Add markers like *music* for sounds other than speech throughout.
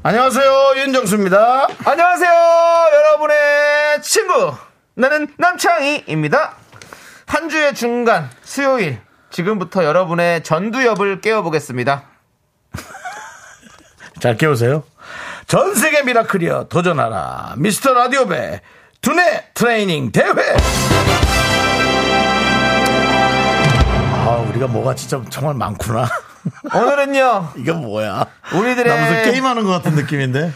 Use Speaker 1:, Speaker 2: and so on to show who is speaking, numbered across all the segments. Speaker 1: 안녕하세요 윤정수입니다.
Speaker 2: 안녕하세요, 여러분의 친구. 나는 남창희입니다. 한 주의 중간, 수요일. 지금부터 여러분의 전두엽을 깨워보겠습니다.
Speaker 1: 잘 깨우세요. 전 세계 미라클이여 도전하라 미스터 라디오배 두뇌 트레이닝 대회. 아 우리가 뭐가 진짜 정말 많구나.
Speaker 2: 오늘은요,
Speaker 1: 이게 뭐야?
Speaker 2: 우리들의-
Speaker 1: 나 무슨 게임하는 것 같은 느낌인데.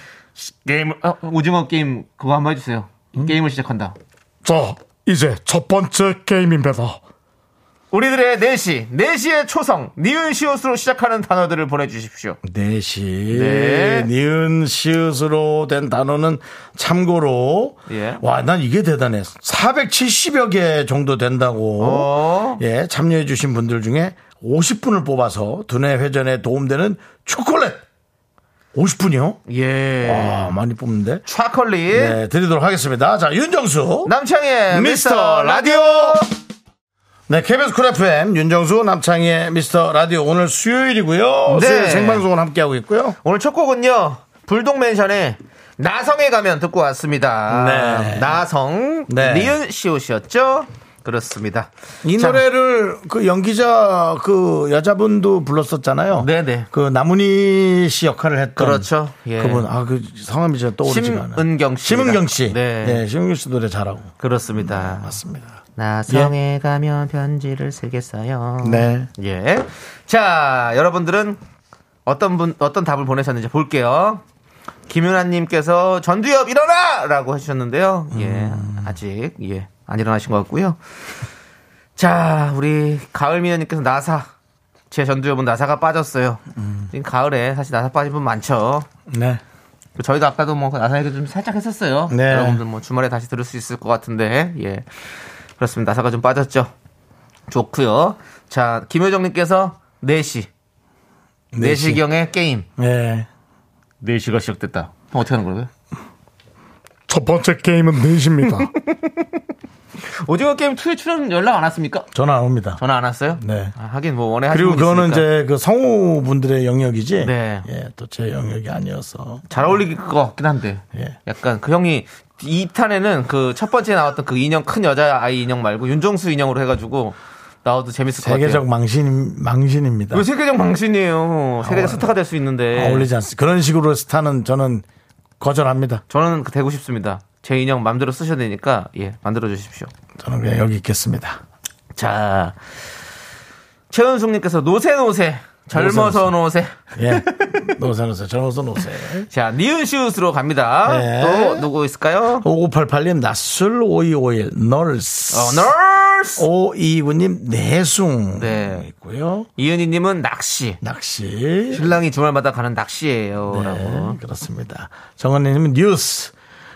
Speaker 2: 게임, 어, 오징어 게임 그거 한번 해주세요. 게임을 시작한다.
Speaker 3: 자, 이제 첫 번째 게임입니다.
Speaker 2: 우리들의 4시, 4시의 초성, 니은 시옷으로 시작하는 단어들을 보내주십시오.
Speaker 1: 네시
Speaker 2: 네.
Speaker 1: 니은 시옷으로 된 단어는 참고로
Speaker 2: 예.
Speaker 1: 와 난 이게 대단해 470여 개 정도 된다고
Speaker 2: 어.
Speaker 1: 예 참여해 주신 분들 중에 50분을 뽑아서 두뇌 회전에 도움되는 초콜릿 50분이요?
Speaker 2: 예.
Speaker 1: 아 많이 뽑는데
Speaker 2: 차컬리,
Speaker 1: 네 드리도록 하겠습니다 자 윤정수
Speaker 2: 남창희의 미스터 라디오.
Speaker 1: 네, KBS 쿨 FM 윤정수 남창희의 미스터 라디오 오늘 수요일이고요.
Speaker 2: 네.
Speaker 1: 수요일 생방송을 함께 하고 있고요.
Speaker 2: 오늘 첫 곡은요, 불독맨션의 나성에 가면 듣고 왔습니다.
Speaker 1: 네.
Speaker 2: 나성,
Speaker 1: 네.
Speaker 2: 니은 시옷이었죠? 그렇습니다.
Speaker 1: 이
Speaker 2: 자,
Speaker 1: 노래를 그 연기자 그 여자분도 불렀었잖아요.
Speaker 2: 네네.
Speaker 1: 그 나문희 씨 역할을 했던
Speaker 2: 그렇죠. 예.
Speaker 1: 그분 아 그 성함이 제가 떠오르지가 않아요.
Speaker 2: 심은경 씨.
Speaker 1: 심은경 씨.
Speaker 2: 네.
Speaker 1: 네. 심은경 씨 노래 잘하고
Speaker 2: 그렇습니다.
Speaker 1: 예. 맞습니다.
Speaker 2: 나성에 가면 편지를 쓰겠어요.
Speaker 1: 네.
Speaker 2: 예. 자, 여러분들은 어떤 분, 어떤 답을 보내셨는지 볼게요. 김윤아님께서 전두엽 일어나! 라고 해주셨는데요. 예. 아직, 예. 안 일어나신 것 같고요. 자, 우리 가을미녀님께서 나사. 제 전두엽은 나사가 빠졌어요. 지금 가을에 사실 나사 빠진 분 많죠.
Speaker 1: 네.
Speaker 2: 그 저희도 아까도 뭐 나사 얘기 좀 살짝 했었어요.
Speaker 1: 네.
Speaker 2: 여러분들 뭐 주말에 다시 들을 수 있을 것 같은데 예 그렇습니다. 나사가 좀 빠졌죠. 좋고요. 자 김효정님께서 4시 4시. 경에 게임
Speaker 1: 네.
Speaker 2: 4시가 시작됐다. 그럼 어떻게 하는 거예요?
Speaker 3: 첫 번째 게임은 4시입니다.
Speaker 2: 오징어 게임 2에 출연 연락 안 왔습니까?
Speaker 1: *laughs* 전화 안 옵니다.
Speaker 2: 전화 안 왔어요?
Speaker 1: 네.
Speaker 2: 아, 하긴 뭐 원해 하시는
Speaker 1: 그리고
Speaker 2: 분
Speaker 1: 그거는
Speaker 2: 있으니까.
Speaker 1: 이제 그 성우분들의 영역이지.
Speaker 2: 네.
Speaker 1: 예, 또 제 영역이 아니어서.
Speaker 2: 잘 어울릴 것 같긴 한데.
Speaker 1: 예.
Speaker 2: 약간 그 형이 2탄에는 그 첫 번째 나왔던 그 인형 큰 여자 아이 인형 말고 윤종수 인형으로 해가지고 나와도 재밌을 것 같아요.
Speaker 1: 세계적 망신 망신입니다.
Speaker 2: 왜 세계적 망신이에요? 세계적 스타가 될 수 있는데.
Speaker 1: 어울리지 않습니다. 그런 식으로 스타는 저는 거절합니다.
Speaker 2: 저는 그 되고 싶습니다. 제 인형 마음대로 쓰셔야 되니까, 예, 만들어 주십시오.
Speaker 1: 저는 그냥 여기 있겠습니다.
Speaker 2: 자. 최은숙님께서 노세 노세. 젊어서 노세. *laughs*
Speaker 1: 예. 노세 노세 젊어서 노세.
Speaker 2: 자, 니은시옷으로 갑니다.
Speaker 1: 네.
Speaker 2: 또, 누구 있을까요?
Speaker 1: 5988님 낯술 5251 널스.
Speaker 2: 어, 널스!
Speaker 1: 529님 내숭.
Speaker 2: 네.
Speaker 1: 있고요.
Speaker 2: 이은희님은 낚시.
Speaker 1: 낚시.
Speaker 2: 신랑이 주말마다 가는 낚시예요 라고.
Speaker 1: 네, 그렇습니다. 정은님은 뉴스.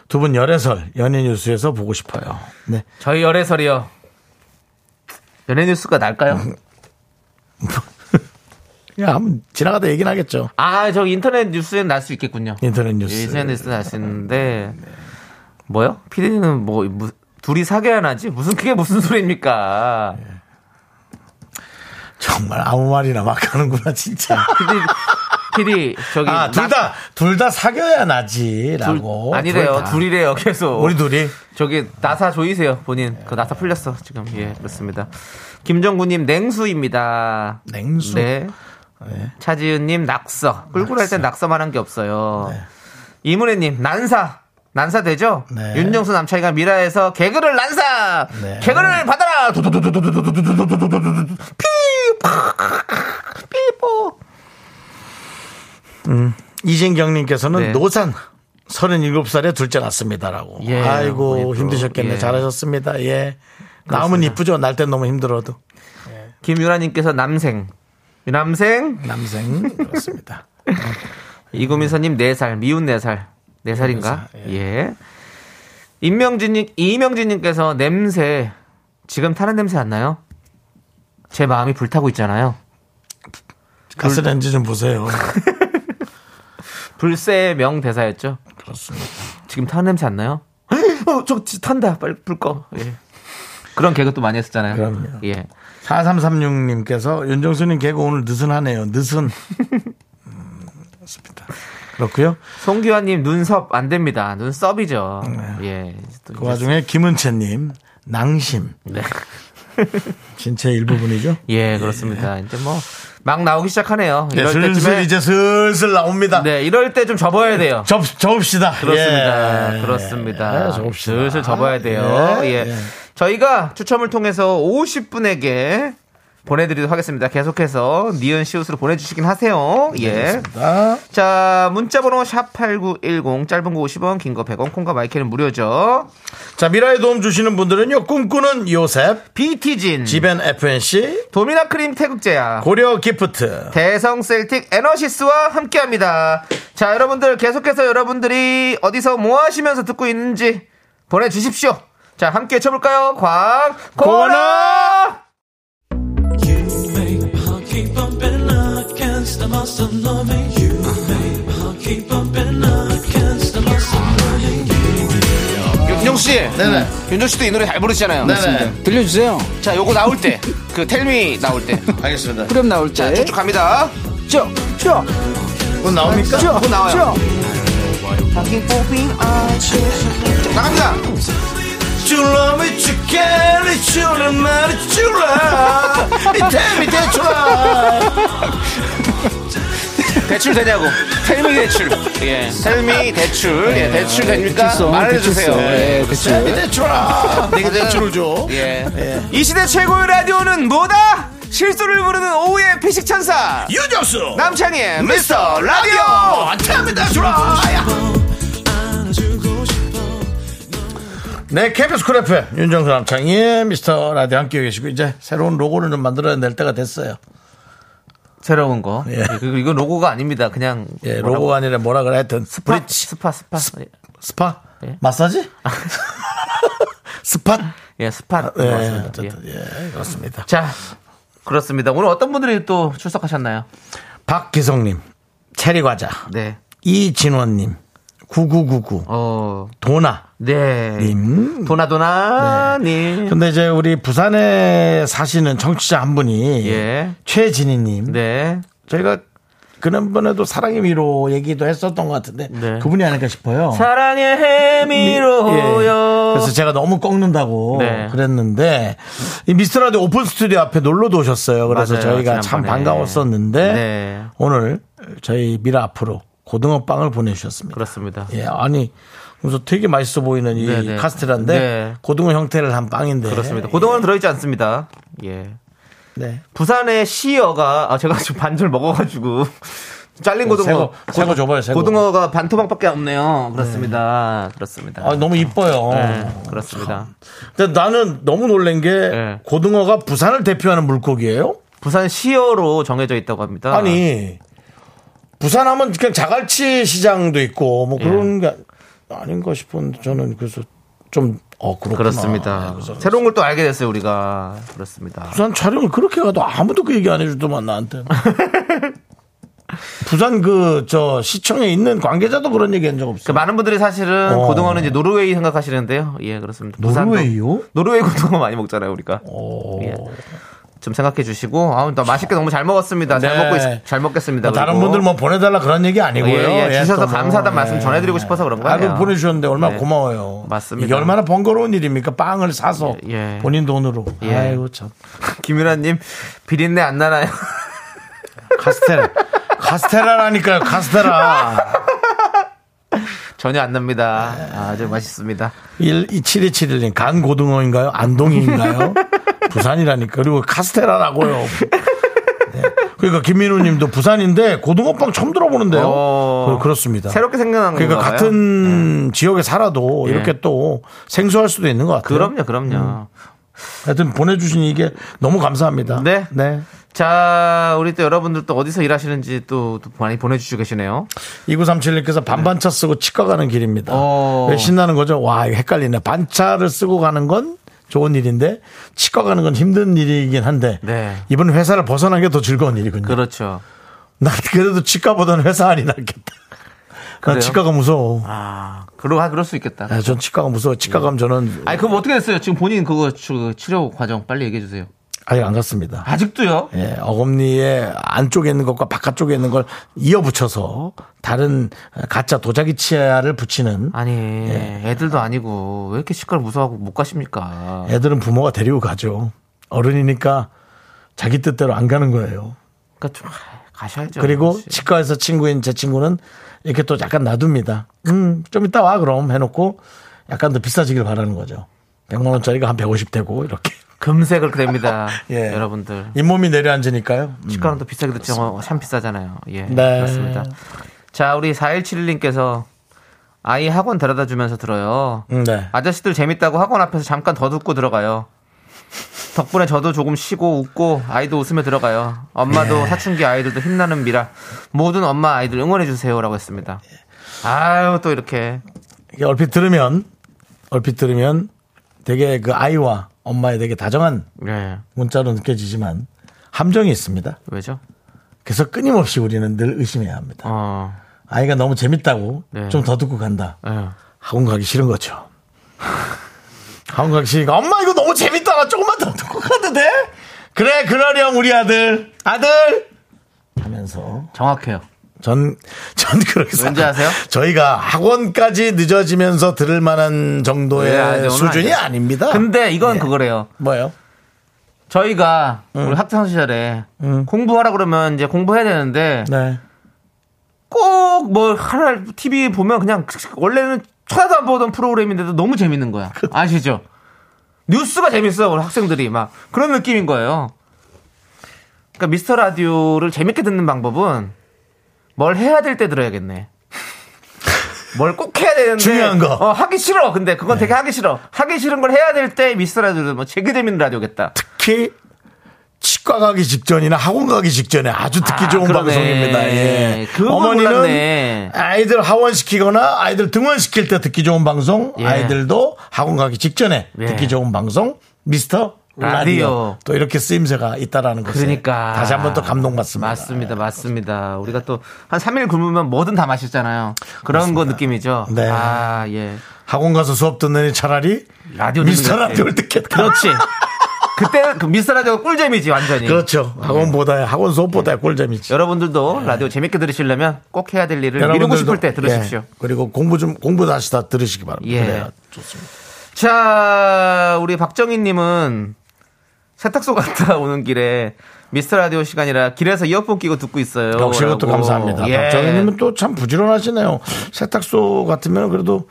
Speaker 1: 두 분 열애설 연예 뉴스에서 보고 싶어요. 네.
Speaker 2: 저희 열애설이요. 연예뉴스가 날까요?
Speaker 1: 그냥 한번 지나가다 얘기는 하겠죠.
Speaker 2: 아, 저 인터넷 뉴스엔 날 수 있겠군요.
Speaker 1: 인터넷 뉴스. 아, 네.
Speaker 2: 인터넷에서 날수 있는데 뭐요? 피디는 뭐 무- 둘이 사귀어야 나지? 무슨 그게 무슨 소리입니까?
Speaker 1: 예. 정말 아무 말이나 막 하는구나 진짜.
Speaker 2: *laughs* 피디 피디 저기
Speaker 1: 아, 둘 다, 둘 다 사겨야 나지라고.
Speaker 2: 아니래요.
Speaker 1: 둘 다.
Speaker 2: 둘이래요. 뭐 계속
Speaker 1: 우리 둘이.
Speaker 2: 저기 나사 조이세요. 본인 그 나사 풀렸어 지금 예 그렇습니다. 김정구님 냉수입니다.
Speaker 1: 냉수?
Speaker 2: 네. 차지은님 낙서. 꿀꿀할 땐 낙서만한 네. 게 없어요. 이문혜님 난사. 난사 되죠?
Speaker 1: 네.
Speaker 2: 윤정수 남창이가 미라에서 개그를 난사.
Speaker 1: 네.
Speaker 2: 개그를 받아라.
Speaker 1: 두두두두두두두두두두두두두두두.
Speaker 2: 삐뽀.
Speaker 1: 이진경님께서는
Speaker 2: 네.
Speaker 1: 노산. 37살에 둘째 낳습니다라고.
Speaker 2: 예,
Speaker 1: 아이고,
Speaker 2: 아이고,
Speaker 1: 힘드셨겠네.
Speaker 2: 예.
Speaker 1: 잘하셨습니다. 예. 남은 이쁘죠. 날 땐 너무 힘들어도.
Speaker 2: 김유라님께서 남생. 남생.
Speaker 1: 남생. 그렇습니다.
Speaker 2: 이구민서님 4살. 네. 미운 4살. 네 살인가? 예. 임명진님 이명진님께서 냄새 지금 타는 냄새 안 나요? 제 마음이 불타고 있잖아요.
Speaker 1: *laughs* 가스레인지 좀 보세요.
Speaker 2: 불새 명 대사였죠.
Speaker 1: 그렇습니다.
Speaker 2: 지금 타는 냄새 안 나요? *gasps* 어저 탄다 빨리 불 꺼. 예. 그런 개그 또 많이 했었잖아요.
Speaker 1: 그럼요.
Speaker 2: 예.
Speaker 1: 4336님께서 윤정수님 개그 오늘 느슨하네요. 느슨. 음, 그렇습니다. 그렇고요.
Speaker 2: 송기환님 눈썹 안 됩니다. 눈썹이죠. 예. 또
Speaker 1: 그 와중에 김은채님 낭심.
Speaker 2: 네.
Speaker 1: 진짜 일부분이죠.
Speaker 2: 예, 그렇습니다. 이제 뭐 막 나오기 시작하네요.
Speaker 1: 예,
Speaker 2: 이럴
Speaker 1: 슬슬
Speaker 2: 때쯤에
Speaker 1: 이제 슬슬 나옵니다.
Speaker 2: 네, 이럴 때 좀 접어야 돼요.
Speaker 1: 접 접읍시다.
Speaker 2: 그렇습니다.
Speaker 1: 예.
Speaker 2: 그렇습니다.
Speaker 1: 예, 접읍시다.
Speaker 2: 슬슬 접어야 돼요.
Speaker 1: 예,
Speaker 2: 예.
Speaker 1: 예.
Speaker 2: 저희가 추첨을 통해서 50분에게 보내드리도록 하겠습니다. 계속해서 니은 시옷으로 보내주시긴 하세요.
Speaker 1: 네,
Speaker 2: 예.
Speaker 1: 아,
Speaker 2: 자, 문자번호 샵8910, 짧은 거 50원, 긴 거 100원, 콩과 마이크는 무료죠.
Speaker 1: 자 미라에 도움 주시는 분들은요. 꿈꾸는 요셉,
Speaker 2: BT진,
Speaker 1: 지벤 FNC,
Speaker 2: 도미나 크림 태극제야,
Speaker 1: 고려 기프트.
Speaker 2: 대성 셀틱 에너시스와 함께 합니다. 자, 여러분들 계속해서 여러분들이 어디서 뭐 하시면서 듣고 있는지 보내주십시오. 자, 함께 쳐볼까요? 광고나! 윤정씨,
Speaker 1: 네네.
Speaker 2: 윤정씨도 이 노래 잘 부르시잖아요.
Speaker 1: 네네.
Speaker 4: 들려주세요.
Speaker 2: 자, 요거 나올 때, 그 텔미 나올 때,
Speaker 1: 알겠습니다.
Speaker 4: 그럼 나올 때.
Speaker 2: 쭉쭉 갑니다.
Speaker 4: 쭉, 쭉,
Speaker 1: 그건 나옵니까?
Speaker 4: 쭉,
Speaker 2: 쭉 나와요.
Speaker 4: 쭉.
Speaker 2: 나갑니다.
Speaker 1: You love me, you care, you love me, you love. 이 템이 대출아.
Speaker 2: 대출 되냐고. 텔미 대출. 예. 텔미 대출. 예, 대출 됩니까?
Speaker 4: 대출성,
Speaker 2: 말해주세요.
Speaker 4: 대출성. 예, 그쵸.
Speaker 1: 이 대출아. 내게 대출을 줘.
Speaker 2: 예. 이 시대 최고의 라디오는 뭐다? 실수를 부르는 오후의 피식천사.
Speaker 1: 유정수.
Speaker 2: 남창희의
Speaker 1: 미스터 라디오. 템이 대출아. 네, KBS 쿨 FM 윤정수 남창희의 미스터 라디오 함께 계시고 이제 새로운 로고를 좀 만들어낼 때가 됐어요.
Speaker 2: 새로운 거.
Speaker 1: 예.
Speaker 2: 그리고 이건 로고가 아닙니다. 그냥.
Speaker 1: 예,
Speaker 2: 뭐라고-
Speaker 1: 로고가 아, 아니라 뭐라 그래 하여튼
Speaker 2: 스파,
Speaker 1: 브릿지
Speaker 2: 스파, 스파.
Speaker 1: 스파
Speaker 2: 예.
Speaker 1: 마사지 *laughs* 스팟
Speaker 2: 예, 스파.
Speaker 1: 예,
Speaker 2: 고맙습니다. 예.
Speaker 1: 어쨌든 예, 그렇습니다.
Speaker 2: 자, 그렇습니다. 오늘 어떤 분들이 또 출석하셨나요?
Speaker 1: 박기성님, 체리과자,
Speaker 2: 네.
Speaker 1: 이진원님, 9999,
Speaker 2: 어,
Speaker 1: 도나님.
Speaker 2: 네. 도나도나님.
Speaker 1: 근데 이제 우리 부산에 사시는 청취자 한 분이
Speaker 2: 예.
Speaker 1: 최진희님.
Speaker 2: 네.
Speaker 1: 저희가 지난번에도 사랑의 위로 얘기도 했었던 것 같은데
Speaker 2: 네.
Speaker 1: 그분이 아닐까 싶어요.
Speaker 2: 사랑의 해미로요.
Speaker 1: 예. 그래서 제가 너무 꺾는다고
Speaker 2: 네.
Speaker 1: 그랬는데 이 미스터라디 오픈 스튜디오 앞에 놀러도 오셨어요. 그래서
Speaker 2: 맞아요,
Speaker 1: 저희가 참
Speaker 2: 지난번에.
Speaker 1: 반가웠었는데
Speaker 2: 네.
Speaker 1: 오늘 저희 미라 앞으로 고등어빵을 보내주셨습니다.
Speaker 2: 그렇습니다.
Speaker 1: 예, 아니 그래서 되게 맛있어 보이는 이
Speaker 2: 네, 네.
Speaker 1: 카스테라인데
Speaker 2: 네.
Speaker 1: 고등어 형태를 한 빵인데
Speaker 2: 그렇습니다. 고등어는 들어있지 않습니다. 예.
Speaker 1: 네.
Speaker 2: 부산의 시어가 아 제가 지금 반절 먹어가지고 *laughs* 잘린 고등어
Speaker 1: 새거, 새거 줘봐요, 새거.
Speaker 2: 고등어가 반 토막밖에 없네요. 그렇습니다. 그렇습니다.
Speaker 1: 아, 너무 이뻐요.
Speaker 2: 네, 그렇습니다.
Speaker 1: 근데 나는 너무 놀란 게
Speaker 2: 네.
Speaker 1: 고등어가 부산을 대표하는 물고기예요?
Speaker 2: 부산 시어로 정해져 있다고 합니다.
Speaker 1: 아니 부산하면 그냥 자갈치 시장도 있고
Speaker 2: 예.
Speaker 1: 뭐 그런 게 아닌가 싶은데 저는 그래서 좀어 그렇구나.
Speaker 2: 네,
Speaker 1: 예,
Speaker 2: 그렇죠, 그렇습니다.
Speaker 1: 그래서
Speaker 2: 새로운 걸 또 알게 됐어요 우리가 그렇습니다.
Speaker 1: 부산 촬영을 그렇게 가도 아무도 그 얘기 안 해주더만
Speaker 2: *laughs*
Speaker 1: 나한테. 부산 그 저 시청에 있는 관계자도 그런 얘기 한 적
Speaker 2: 그
Speaker 1: 없어. 요
Speaker 2: 많은 분들이 사실은
Speaker 1: 어.
Speaker 2: 고등어는 이제 노르웨이 생각하시는데요. 예, 그렇습니다. 부산도-
Speaker 1: 노르웨이요? 어.
Speaker 2: 노르웨이 고등어 많이 먹잖아요, 우리가. 예. 좀 생각해 주시고, 아우, 나 맛있게 너무 잘 먹었습니다. 잘
Speaker 1: 네.
Speaker 2: 먹고, 있- 잘 먹겠습니다.
Speaker 1: 다른
Speaker 2: 그리고.
Speaker 1: 분들 뭐 보내달라 그런 얘기 아니고요.
Speaker 2: 예, 예,
Speaker 1: 또
Speaker 2: 주셔서
Speaker 1: 뭐,
Speaker 2: 감사하다는
Speaker 1: 예.
Speaker 2: 말씀 전해드리고 싶어서 그런
Speaker 1: 아,
Speaker 2: 거예요.
Speaker 1: 그 보내주셨는데 얼마나
Speaker 2: 네.
Speaker 1: 고마워요.
Speaker 2: 맞습니다.
Speaker 1: 이게 얼마나 번거로운 일입니까? 빵을 사서
Speaker 2: 예, 예.
Speaker 1: 본인 돈으로.
Speaker 2: 예.
Speaker 1: 아이고 참.
Speaker 2: *laughs* 김윤아님 비린내 안 나나요? *laughs*
Speaker 1: 카스테라. 카스테라라니까요,
Speaker 2: *laughs*
Speaker 1: 카스테라.
Speaker 2: 전혀 안 납니다. 아주 맛있습니다.
Speaker 1: 1, 2, 7, 2, 7, 1님. 간 고등어인가요?
Speaker 2: *laughs*
Speaker 1: 안동인가요? 부산이라니까. 그리고 카스테라라고요. 네. 그러니까 김민우 님도 부산인데 고등어빵 처음 들어보는데요.
Speaker 2: 어.
Speaker 1: 그- 그렇습니다.
Speaker 2: 새롭게 네. 생겨난 거
Speaker 1: 그러니까 같은 지역에 살아도
Speaker 2: 예.
Speaker 1: 이렇게 또 생소할 수도 있는 것 같아요.
Speaker 2: 그럼요, 그럼요.
Speaker 1: 하여튼 보내주신 이게 너무 감사합니다.
Speaker 2: 네.
Speaker 1: 네.
Speaker 2: 자, 우리 또 여러분들 또 어디서 일하시는지 또, 또 많이 보내주시고 계시네요.
Speaker 1: 2937님께서 반반차 쓰고 치과 가는 길입니다.
Speaker 2: 네. 어.
Speaker 1: 왜 신나는 거죠? 와, 이거 헷갈리네. 반차를 쓰고 가는 건 좋은 일인데, 치과 가는 건 힘든 일이긴 한데,
Speaker 2: 네.
Speaker 1: 이번 회사를 벗어난 게 더 즐거운 일이군요.
Speaker 2: 그렇죠.
Speaker 1: 난 그래도 치과보다는 회사 안이 낫겠다. 난
Speaker 2: 그래요?
Speaker 1: 치과가 무서워.
Speaker 2: 아, 예. 그러, 아, 그럴 수 있겠다.
Speaker 1: 아, 전 치과가 무서워. 치과 가면 저는
Speaker 2: 아니, 그럼 어떻게 됐어요? 지금 본인 그거 치- 치료 과정 빨리 얘기해주세요.
Speaker 1: 아예 안 갔습니다.
Speaker 2: 아직도요?
Speaker 1: 예, 어금니의 안쪽에 있는 것과 바깥쪽에 있는 걸 이어붙여서 다른 가짜 도자기 치아를 붙이는
Speaker 2: 아니,
Speaker 1: 네.
Speaker 2: 애들도 아니고, 왜 이렇게 치과를 무서워하고 못 가십니까?
Speaker 1: 애들은 부모가 데리고 가죠. 어른이니까 자기 뜻대로 안 가는 거예요.
Speaker 2: 그러니까 좀, 아, 가셔야죠.
Speaker 1: 그리고
Speaker 2: 그렇지.
Speaker 1: 치과에서 친구인 제 친구는 이렇게 또 약간 놔둡니다. 음, 좀 이따 와, 그럼 해놓고 약간 더 비싸지길 바라는 거죠. 100만원짜리가 한 150 되고, 이렇게.
Speaker 2: 금색을 그립니다.
Speaker 1: *laughs* 예.
Speaker 2: *laughs* 여러분들.
Speaker 1: 잇몸이 내려앉으니까요. 음,
Speaker 2: 치과는 또 비싸기도 하지만 참 비싸잖아요. 예.
Speaker 1: 네.
Speaker 2: 그렇습니다. 자, 우리 4171님께서 아이 학원 데려다 주면서 들어요.
Speaker 1: 음, 네.
Speaker 2: 아저씨들 재밌다고 학원 앞에서 잠깐 더 듣고 들어가요. 덕분에 저도 조금 쉬고 웃고 아이도 웃으며 들어가요. 엄마도 사춘기 아이들도 힘나는 미라. 모든 엄마 아이들 응원해주세요라고 했습니다. 아유, 또 이렇게.
Speaker 1: 이게 얼핏 들으면, 얼핏 들으면 되게 그 아이와 엄마의 되게 다정한
Speaker 2: 예.
Speaker 1: 문자로 느껴지지만 함정이 있습니다.
Speaker 2: 왜죠?
Speaker 1: 그래서 끊임없이 우리는 늘 의심해야 합니다.
Speaker 2: 어.
Speaker 1: 아이가 너무 재밌다고
Speaker 2: 네.
Speaker 1: 좀 더 듣고 간다.
Speaker 2: 예.
Speaker 1: 학원 가기 싫은 거죠. *laughs* 학원 가기 싫으니까 엄마 이거 너무 재밌다. 나 조금만 더 듣고 가도 돼? 그래 그러렴 우리 아들 아들 하면서
Speaker 2: 정확해요.
Speaker 1: 전, 전 그렇게
Speaker 2: 뭔지
Speaker 1: 생각-
Speaker 2: 아세요?
Speaker 1: 저희가 학원까지 늦어지면서 들을 만한 정도의
Speaker 2: 예, 아니, 오늘
Speaker 1: 수준이
Speaker 2: 아니죠.
Speaker 1: 아닙니다.
Speaker 2: 근데 이건
Speaker 1: 예.
Speaker 2: 그거래요.
Speaker 1: 뭐요?
Speaker 2: 저희가 우리 학창 시절에 공부하라 그러면 이제 공부해야 되는데
Speaker 1: 네.
Speaker 2: 꼭 뭐 하나 TV 보면 그냥 원래는 쳐다도 안 보던 프로그램인데도 너무 재밌는 거야. 아시죠? 뉴스가 재밌어 우리 학생들이 막 그런 느낌인 거예요. 그러니까 미스터 라디오를 재밌게 듣는 방법은 뭘 해야 될 때 들어야겠네. *laughs* 뭘 꼭 해야 되는데
Speaker 1: 중요한 거. 네.
Speaker 2: 어, 하기 싫어. 근데 그건 되게 하기 싫어. 하기 싫은 걸 해야 될 때 미스터 라디오는 뭐 제게 재밌는 라디오겠다.
Speaker 1: 특히 치과 가기 직전이나 학원 가기 직전에 아주 듣기
Speaker 2: 아,
Speaker 1: 좋은
Speaker 2: 그러네.
Speaker 1: 방송입니다. 예.
Speaker 2: 그건
Speaker 1: 어머니는
Speaker 2: 몰랐네.
Speaker 1: 아이들 하원 시키거나 아이들 등원 시킬 때 듣기 좋은 방송,
Speaker 2: 예.
Speaker 1: 아이들도 학원 가기 직전에
Speaker 2: 예.
Speaker 1: 듣기 좋은 방송, 미스터 라디오.
Speaker 2: 라디오.
Speaker 1: 또 이렇게 쓰임새가 있다라는 것에
Speaker 2: 그러니까
Speaker 1: 네. 다시 한번 또 감동받습니다. 네.
Speaker 2: 맞습니다. 맞습니다. 우리가 또 한 3일 굶으면 뭐든 다 맛있잖아요. 그런 거 느낌이죠.
Speaker 1: 네.
Speaker 2: 아, 예.
Speaker 1: 학원 가서 수업 듣느니 차라리
Speaker 2: 라디오
Speaker 1: 미스터
Speaker 2: 듣는 게
Speaker 1: 라디오를 듣겠다.
Speaker 2: 그렇지. 그때는 그 미스터 라디오가 꿀잼이지 완전히.
Speaker 1: 그렇죠.
Speaker 2: 예.
Speaker 1: 학원보다 학원 수업보다 꿀잼이지.
Speaker 2: 여러분들도 라디오 재밌게 들으시려면 꼭 해야 될 일을
Speaker 1: 네. 여러분들도-
Speaker 2: 미루고 네, 싶을 때 들으십시오.
Speaker 1: 예. 그리고 공부 좀 공부 다시 다 들으시기 바랍니다.
Speaker 2: 예.
Speaker 1: 그래야 좋습니다.
Speaker 2: 자, 우리 박정희 님은 세탁소 갔다 오는 길에 미스터 라디오 시간이라 길에서 이어폰 끼고 듣고 있어요.
Speaker 1: 역시 그것도
Speaker 2: 라고.
Speaker 1: 감사합니다.
Speaker 2: 예.
Speaker 1: 박정희님은 또 참 부지런하시네요. 세탁소 같으면 그래도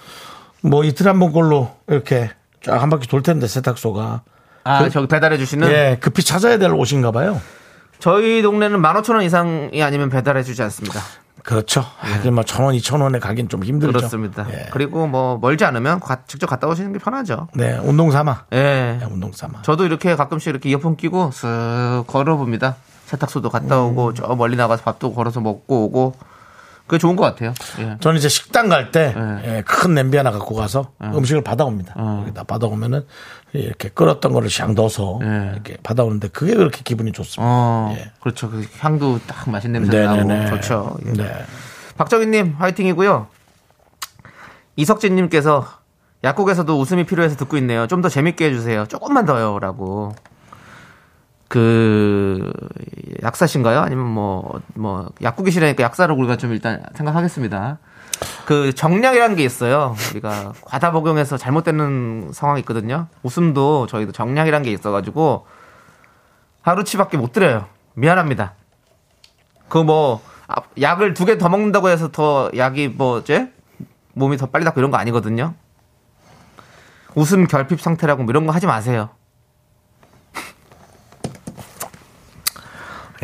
Speaker 1: 뭐 이틀 한 번꼴로 이렇게 쫙 한 바퀴 돌 텐데 세탁소가
Speaker 2: 아,
Speaker 1: 그-
Speaker 2: 저기 배달해 주시는
Speaker 1: 예 급히 찾아야 될 옷인가 봐요.
Speaker 2: 저희 동네는 15,000원 이상이 아니면 배달해 주지 않습니다.
Speaker 1: 그렇죠. 하긴 뭐천원 이천 원에 가긴 좀 힘들죠.
Speaker 2: 그렇습니다.
Speaker 1: 예.
Speaker 2: 그리고 뭐 멀지 않으면 가- 직접 갔다 오시는 게 편하죠.
Speaker 1: 네 운동 삼아.
Speaker 2: 예.
Speaker 1: 네, 운동 삼아.
Speaker 2: 저도 이렇게 가끔씩 이렇게 이어폰 끼고 쓱 걸어봅니다. 세탁소도 갔다
Speaker 1: 음.
Speaker 2: 오고 저 멀리 나가서 밥도 걸어서 먹고 오고 그게 좋은 것 같아요. 예.
Speaker 1: 저는 이제 식당 갈 때 예, 큰
Speaker 2: 네.
Speaker 1: 냄비 하나 갖고 가서 음식을 받아옵니다. 여기다 받아오면은 이렇게 끓었던 거를 샥 넣어서
Speaker 2: 예.
Speaker 1: 이렇게 받아오는데 그게 그렇게 기분이 좋습니다.
Speaker 2: 어,
Speaker 1: 예.
Speaker 2: 그렇죠. 그 향도 딱 맛있는 냄새
Speaker 1: 네네네.
Speaker 2: 나고 좋죠. 예.
Speaker 1: 네.
Speaker 2: 박정희님 화이팅이고요. 이석진님께서 약국에서도 웃음이 필요해서 듣고 있네요. 좀 더 재밌게 해주세요. 조금만 더요라고. 그 약사신가요? 아니면 뭐 뭐 약국이시라니까 약사로 우리가 좀 일단 생각하겠습니다. 그 정량이라는 게 있어요. 우리가 과다 복용해서 잘못되는 상황이 있거든요. 웃음도 저희도 정량이라는 게 있어가지고 하루치밖에 못 드려요. 미안합니다. 그 뭐 약을 두 개 더 먹는다고 해서 더 약이 뭐 어째 몸이 더 빨리 낫고 이런 거 아니거든요. 웃음 결핍 상태라고 뭐 이런 거 하지 마세요.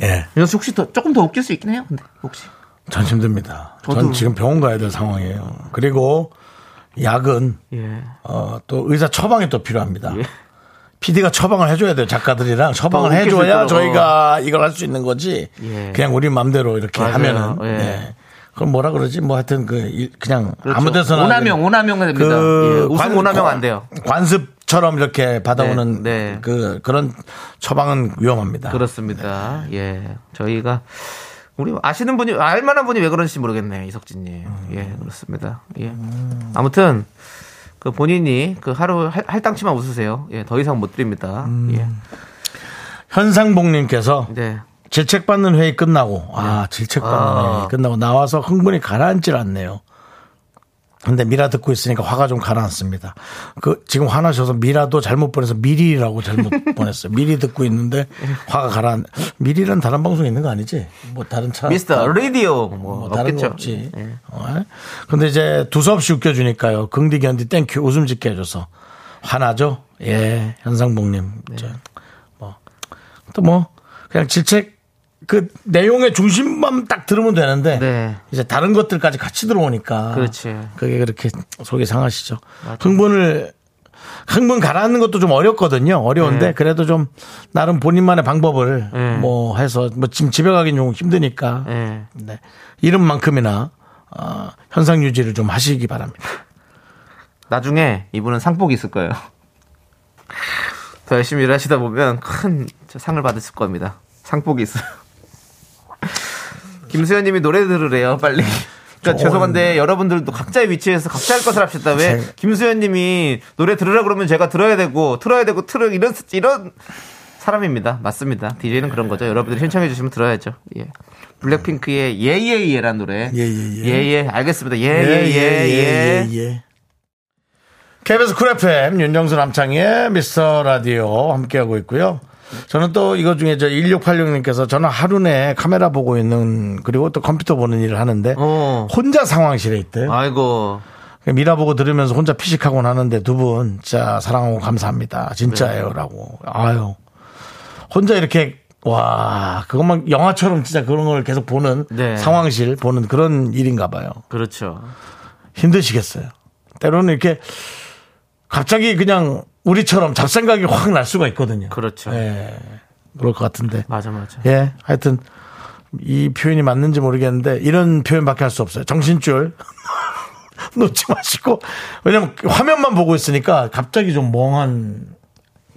Speaker 1: 예.
Speaker 2: 윤수 혹시 더 조금 더 웃길 수 있긴 해요. 근데 혹시
Speaker 1: 전 힘듭니다. 전
Speaker 2: 저도.
Speaker 1: 지금 병원 가야 될 상황이에요. 그리고 약은
Speaker 2: 예.
Speaker 1: 어, 또 의사 처방이 또 필요합니다. PD가 처방을 해줘야 돼요. 작가들이랑 처방을
Speaker 2: 어, 예. 웃길 수
Speaker 1: 해줘야
Speaker 2: 있도록.
Speaker 1: 저희가 이걸 할 수 있는 거지.
Speaker 2: 예.
Speaker 1: 그냥 우리 맘대로 이렇게
Speaker 2: 맞아요.
Speaker 1: 하면은.
Speaker 2: 예.
Speaker 1: 예. 그럼 뭐라 그러지? 뭐 하여튼 그 일- 그냥
Speaker 2: 그렇죠.
Speaker 1: 아무 데서나 그
Speaker 2: 오남용, 오남용 됩니다. 예, 웃음 오남용 안 돼요.
Speaker 1: 관습처럼 이렇게 받아오는
Speaker 2: 네, 네.
Speaker 1: 그 그런 처방은 위험합니다.
Speaker 2: 그렇습니다. 예. 저희가 우리 아시는 분이 알만한 분이 왜 그런지 모르겠네요. 이석진 님. 예, 그렇습니다. 예. 아무튼 그 본인이 그 하루 할- 할당치만 웃으세요. 예, 더 이상 못 드립니다. 예.
Speaker 1: 현상봉님께서
Speaker 2: 네.
Speaker 1: 질책받는 회의 끝나고 아 질책받는
Speaker 2: 아.
Speaker 1: 회의 끝나고 나와서 흥분이 가라앉질 않네요. 근데 미라 듣고 있으니까 화가 좀 가라앉습니다. 그 지금 화나셔서 미라도 잘못 보내서 미리라고 잘못 *laughs* 보냈어요. 미리 듣고 있는데 화가 가라앉. 미리란 다른 방송 있는 거 아니지? 뭐 다른 차
Speaker 2: 미스터 라디오 뭐
Speaker 1: 뭐 다른 거
Speaker 2: 없겠죠.
Speaker 1: 없지.
Speaker 2: 예.
Speaker 1: 어? 근데 이제 두서없이 웃겨주니까요. 긍디 견디 땡큐 웃음 짓게 해줘서 화나죠. 예, 현상봉님.
Speaker 2: 네.
Speaker 1: 저 뭐 또 뭐 그냥 질책 그 내용의 중심만 딱 들으면 되는데
Speaker 2: 네.
Speaker 1: 이제 다른 것들까지 같이 들어오니까
Speaker 2: 그렇지.
Speaker 1: 그게 그렇게 속이 상하시죠. 흥분을 흥분 가라앉는 것도 좀 어렵거든요. 어려운데
Speaker 2: 네.
Speaker 1: 그래도 좀 나름 본인만의 방법을
Speaker 2: 네.
Speaker 1: 뭐 해서 뭐 지금 집에 가긴 좀 힘드니까
Speaker 2: 예.
Speaker 1: 네. 이름만큼이나 어, 현상 유지를 좀 하시기 바랍니다.
Speaker 2: 나중에 이분은 상복이 있을 거예요. *laughs* 더 열심히 일하시다 보면 큰 상을 받으실 겁니다. 상복이 있어요. *laughs* 김수현 님이 노래 들으래요, 빨리.
Speaker 1: 좋은.
Speaker 2: 그러니까 죄송한데 여러분들도 각자의 위치에서 각자 할 것을 합시다. 왜
Speaker 1: 제-
Speaker 2: 김수현 님이 노래 들으라 그러면 제가 들어야 되고 틀어야 되고 틀어 이런 이런 사람입니다. 맞습니다. DJ는 그런 거죠. 여러분들이 신청해 주시면 들어야죠. 예. 블랙핑크의 예예예란 노래.
Speaker 1: 예예예.
Speaker 2: 예예. 알겠습니다. 예예예. 예.
Speaker 1: 예, 예. KBS 쿨 FM 윤정수 남창희의 미스터 라디오 함께하고 있고요. 저는 또 이거 중에 저 1686님께서 저는 하루 내 카메라 보고 있는 그리고 또 컴퓨터 보는 일을 하는데
Speaker 2: 어.
Speaker 1: 혼자 상황실에 있대요.
Speaker 2: 아이고.
Speaker 1: 그러니까 미라 보고 들으면서 혼자 피식하곤 하는데 두 분 진짜 사랑하고 감사합니다.
Speaker 2: 네.
Speaker 1: 진짜예요라고. 아유. 혼자 이렇게 와 그것만 영화처럼 진짜 그런 걸 계속 보는
Speaker 2: 네.
Speaker 1: 상황실 보는 그런 일인가 봐요.
Speaker 2: 그렇죠.
Speaker 1: 힘드시겠어요. 때로는 이렇게 갑자기 그냥 우리처럼 잡생각이 확 날 수가 있거든요.
Speaker 2: 그렇죠.
Speaker 1: 예. 그럴 것 같은데.
Speaker 2: 맞아 맞아.
Speaker 1: 예. 하여튼 이 표현이 맞는지 모르겠는데 이런 표현밖에 할 수 없어요. 정신줄 *laughs* 놓지 마시고 왜냐면 화면만 보고 있으니까 갑자기 좀 멍한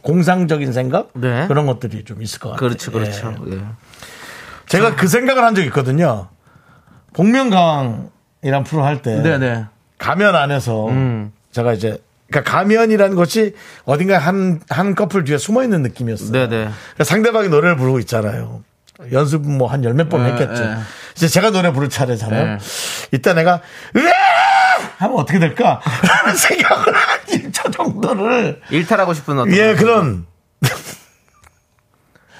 Speaker 1: 공상적인 생각
Speaker 2: 네.
Speaker 1: 그런 것들이 좀 있을 것 같아요.
Speaker 2: 그렇죠
Speaker 1: 예.
Speaker 2: 그렇죠. 예.
Speaker 1: 제가 그 생각을 한 적이 있거든요. 복면가왕이란 프로 할 때
Speaker 2: 네네.
Speaker 1: 가면 안에서
Speaker 2: 음.
Speaker 1: 제가 이제 그러니까 가면이라는 것이 어딘가 한 한 커플 뒤에 숨어 있는 느낌이었어요.
Speaker 2: 네네.
Speaker 1: 그러니까 상대방이 노래를 부르고 있잖아요. 연습 뭐 한 열 몇 번
Speaker 2: 네,
Speaker 1: 했겠죠.
Speaker 2: 네.
Speaker 1: 이제 제가 노래 부를 차례잖아요.
Speaker 2: 네.
Speaker 1: 이때 내가 으아! 하면 어떻게 될까? 라는 생각을 한 1초 정도를
Speaker 2: 일탈하고 싶은 어떤.
Speaker 1: 예 그런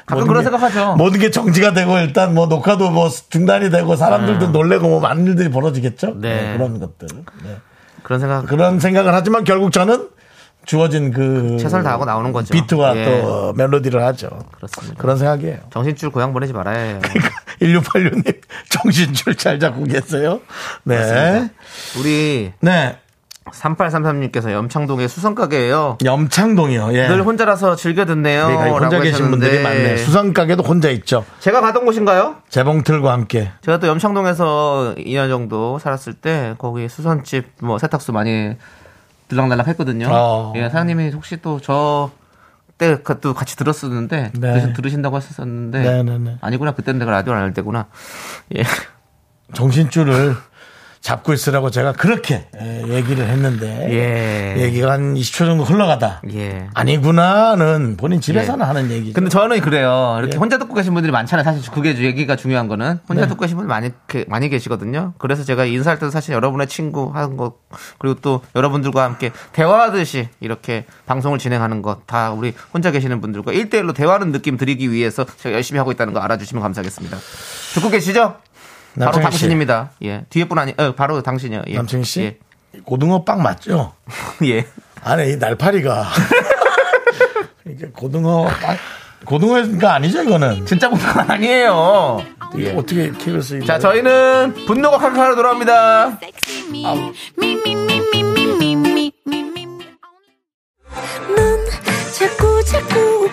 Speaker 2: 가끔
Speaker 1: 모든
Speaker 2: 그런
Speaker 1: 게-
Speaker 2: 생각하죠.
Speaker 1: 모든 게 정지가 되고 일단 뭐 녹화도 뭐 중단이 되고 사람들도 놀래고 뭐 많은 일들이 벌어지겠죠.
Speaker 2: 음. 네.
Speaker 1: 그런 것들. 네.
Speaker 2: 그런 생각.
Speaker 1: 그런 생각을 하지만 결국 저는 주어진 그
Speaker 2: 최선을 다하고 나오는 거죠.
Speaker 1: 비트와
Speaker 2: 예.
Speaker 1: 또 멜로디를 하죠.
Speaker 2: 그렇습니다.
Speaker 1: 그런 생각이에요.
Speaker 2: 정신줄 고향 보내지 말아야
Speaker 1: *laughs*
Speaker 2: 해요.
Speaker 1: 1686님 정신줄 잘 잡고 계세요. 네.
Speaker 2: 우리
Speaker 1: 네.
Speaker 2: 3833님께서 염창동의 수성가게예요.
Speaker 1: 염창동이요. 예.
Speaker 2: 늘 혼자라서 즐겨 듣네요.
Speaker 1: 우리가 혼자
Speaker 2: 라고
Speaker 1: 계신
Speaker 2: 하셨는데
Speaker 1: 분들이 많네. 수상가게도 혼자 있죠.
Speaker 2: 제가 가던 곳인가요?
Speaker 1: 재봉틀과 함께.
Speaker 2: 제가 또 염창동에서 2년 정도 살았을 때 거기 수선집 뭐 세탁소 많이 들락날락 했거든요.
Speaker 1: 어.
Speaker 2: 예, 사장님이 혹시 또 저 때, 가- 또 같이 들었었는데,
Speaker 1: 네.
Speaker 2: 들으신- 들으신다고 했었는데,
Speaker 1: 네, 네, 네.
Speaker 2: 아니구나, 그때는 내가 라디오를 안 할 때구나. 예.
Speaker 1: 정신줄을 *laughs* 잡고 있으라고 제가 그렇게 예, 얘기를 했는데
Speaker 2: 예.
Speaker 1: 얘기가 한 20초 정도 흘러가다
Speaker 2: 예.
Speaker 1: 아니구나는 본인 집에서는
Speaker 2: 예.
Speaker 1: 하는 얘기죠. 예.
Speaker 2: 근데 저는 그래요. 이렇게 혼자 듣고 계신 분들이 많잖아요. 사실 그게 얘기가 중요한 거는. 혼자
Speaker 1: 네.
Speaker 2: 듣고 계신 분들 많이, 게- 많이 계시거든요. 그래서 제가 인사할 때도 사실 여러분의 친구 하는 것, 그리고 또 여러분들과 함께 대화하듯이 이렇게 방송을 진행하는 것, 다 우리 혼자 계시는 분들과 일대일로 대화하는 느낌 드리기 위해서 제가 열심히 하고 있다는 거 알아주시면 감사하겠습니다. 듣고 계시죠? 바로
Speaker 1: 남창희 씨.
Speaker 2: 당신입니다. 예. 뒤에 분 아니, 어, 바로 당신이요. 예. *laughs*
Speaker 1: 남창희 씨 고등어 빵 맞죠?
Speaker 2: 예. 예.
Speaker 1: 안에 이 날파리가 *laughs* 이게 고등어 빵- 고등어가 아니죠 이거는
Speaker 2: 진짜 공감 아니에요.
Speaker 1: 이게 어떻게 KBS
Speaker 2: 예. 자, 저희는 분노가 칼칼하러 돌아옵니다.
Speaker 4: sexy me. Me, me, me, me, me, me, me, me, me. only.
Speaker 5: 넌 자꾸 자꾸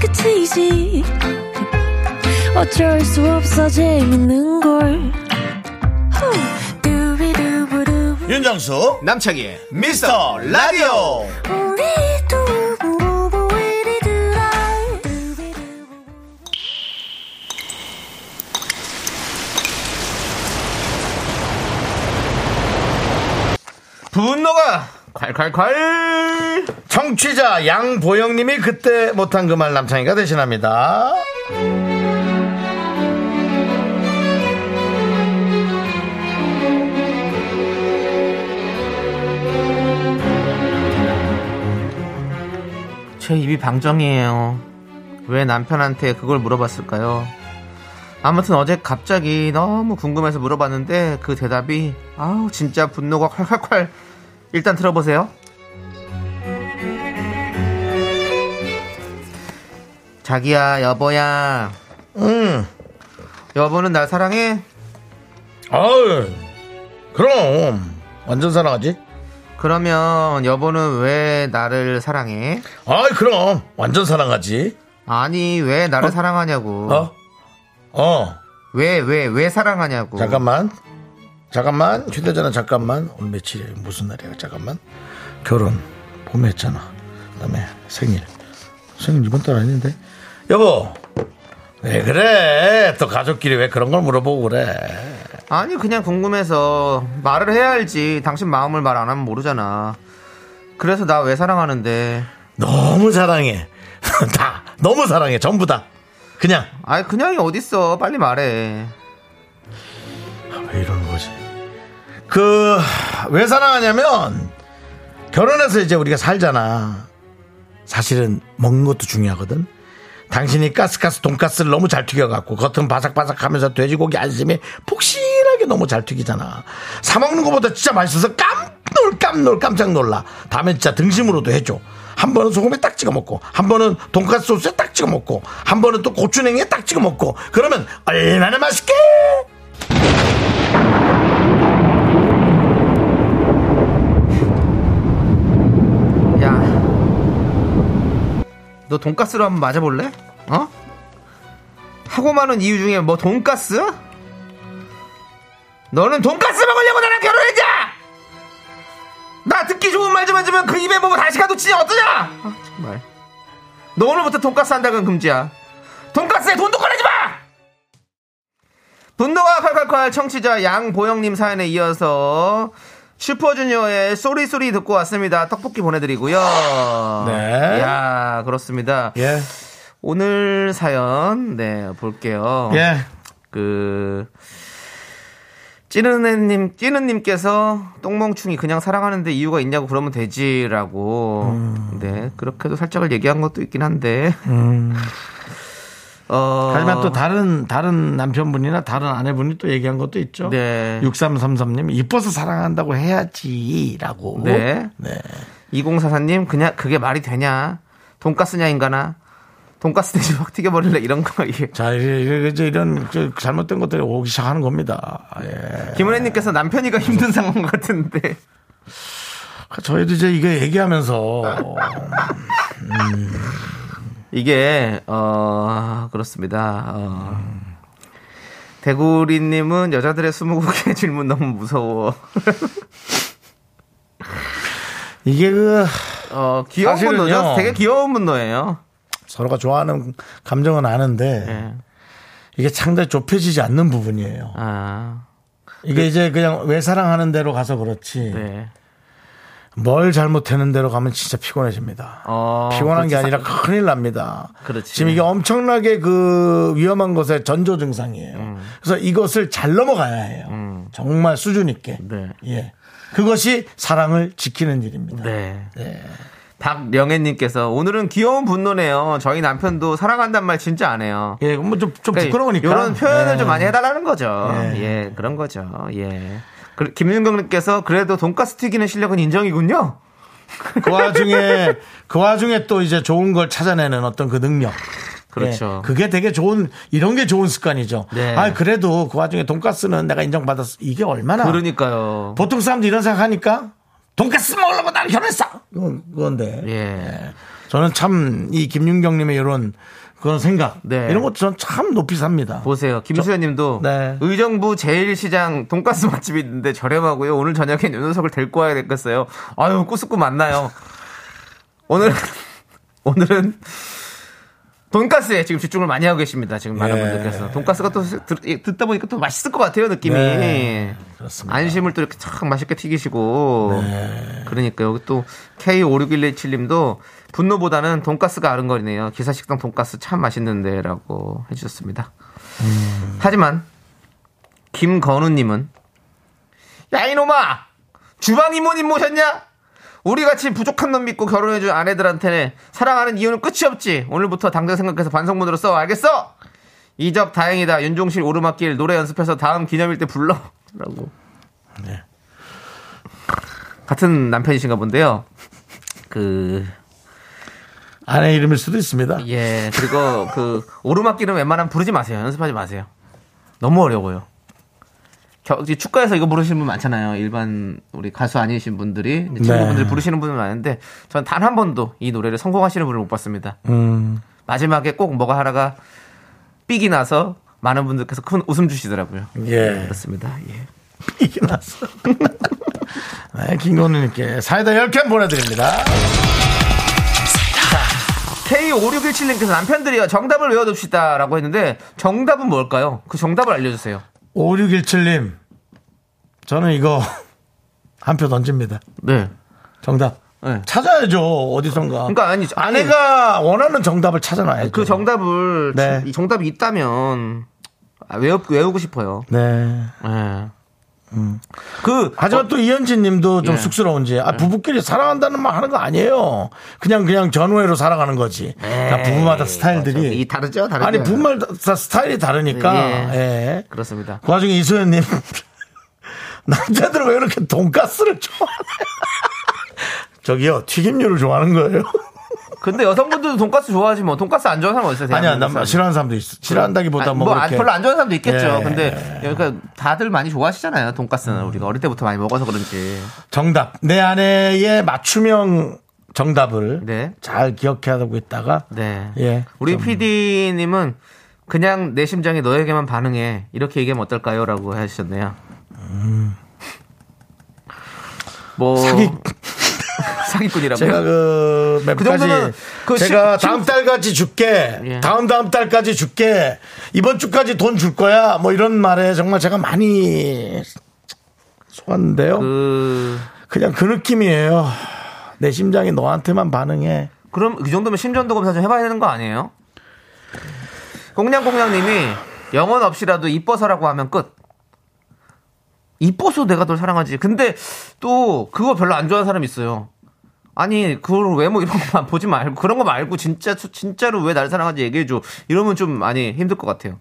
Speaker 6: 거지 어쩔 수 없어 재밌는 걸 후. 두비두부두.
Speaker 1: 윤정수
Speaker 2: 남창희의 미스터 라디오
Speaker 6: 우리 두부부부 우리들아. 두비두부부.
Speaker 2: 분노가 콸콸콸
Speaker 1: 청취자 양보영님이 그때 못한 그 말 남창희가 대신합니다.
Speaker 2: 제 입이 방정이에요. 왜 남편한테 그걸 물어봤을까요? 아무튼 어제 갑자기 너무 궁금해서 물어봤는데 그 대답이 아우 진짜 분노가 콸콸콸 일단 들어보세요. 자기야 여보야
Speaker 1: 음,
Speaker 2: 여보는 날 사랑해
Speaker 1: 아유, 그럼 완전 사랑하지?
Speaker 2: 그러면 여보는 왜 나를 사랑해
Speaker 1: 아이 그럼 완전 사랑하지.
Speaker 2: 아니 왜 나를 사랑하냐고
Speaker 1: 어, 어,
Speaker 2: 왜 왜 왜 사랑하냐고
Speaker 1: 잠깐만, 잠깐만 휴대전화 잠깐만 오늘 며칠이 무슨 날이야? 잠깐만 결혼 봄에 했잖아. 그다음에 생일, 생일 이번 달 아닌데 여보. 왜 그래? 또 가족끼리 왜 그런 걸 물어보고 그래?
Speaker 2: 아니 그냥 궁금해서 말을 해야 알지 당신 마음을 말 안 하면 모르잖아 그래서 나 왜 사랑하는데
Speaker 1: 너무 사랑해. *laughs* 다 너무 사랑해. 전부 다. 그냥
Speaker 2: 아이 그냥이 어딨어 빨리 말해
Speaker 1: 왜 아, 이러는 거지? 그 왜 사랑하냐면 결혼해서 이제 우리가 살잖아. 사실은 먹는 것도 중요하거든. 당신이 가스가스 돈가스를 너무 잘 튀겨갖고 겉은 바삭바삭하면서 돼지고기 안심이 폭신하게 너무 잘 튀기잖아. 사 먹는 것보다 진짜 맛있어서 깜놀 깜놀 깜짝 놀라. 다음엔 진짜 등심으로도 해줘. 한 번은 소금에 딱 찍어 먹고, 한 번은 돈가스 소스에 딱 찍어 먹고, 한 번은 또 고추냉이에 딱 찍어 먹고. 그러면 얼마나 맛있게?
Speaker 2: 야 너 돈가스로 한번 맞아볼래? 어? 하고 많은 이유 중에 뭐 돈가스? 너는 돈가스 먹으려고 나랑 결혼했냐? 나 듣기 좋은 말 좀 해주면 그 입에 보고 다시 가도 치냐 어떠냐? 아, 정말 너 오늘부터 돈가스 한다는 금지야 돈가스에 돈도 꺼내지 마! 분노가 칼칼칼 청취자 양보영님 사연에 이어서 슈퍼주니어의 쏘리쏘리 듣고 왔습니다. 떡볶이 보내드리고요.
Speaker 1: 네.
Speaker 2: 야 아, 그렇습니다.
Speaker 1: 예.
Speaker 2: 오늘 사연 네 볼게요.
Speaker 1: 예.
Speaker 2: 그 찌르네님 찌르님께서 똥멍충이 그냥 사랑하는데 이유가 있냐고 그러면 되지라고
Speaker 1: 음.
Speaker 2: 네 그렇게도 살짝을 얘기한 것도 있긴 한데 *laughs* 어
Speaker 1: 하지만 또 다른 다른 남편분이나 다른 아내분이 또 얘기한 것도 있죠.
Speaker 2: 네.
Speaker 1: 6333님 이뻐서 사랑한다고 해야지라고.
Speaker 2: 네.
Speaker 1: 네.
Speaker 2: 2044님 그냥 그게 말이 되냐 돈가스냐 인간아 돈가스 대신 확 튀겨버릴래 이런 거 *laughs* 이게
Speaker 1: 자, 이제- 이제 이제 이런 그 잘못된 것들이 오기 시작하는 겁니다. 예.
Speaker 2: 김은혜님께서 남편이가 힘든 상황 같은데
Speaker 1: 저희도 이제 이거 *laughs* 얘기하면서
Speaker 2: 이게 어 그렇습니다. 어. 대구리님은 여자들의 스무고개 *laughs* 질문 너무 무서워.
Speaker 1: 이게 그
Speaker 2: 어 귀여운
Speaker 1: 사실은요.
Speaker 2: 분노죠. 되게 귀여운 분노예요.
Speaker 1: 서로가 좋아하는 감정은 아는데
Speaker 2: 예.
Speaker 1: 이게 상당히 좁혀지지 않는 부분이에요.
Speaker 2: 아
Speaker 1: 이게 이제 그냥 왜 사랑하는 대로 가서 그렇지
Speaker 2: 네.
Speaker 1: 뭘 잘못하는 대로 가면 진짜 피곤해집니다.
Speaker 2: 어,
Speaker 1: 피곤한 게
Speaker 2: 그렇지.
Speaker 1: 아니라 큰일 납니다.
Speaker 2: 그렇지.
Speaker 1: 지금 이게 엄청나게 그 위험한 것의 전조 증상이에요.
Speaker 2: 음.
Speaker 1: 그래서 이것을 잘 넘어가야 해요. 정말 수준 있게.
Speaker 2: 네.
Speaker 1: 예. 그것이 사랑을 지키는 일입니다.
Speaker 2: 네. 박명혜님께서 오늘은 귀여운 분노네요. 저희 남편도 사랑한단 말 진짜 안 해요.
Speaker 1: 예, 뭐좀 좀 부끄러우니까.
Speaker 2: 이런 표현을
Speaker 1: 예.
Speaker 2: 좀 많이 해달라는 거죠.
Speaker 1: 예.
Speaker 2: 예, 그런 거죠. 예. 그, 김윤경님께서 그래도 돈가스 튀기는 실력은 인정이군요.
Speaker 1: 그 와중에 *laughs* 그 와중에 또 이제 좋은 걸 찾아내는 어떤 그 능력.
Speaker 2: 그렇죠.
Speaker 1: 예, 그게 되게 좋은 이런 게 좋은 습관이죠.
Speaker 2: 네.
Speaker 1: 아 그래도 그 와중에 돈가스는 내가 인정받았어. 이게 얼마나
Speaker 2: 그러니까요.
Speaker 1: 보통 사람들이 이런 생각하니까 돈가스 먹으려고 나는 결혼했어. 그건- 그건데
Speaker 2: 예.
Speaker 1: 저는 참 이 김윤경님의 이런 그런 생각
Speaker 2: 네.
Speaker 1: 이런 것도 전 참 높이 삽니다.
Speaker 2: 보세요. 김수현님도
Speaker 1: 네.
Speaker 2: 의정부 제일시장 돈가스 맛집이 있는데 저렴하고요. 오늘 저녁엔 윤호석을 데리고 와야 되겠어요. 아유 꾸스꾸 만나요. 오늘 *laughs* 오늘은 돈가스에 지금 집중을 많이 하고 계십니다. 지금 많은
Speaker 1: 예.
Speaker 2: 분들께서 돈가스가 또 들- 듣다 보니까 또 맛있을 것 같아요 느낌이.
Speaker 1: 네, 그렇습니다. 네.
Speaker 2: 안심을 또 이렇게 착 맛있게 튀기시고. 그러니까 여기 또 K56117님도 분노보다는 돈가스가 아른거리네요. 기사식당 돈가스 참 맛있는데라고 해주셨습니다.
Speaker 1: 음.
Speaker 2: 하지만 김건우님은 야 이놈아 주방 이모님 모셨냐? 우리 같이 부족한 놈 믿고 결혼해준 아내들한테 사랑하는 이유는 끝이 없지. 오늘부터 당장 생각해서 반성문으로 써. 알겠어? 이적 다행이다. 윤종실 오르막길 노래 연습해서 다음 기념일 때 불러. *laughs* 라고. 같은 남편이신가 본데요. 그,
Speaker 1: 아내 이름일 수도 있습니다.
Speaker 2: 예, 그리고 그, 오르막길은 웬만하면 부르지 마세요. 연습하지 마세요. 너무 어려워요. 겨- 이제 축가에서 이거 부르시는 분 많잖아요. 일반 우리 가수 아니신 분들이. 이제 친구분들이 부르시는 분은 많은데, 전 단 한 번도 이 노래를 성공하시는 분을 못 봤습니다. 마지막에 꼭 뭐가 하나가 삑이 나서 많은 분들께서 큰 웃음 주시더라고요.
Speaker 1: 예. *laughs*
Speaker 2: 그렇습니다. 예.
Speaker 1: 이게 났어. *laughs* 네, 김건우님께 사이다 10캔 보내드립니다.
Speaker 2: K5617님께서 남편들이요, 정답을 외워둡시다. 라고 했는데, 정답은 뭘까요? 그 정답을 알려주세요.
Speaker 1: 5617님, 저는 이거 *laughs* 한 표 던집니다.
Speaker 2: 네.
Speaker 1: 정답.
Speaker 2: 네.
Speaker 1: 찾아야죠, 어디선가.
Speaker 2: 그러니까 아니, 아니,
Speaker 1: 아내가 원하는 정답을 찾아놔야죠.
Speaker 2: 그 정답을
Speaker 1: 네.
Speaker 2: 이 정답이 있다면 아, 외우, 외우고 싶어요.
Speaker 1: 네.
Speaker 2: 예.
Speaker 1: 음.
Speaker 2: 그
Speaker 1: 하지만 또 이현진 님도 좀
Speaker 2: 예.
Speaker 1: 쑥스러운지, 아, 부부끼리 사랑한다는 말 하는 거 아니에요. 그냥, 그냥 전후회로 살아가는 거지. 그러니까 부부마다 스타일들이.
Speaker 2: 네. 그렇죠. 이 다르죠, 다르죠.
Speaker 1: 아니, 부부마다 다 스타일이 다르니까.
Speaker 2: 예.
Speaker 1: 예.
Speaker 2: 그렇습니다.
Speaker 1: 그 와중에 이소연님 *laughs* 남자들은 왜 이렇게 돈가스를 좋아하냐? *laughs* 저기요 튀김류를 좋아하는 거예요?
Speaker 2: 근데 여성분들도 돈가스 좋아하지 뭐 돈가스 안 좋아하는 사람 어딨어요?
Speaker 1: 아니야, 남
Speaker 2: 대한민국 사람.
Speaker 1: 싫어하는 사람도 있어. 싫어한다기보다
Speaker 2: 아니,
Speaker 1: 뭐,
Speaker 2: 뭐 안-
Speaker 1: 그렇게
Speaker 2: 별로 안 좋아하는 사람도 있겠죠.
Speaker 1: 예.
Speaker 2: 근데 그러니까 다들 많이 좋아하시잖아요. 돈가스는 우리가 어릴 때부터 많이 먹어서 그런지.
Speaker 1: 정답 내 아내의 맞춤형 정답을
Speaker 2: 네.
Speaker 1: 잘 기억해하고 있다가
Speaker 2: 네.
Speaker 1: 예,
Speaker 2: 우리
Speaker 1: 좀-
Speaker 2: PD님은 그냥 내 심장이 너에게만 반응해 이렇게 얘기하면 어떨까요? 라고 하셨네요. 뭐
Speaker 1: 음. 사기-
Speaker 2: *laughs* 사기꾼이라고.
Speaker 1: 제가 아, 그 맵까지
Speaker 2: 정도면 그
Speaker 1: 제가
Speaker 2: 심-
Speaker 1: 다음 달까지 줄게
Speaker 2: 예.
Speaker 1: 다음 다음 달까지 줄게 이번 주까지 돈 줄 거야 뭐 이런 말에 정말 제가 많이 속았는데요.
Speaker 2: 그
Speaker 1: 그냥 그 느낌이에요. 내 심장이 너한테만 반응해.
Speaker 2: 그럼 그 정도면 심전도 검사 좀 해봐야 되는 거 아니에요? 공냥공냥님이 영혼 없이라도 이뻐서라고 하면 끝. 이뻐서 내가 널 사랑하지. 근데 또 그거 별로 안 좋아하는 사람 있어요. 아니 그걸 외모 이런 거만 보지 말고 그런 거 말고 진짜 진짜로 왜 날 사랑하지 얘기해줘. 이러면 좀 많이 힘들 것 같아요.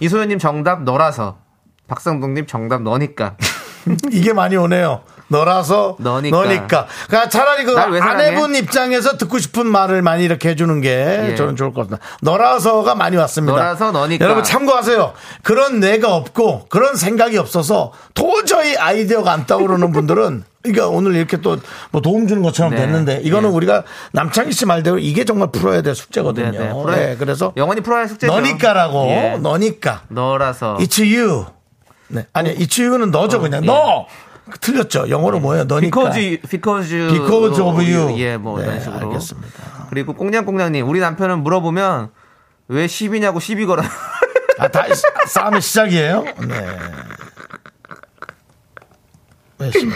Speaker 2: 이소연님 정답 너라서. 박상동님 정답 너니까.
Speaker 1: *laughs* 이게 많이 오네요. 너라서
Speaker 2: 너니까.
Speaker 1: 너니까. 그러니까 차라리 그
Speaker 2: 날왜 사랑해?
Speaker 1: 아내분 입장에서 듣고 싶은 말을 많이 이렇게 해주는 게
Speaker 2: 예.
Speaker 1: 저는 좋을 것 같습니다. 너라서가 많이 왔습니다.
Speaker 2: 너라서 너니까.
Speaker 1: 여러분 참고하세요. 그런 뇌가 없고 그런 생각이 없어서 도저히 아이디어가 안 떠오르는 분들은 *laughs* 그러니까 오늘 이렇게 또 뭐 도움 주는 것처럼
Speaker 2: 네.
Speaker 1: 됐는데 이거는
Speaker 2: 예.
Speaker 1: 우리가 남창희 씨 말대로 이게 정말 풀어야 될 숙제거든요.
Speaker 2: 풀어야-
Speaker 1: 네, 그래서
Speaker 2: 영원히 풀어야 할 숙제죠.
Speaker 1: 너니까라고
Speaker 2: 예.
Speaker 1: 너니까
Speaker 2: 너라서.
Speaker 1: It's you. 네. 아니, It's you는 너죠, 그냥. 너! 틀렸죠. 영어로 뭐예요? 너니까.
Speaker 2: 어, 예. Because, because, you-
Speaker 1: 그러니까. Because of you.
Speaker 2: 예, 뭐
Speaker 1: 네,
Speaker 2: 이런 식으로.
Speaker 1: 알겠습니다.
Speaker 2: 그리고 꽁냥꽁냥님, 우리 남편은 물어보면 왜 시비냐고 시비 걸어. *laughs*
Speaker 1: 아, 다 시- 싸움의 시작이에요? 네. 네, 시- 네.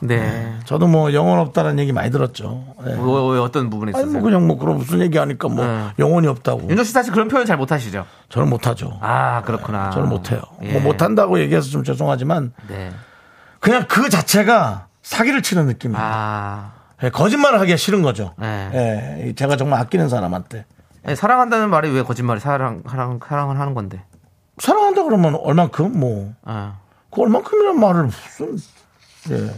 Speaker 2: 네.
Speaker 1: 저도 뭐 영혼 없다는 얘기 많이 들었죠. 네.
Speaker 2: 뭐, 왜 어떤 부분에
Speaker 1: 아니,
Speaker 2: 있어요?
Speaker 1: 뭐 그냥 뭐 그런 무슨 얘기 하니까 뭐
Speaker 2: 네.
Speaker 1: 영혼이 없다고.
Speaker 2: 윤정 씨 사실 그런 표현 잘 못하시죠?
Speaker 1: 저는 못하죠.
Speaker 2: 아, 그렇구나.
Speaker 1: 저는 못해요.
Speaker 2: 예.
Speaker 1: 뭐 못한다고 얘기해서 좀 죄송하지만
Speaker 2: 네.
Speaker 1: 그냥 그 자체가 사기를 치는 느낌이에요.
Speaker 2: 아.
Speaker 1: 예, 거짓말을 하기가 싫은 거죠.
Speaker 2: 네.
Speaker 1: 예, 제가 정말 아끼는 사람한테.
Speaker 2: 아니, 사랑한다는 말이 왜 거짓말이 사랑, 사랑, 사랑을 하는 건데.
Speaker 1: 사랑한다 그러면 얼만큼 뭐
Speaker 2: 아.
Speaker 1: 그 얼만큼이란 말을 무슨 예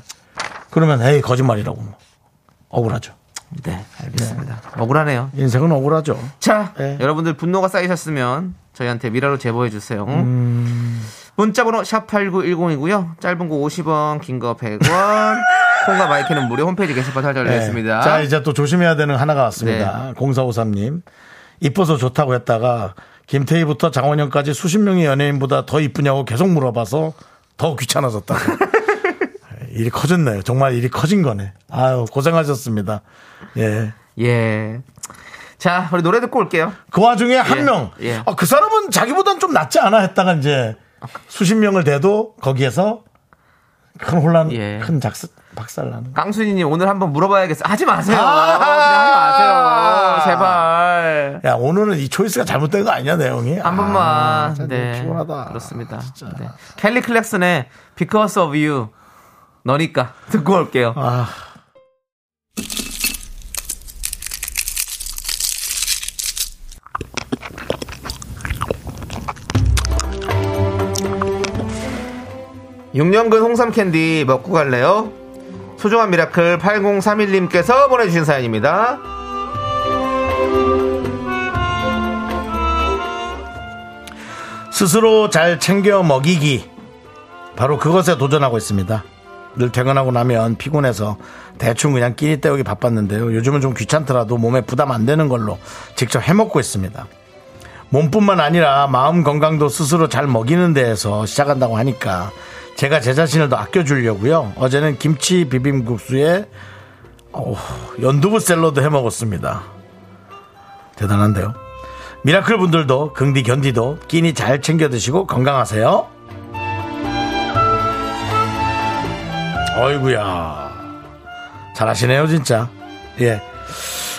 Speaker 1: 그러면 에이 거짓말이라고 뭐. 억울하죠
Speaker 2: 네, 알겠습니다. 억울하네요.
Speaker 1: 인생은 억울하죠
Speaker 2: 자,
Speaker 1: 네.
Speaker 2: 여러분들 분노가 쌓이셨으면 저희한테 미라로 제보해 주세요.
Speaker 1: 음.
Speaker 2: 문자번호 샵 8910이고요. 짧은 거 50원, 긴 거
Speaker 1: *laughs*
Speaker 2: 100원. 콩과 마이크는 무료 홈페이지
Speaker 1: 예.
Speaker 2: 게시판 살짝 올렸습니다.
Speaker 1: 자 이제 또 조심해야 되는 하나가 왔습니다 0453님 이뻐서 좋다고 했다가 김태희부터 장원영까지 수십 명의 연예인보다 더 이쁘냐고 계속 물어봐서 더 귀찮아졌다고. *laughs* 예, 일이 커졌네요. 정말 일이 커진 거네. 아유, 고생하셨습니다. 예.
Speaker 2: 예. 자, 우리 노래 듣고 올게요.
Speaker 1: 그 와중에 한
Speaker 2: 예,
Speaker 1: 명.
Speaker 2: 예.
Speaker 1: 아, 그 사람은 자기보단 좀 낫지 않아 했다가 이제 수십 명을 대도 거기에서 큰 혼란,
Speaker 2: 예.
Speaker 1: 큰 작스, 박살 나는.
Speaker 2: 깡순이님 오늘 한번 물어봐야겠어. 하지 마세요.
Speaker 1: 아!
Speaker 2: 그냥 하지 마세요. 제발.
Speaker 1: 야, 오늘은 이 초이스가 잘못된 거 아니야, 내용이?
Speaker 2: 한 번만.
Speaker 1: 진짜
Speaker 2: 네.
Speaker 1: 너무 피곤하다.
Speaker 2: 그렇습니다. 네. 켈리 클렉슨의 Because of You 너니까 듣고 올게요.
Speaker 1: 아.
Speaker 2: 육년근 홍삼 캔디 먹고 갈래요? 소중한 미라클 8031님께서 보내주신 사연입니다.
Speaker 1: 스스로 잘 챙겨 먹이기. 바로 그것에 도전하고 있습니다. 늘 퇴근하고 나면 피곤해서 대충 그냥 끼니 때우기 바빴는데요. 요즘은 좀 귀찮더라도 몸에 부담 안 되는 걸로 직접 해먹고 있습니다. 몸뿐만 아니라 마음 건강도 스스로 잘 먹이는 데에서 시작한다고 하니까 제가 제 자신을 더 아껴주려고요. 어제는 김치 비빔국수에 어우, 연두부 샐러드 해 먹었습니다. 대단한데요. 미라클 분들도 긍디 견디도 끼니 잘 챙겨 드시고 건강하세요. 어이구야. 잘하시네요, 진짜. 예.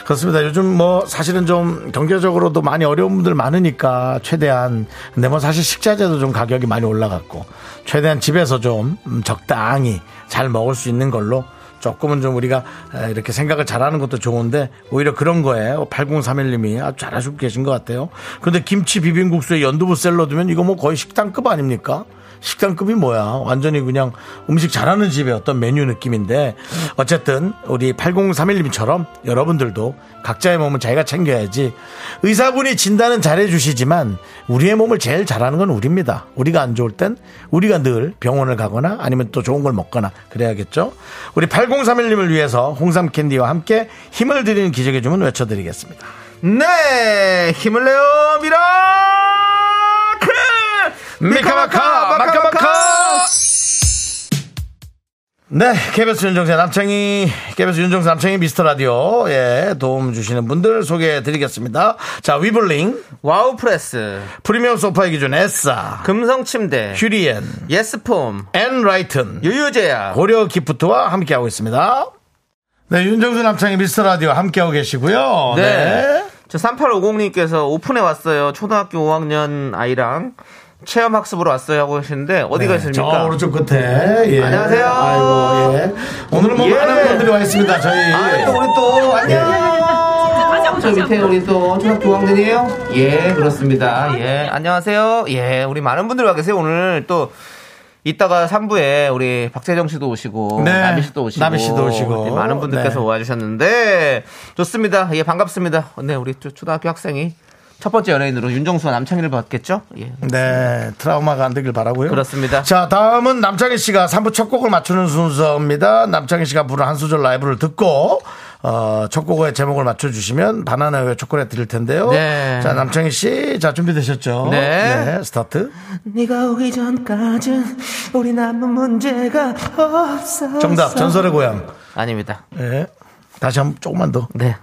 Speaker 1: 그렇습니다. 요즘 뭐 사실은 좀 경제적으로도 많이 어려운 분들 많으니까 최대한 근데 뭐 사실 식자재도 좀 가격이 많이 올라갔고 최대한 집에서 좀 음, 적당히 잘 먹을 수 있는 걸로 조금은 좀 우리가 에, 이렇게 생각을 잘하는 것도 좋은데 오히려 그런 거에 8031님이 아주 잘하시고 계신 것 같아요. 그런데 김치 비빔국수에 연두부 샐러드면 이거 뭐 거의 식당급 아닙니까? 식당급이 뭐야? 완전히 그냥 음식 잘하는 집의 어떤 메뉴 느낌인데 어쨌든 우리 8031님처럼 여러분들도 각자의 몸은 자기가 챙겨야지 의사분이 진단은 잘해주시지만 우리의 몸을 제일 잘하는 건 우리입니다. 우리가 안 좋을 땐 우리가 늘 병원을 가거나 아니면 또 좋은 걸 먹거나 그래야겠죠. 우리 8031님을 위해서 홍삼 캔디와 함께 힘을 드리는 기적의 주문 외쳐드리겠습니다.
Speaker 2: 네! 힘을 내요, 미라클!
Speaker 1: 미카마카 마카마카 네, KBS 윤정세 남창희, KBS 윤정세 남창희 미스터 라디오, 예, 도움 주시는 분들 소개해 드리겠습니다. 자, 위블링,
Speaker 2: 와우 프레스,
Speaker 1: 프리미엄 소파의 기준 에싸,
Speaker 2: 금성 침대,
Speaker 1: 휴리엔,
Speaker 2: 예스폼,
Speaker 1: 엔라이튼,
Speaker 2: 유유제야.
Speaker 1: 고려 기프트와 함께하고 있습니다. 네, 윤정수 남창희 미스터 라디오 함께하고 계시고요.
Speaker 2: 네. 저 3850님께서 오픈해 왔어요. 초등학교 5학년 아이랑 체험 학습으로 왔어요 하고 계시는데 어디
Speaker 1: 네, 저
Speaker 2: 가십니까?
Speaker 1: 오른쪽 끝에. 예.
Speaker 2: 안녕하세요.
Speaker 1: 아이고, 예. 오늘은 뭐
Speaker 2: 예.
Speaker 1: 많은 분들이 와 있습니다, 저희.
Speaker 2: 아, 또 우리 또 안녕. 저 밑에 우리 또 초등학교 5학년이에요. 예, 그렇습니다. 예, 안녕하세요. 예, 우리 많은 분들 와 계세요. 오늘 또 이따가 3부에 우리 박재정 씨도 오시고
Speaker 1: 네.
Speaker 2: 나비 씨도 오시고
Speaker 1: 나비 씨도 오시고.
Speaker 2: 네, 많은 분들께서
Speaker 1: 네.
Speaker 2: 와주셨는데 좋습니다. 예, 반갑습니다. 네, 우리 초- 초등학교 학생이 첫 번째 연예인으로 윤정수와 남창희를 받겠죠? 예.
Speaker 1: 네, 트라우마가 안 되길 바라고요.
Speaker 2: 그렇습니다.
Speaker 1: 자, 다음은 남창희 씨가 3부 첫 곡을 맞추는 순서입니다. 남창희 씨가 부른 한 수절 라이브를 듣고 어, 첫 곡의 제목을 맞춰주시면 바나나우유 초콜릿 드릴 텐데요.
Speaker 2: 네.
Speaker 1: 자, 남창희 씨, 자 준비되셨죠?
Speaker 2: 네.
Speaker 1: 스타트.
Speaker 2: 네가 오기 전까지 우리 남은 문제가 없어.
Speaker 1: 정답, 전설의 고향.
Speaker 2: 아닙니다.
Speaker 1: 네. 다시 한 번 조금만 더.
Speaker 2: 네.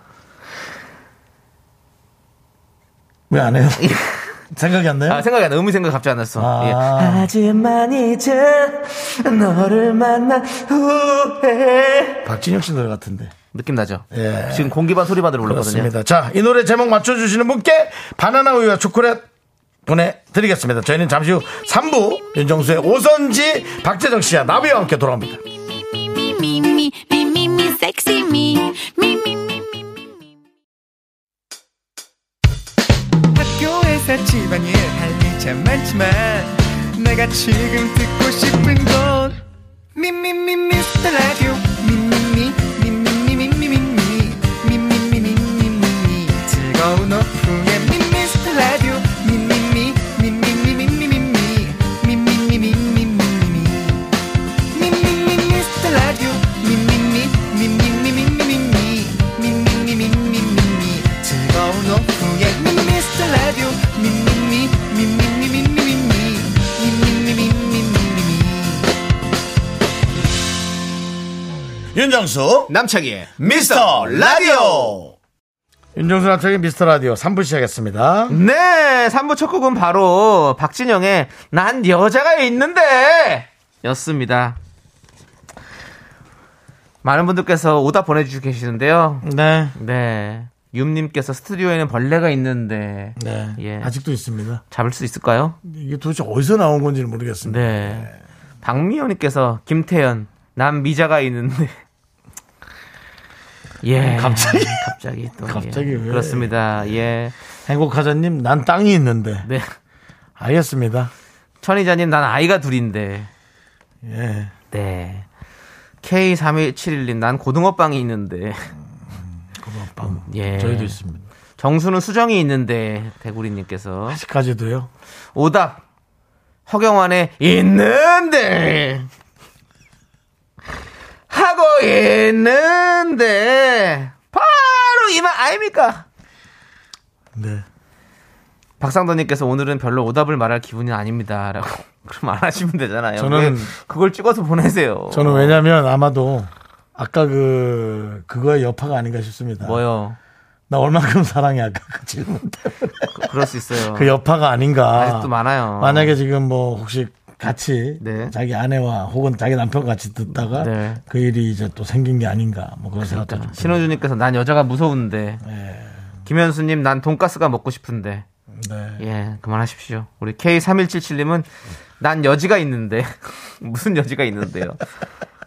Speaker 1: 왜 안 해요? *laughs* 생각이 안 나요?
Speaker 2: 예. 아, 생각이 안 나. 의무 생각 갑자기 안 났어. 예.
Speaker 1: 아.
Speaker 2: 하지만 이제 너를 만난 후에
Speaker 1: 박진영 씨 노래 같은데.
Speaker 2: 느낌 나죠?
Speaker 1: 예.
Speaker 2: 지금 공기반 소리반으로 올랐거든요.
Speaker 1: 그렇습니다. 자, 이 노래 제목 맞춰주시는 분께 바나나 우유와 초콜릿 보내드리겠습니다. 저희는 잠시 후 3부 윤정수의 오선지 박재정 씨와 나비와 함께 돌아옵니다.
Speaker 4: Me, me, me, me, me, sexy me. Me, me, me, me, me, me.
Speaker 7: 학교에서 집안일 할 일 참 많지만 내가 지금 듣고 싶은 건 미미미 미스터 라디오 미미미 미미미 미미미 미미미 미미미 즐거운 오후에 미스터 라디오 미미미 미미미 미미미 미미미 미미미
Speaker 1: 윤정수
Speaker 2: 남창희의
Speaker 1: 미스터 라디오 윤정수 남창의 미스터 라디오 3부 시작했습니다.
Speaker 2: 네, 3부 첫 곡은 바로 박진영의 난 여자가 있는데 였습니다. 많은 분들께서 오답 보내주시고 계시는데요.
Speaker 1: 네.
Speaker 2: 네. 윰님께서 스튜디오에는 벌레가 있는데
Speaker 1: 네.
Speaker 2: 예.
Speaker 1: 아직도 있습니다.
Speaker 2: 잡을 수 있을까요?
Speaker 1: 이게 도대체 어디서 나온 건지는 모르겠습니다.
Speaker 2: 네. 박미연님께서 김태현 남 미자가 있는데. *laughs* 예. 갑자기. 갑자기 또. 예.
Speaker 1: 갑자기 왜?
Speaker 2: 그렇습니다. 예.
Speaker 1: 행복하자님, 난 땅이 있는데.
Speaker 2: 네.
Speaker 1: 알겠습니다.
Speaker 2: 천희자님 난 아이가 둘인데.
Speaker 1: 예.
Speaker 2: 네. K3171님 난 고등어빵이 있는데.
Speaker 1: 고마워.
Speaker 2: 예.
Speaker 1: 저희도 있습니다.
Speaker 2: 정수는 수정이 있는데 대구리님께서
Speaker 1: 아직까지도요.
Speaker 2: 오답 허경환의 있는데 하고 있는데 바로 이만 아닙니까?
Speaker 1: 네.
Speaker 2: 어. 박상도님께서 오늘은 별로 오답을 말할 기분이 아닙니다라고 *laughs* 그럼 안 하시면 되잖아요.
Speaker 1: 저는-
Speaker 2: 왜 그걸 찍어서 보내세요.
Speaker 1: 저는 왜냐면 아마도 아까 그, 그거의 여파가 아닌가 싶습니다.
Speaker 2: 뭐요?
Speaker 1: 나 얼만큼 사랑해, 아까 그 질문 때문에.
Speaker 2: 그, 럴수 있어요.
Speaker 1: 그 여파가 아닌가.
Speaker 2: 아직도 많아요.
Speaker 1: 만약에 지금 뭐 혹시 같이
Speaker 2: 네.
Speaker 1: 자기 아내와 혹은 자기 남편 같이 듣다가
Speaker 2: 네. 그러니까.
Speaker 1: 그 일이 이제 또 생긴 게 아닌가 뭐 그런 생각도 좀 듭니다.
Speaker 2: 신호준님께서 난 여자가 무서운데 김현수님 난 돈가스가 먹고 싶은데
Speaker 1: 네.
Speaker 2: 예, 그만하십시오. 우리 K3177님은 난 여지가 있는데 *laughs* 무슨 여지가 있는데요?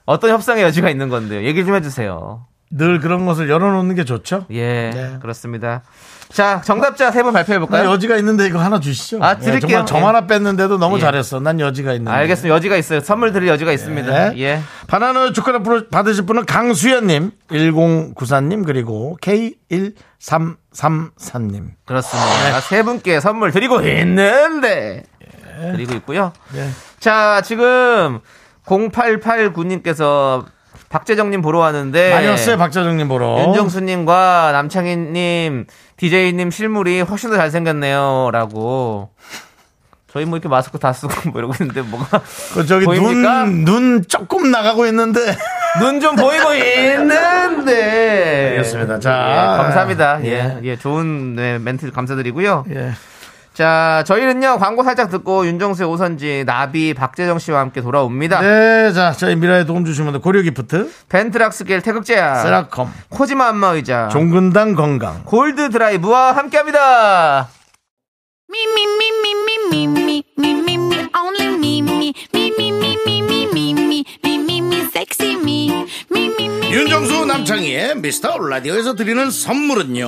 Speaker 2: 어떤 협상의 여지가 있는 건데요? 얘기 좀 해주세요.
Speaker 1: 늘 그런 것을 열어놓는 게 좋죠.
Speaker 2: 예,
Speaker 1: 네.
Speaker 2: 그렇습니다. 자, 정답자 세 분 발표해
Speaker 1: 나
Speaker 2: 볼까요?
Speaker 1: 여지가 있는데 이거 하나 주시죠.
Speaker 2: 네. 아,
Speaker 1: 예,
Speaker 2: 드릴게요.
Speaker 1: 정말 정
Speaker 2: 예.
Speaker 1: 하나 뺐는데도 너무
Speaker 2: 예.
Speaker 1: 잘했어. 난 여지가 있는데.
Speaker 2: 알겠습니다. 여지가 있어요. 선물 드릴 여지가
Speaker 1: 네.
Speaker 2: 있습니다. 예,
Speaker 1: 바나나 초콜릿 프로- 받으실 분은 강수연님, 1094님, 그리고 K1333님. 네.
Speaker 2: 그렇습니다. 세 분께 선물 드리고 있는데
Speaker 1: 예.
Speaker 2: 드리고 있고요. 자, 지금 0889님께서 박재정님 보러 왔는데
Speaker 1: 많이 왔어요, 박자정님 보러.
Speaker 2: 윤정수님과 남창희님, DJ님 실물이 훨씬 더 잘생겼네요. 라고. 저희 뭐 이렇게 마스크 다 쓰고 뭐 이러고 있는데 뭐가. *laughs*
Speaker 1: 그 저기
Speaker 2: 보입니까?
Speaker 1: 눈, 눈 조금 나가고 있는데.
Speaker 2: 눈 좀 보이고 있는데.
Speaker 1: 알겠습니다. 자.
Speaker 2: 예, 감사합니다. 예. 예, 좋은 네, 멘트 감사드리고요.
Speaker 1: 예.
Speaker 2: 자, 저희는요, 광고 살짝 듣고 윤정수의 오선지, 나비, 박재정 씨와 함께 돌아옵니다.
Speaker 1: 네, 자, 저희 미라에 도움 주시면 고려 기프트,
Speaker 2: 벤트락스길 태극제야.
Speaker 1: 세라컴,
Speaker 2: 코지마 안마의자.
Speaker 1: 종근당 건강,
Speaker 2: 골드 드라이브와 함께 합니다.
Speaker 6: Me, me, me, me, me, me, me, me, me, me, only me, me, me, me, me, me, me, me, me, me, me, me, sexy me, me, me, me.
Speaker 1: 윤정수 남창희의 미스터 라디오에서 드리는 선물은요.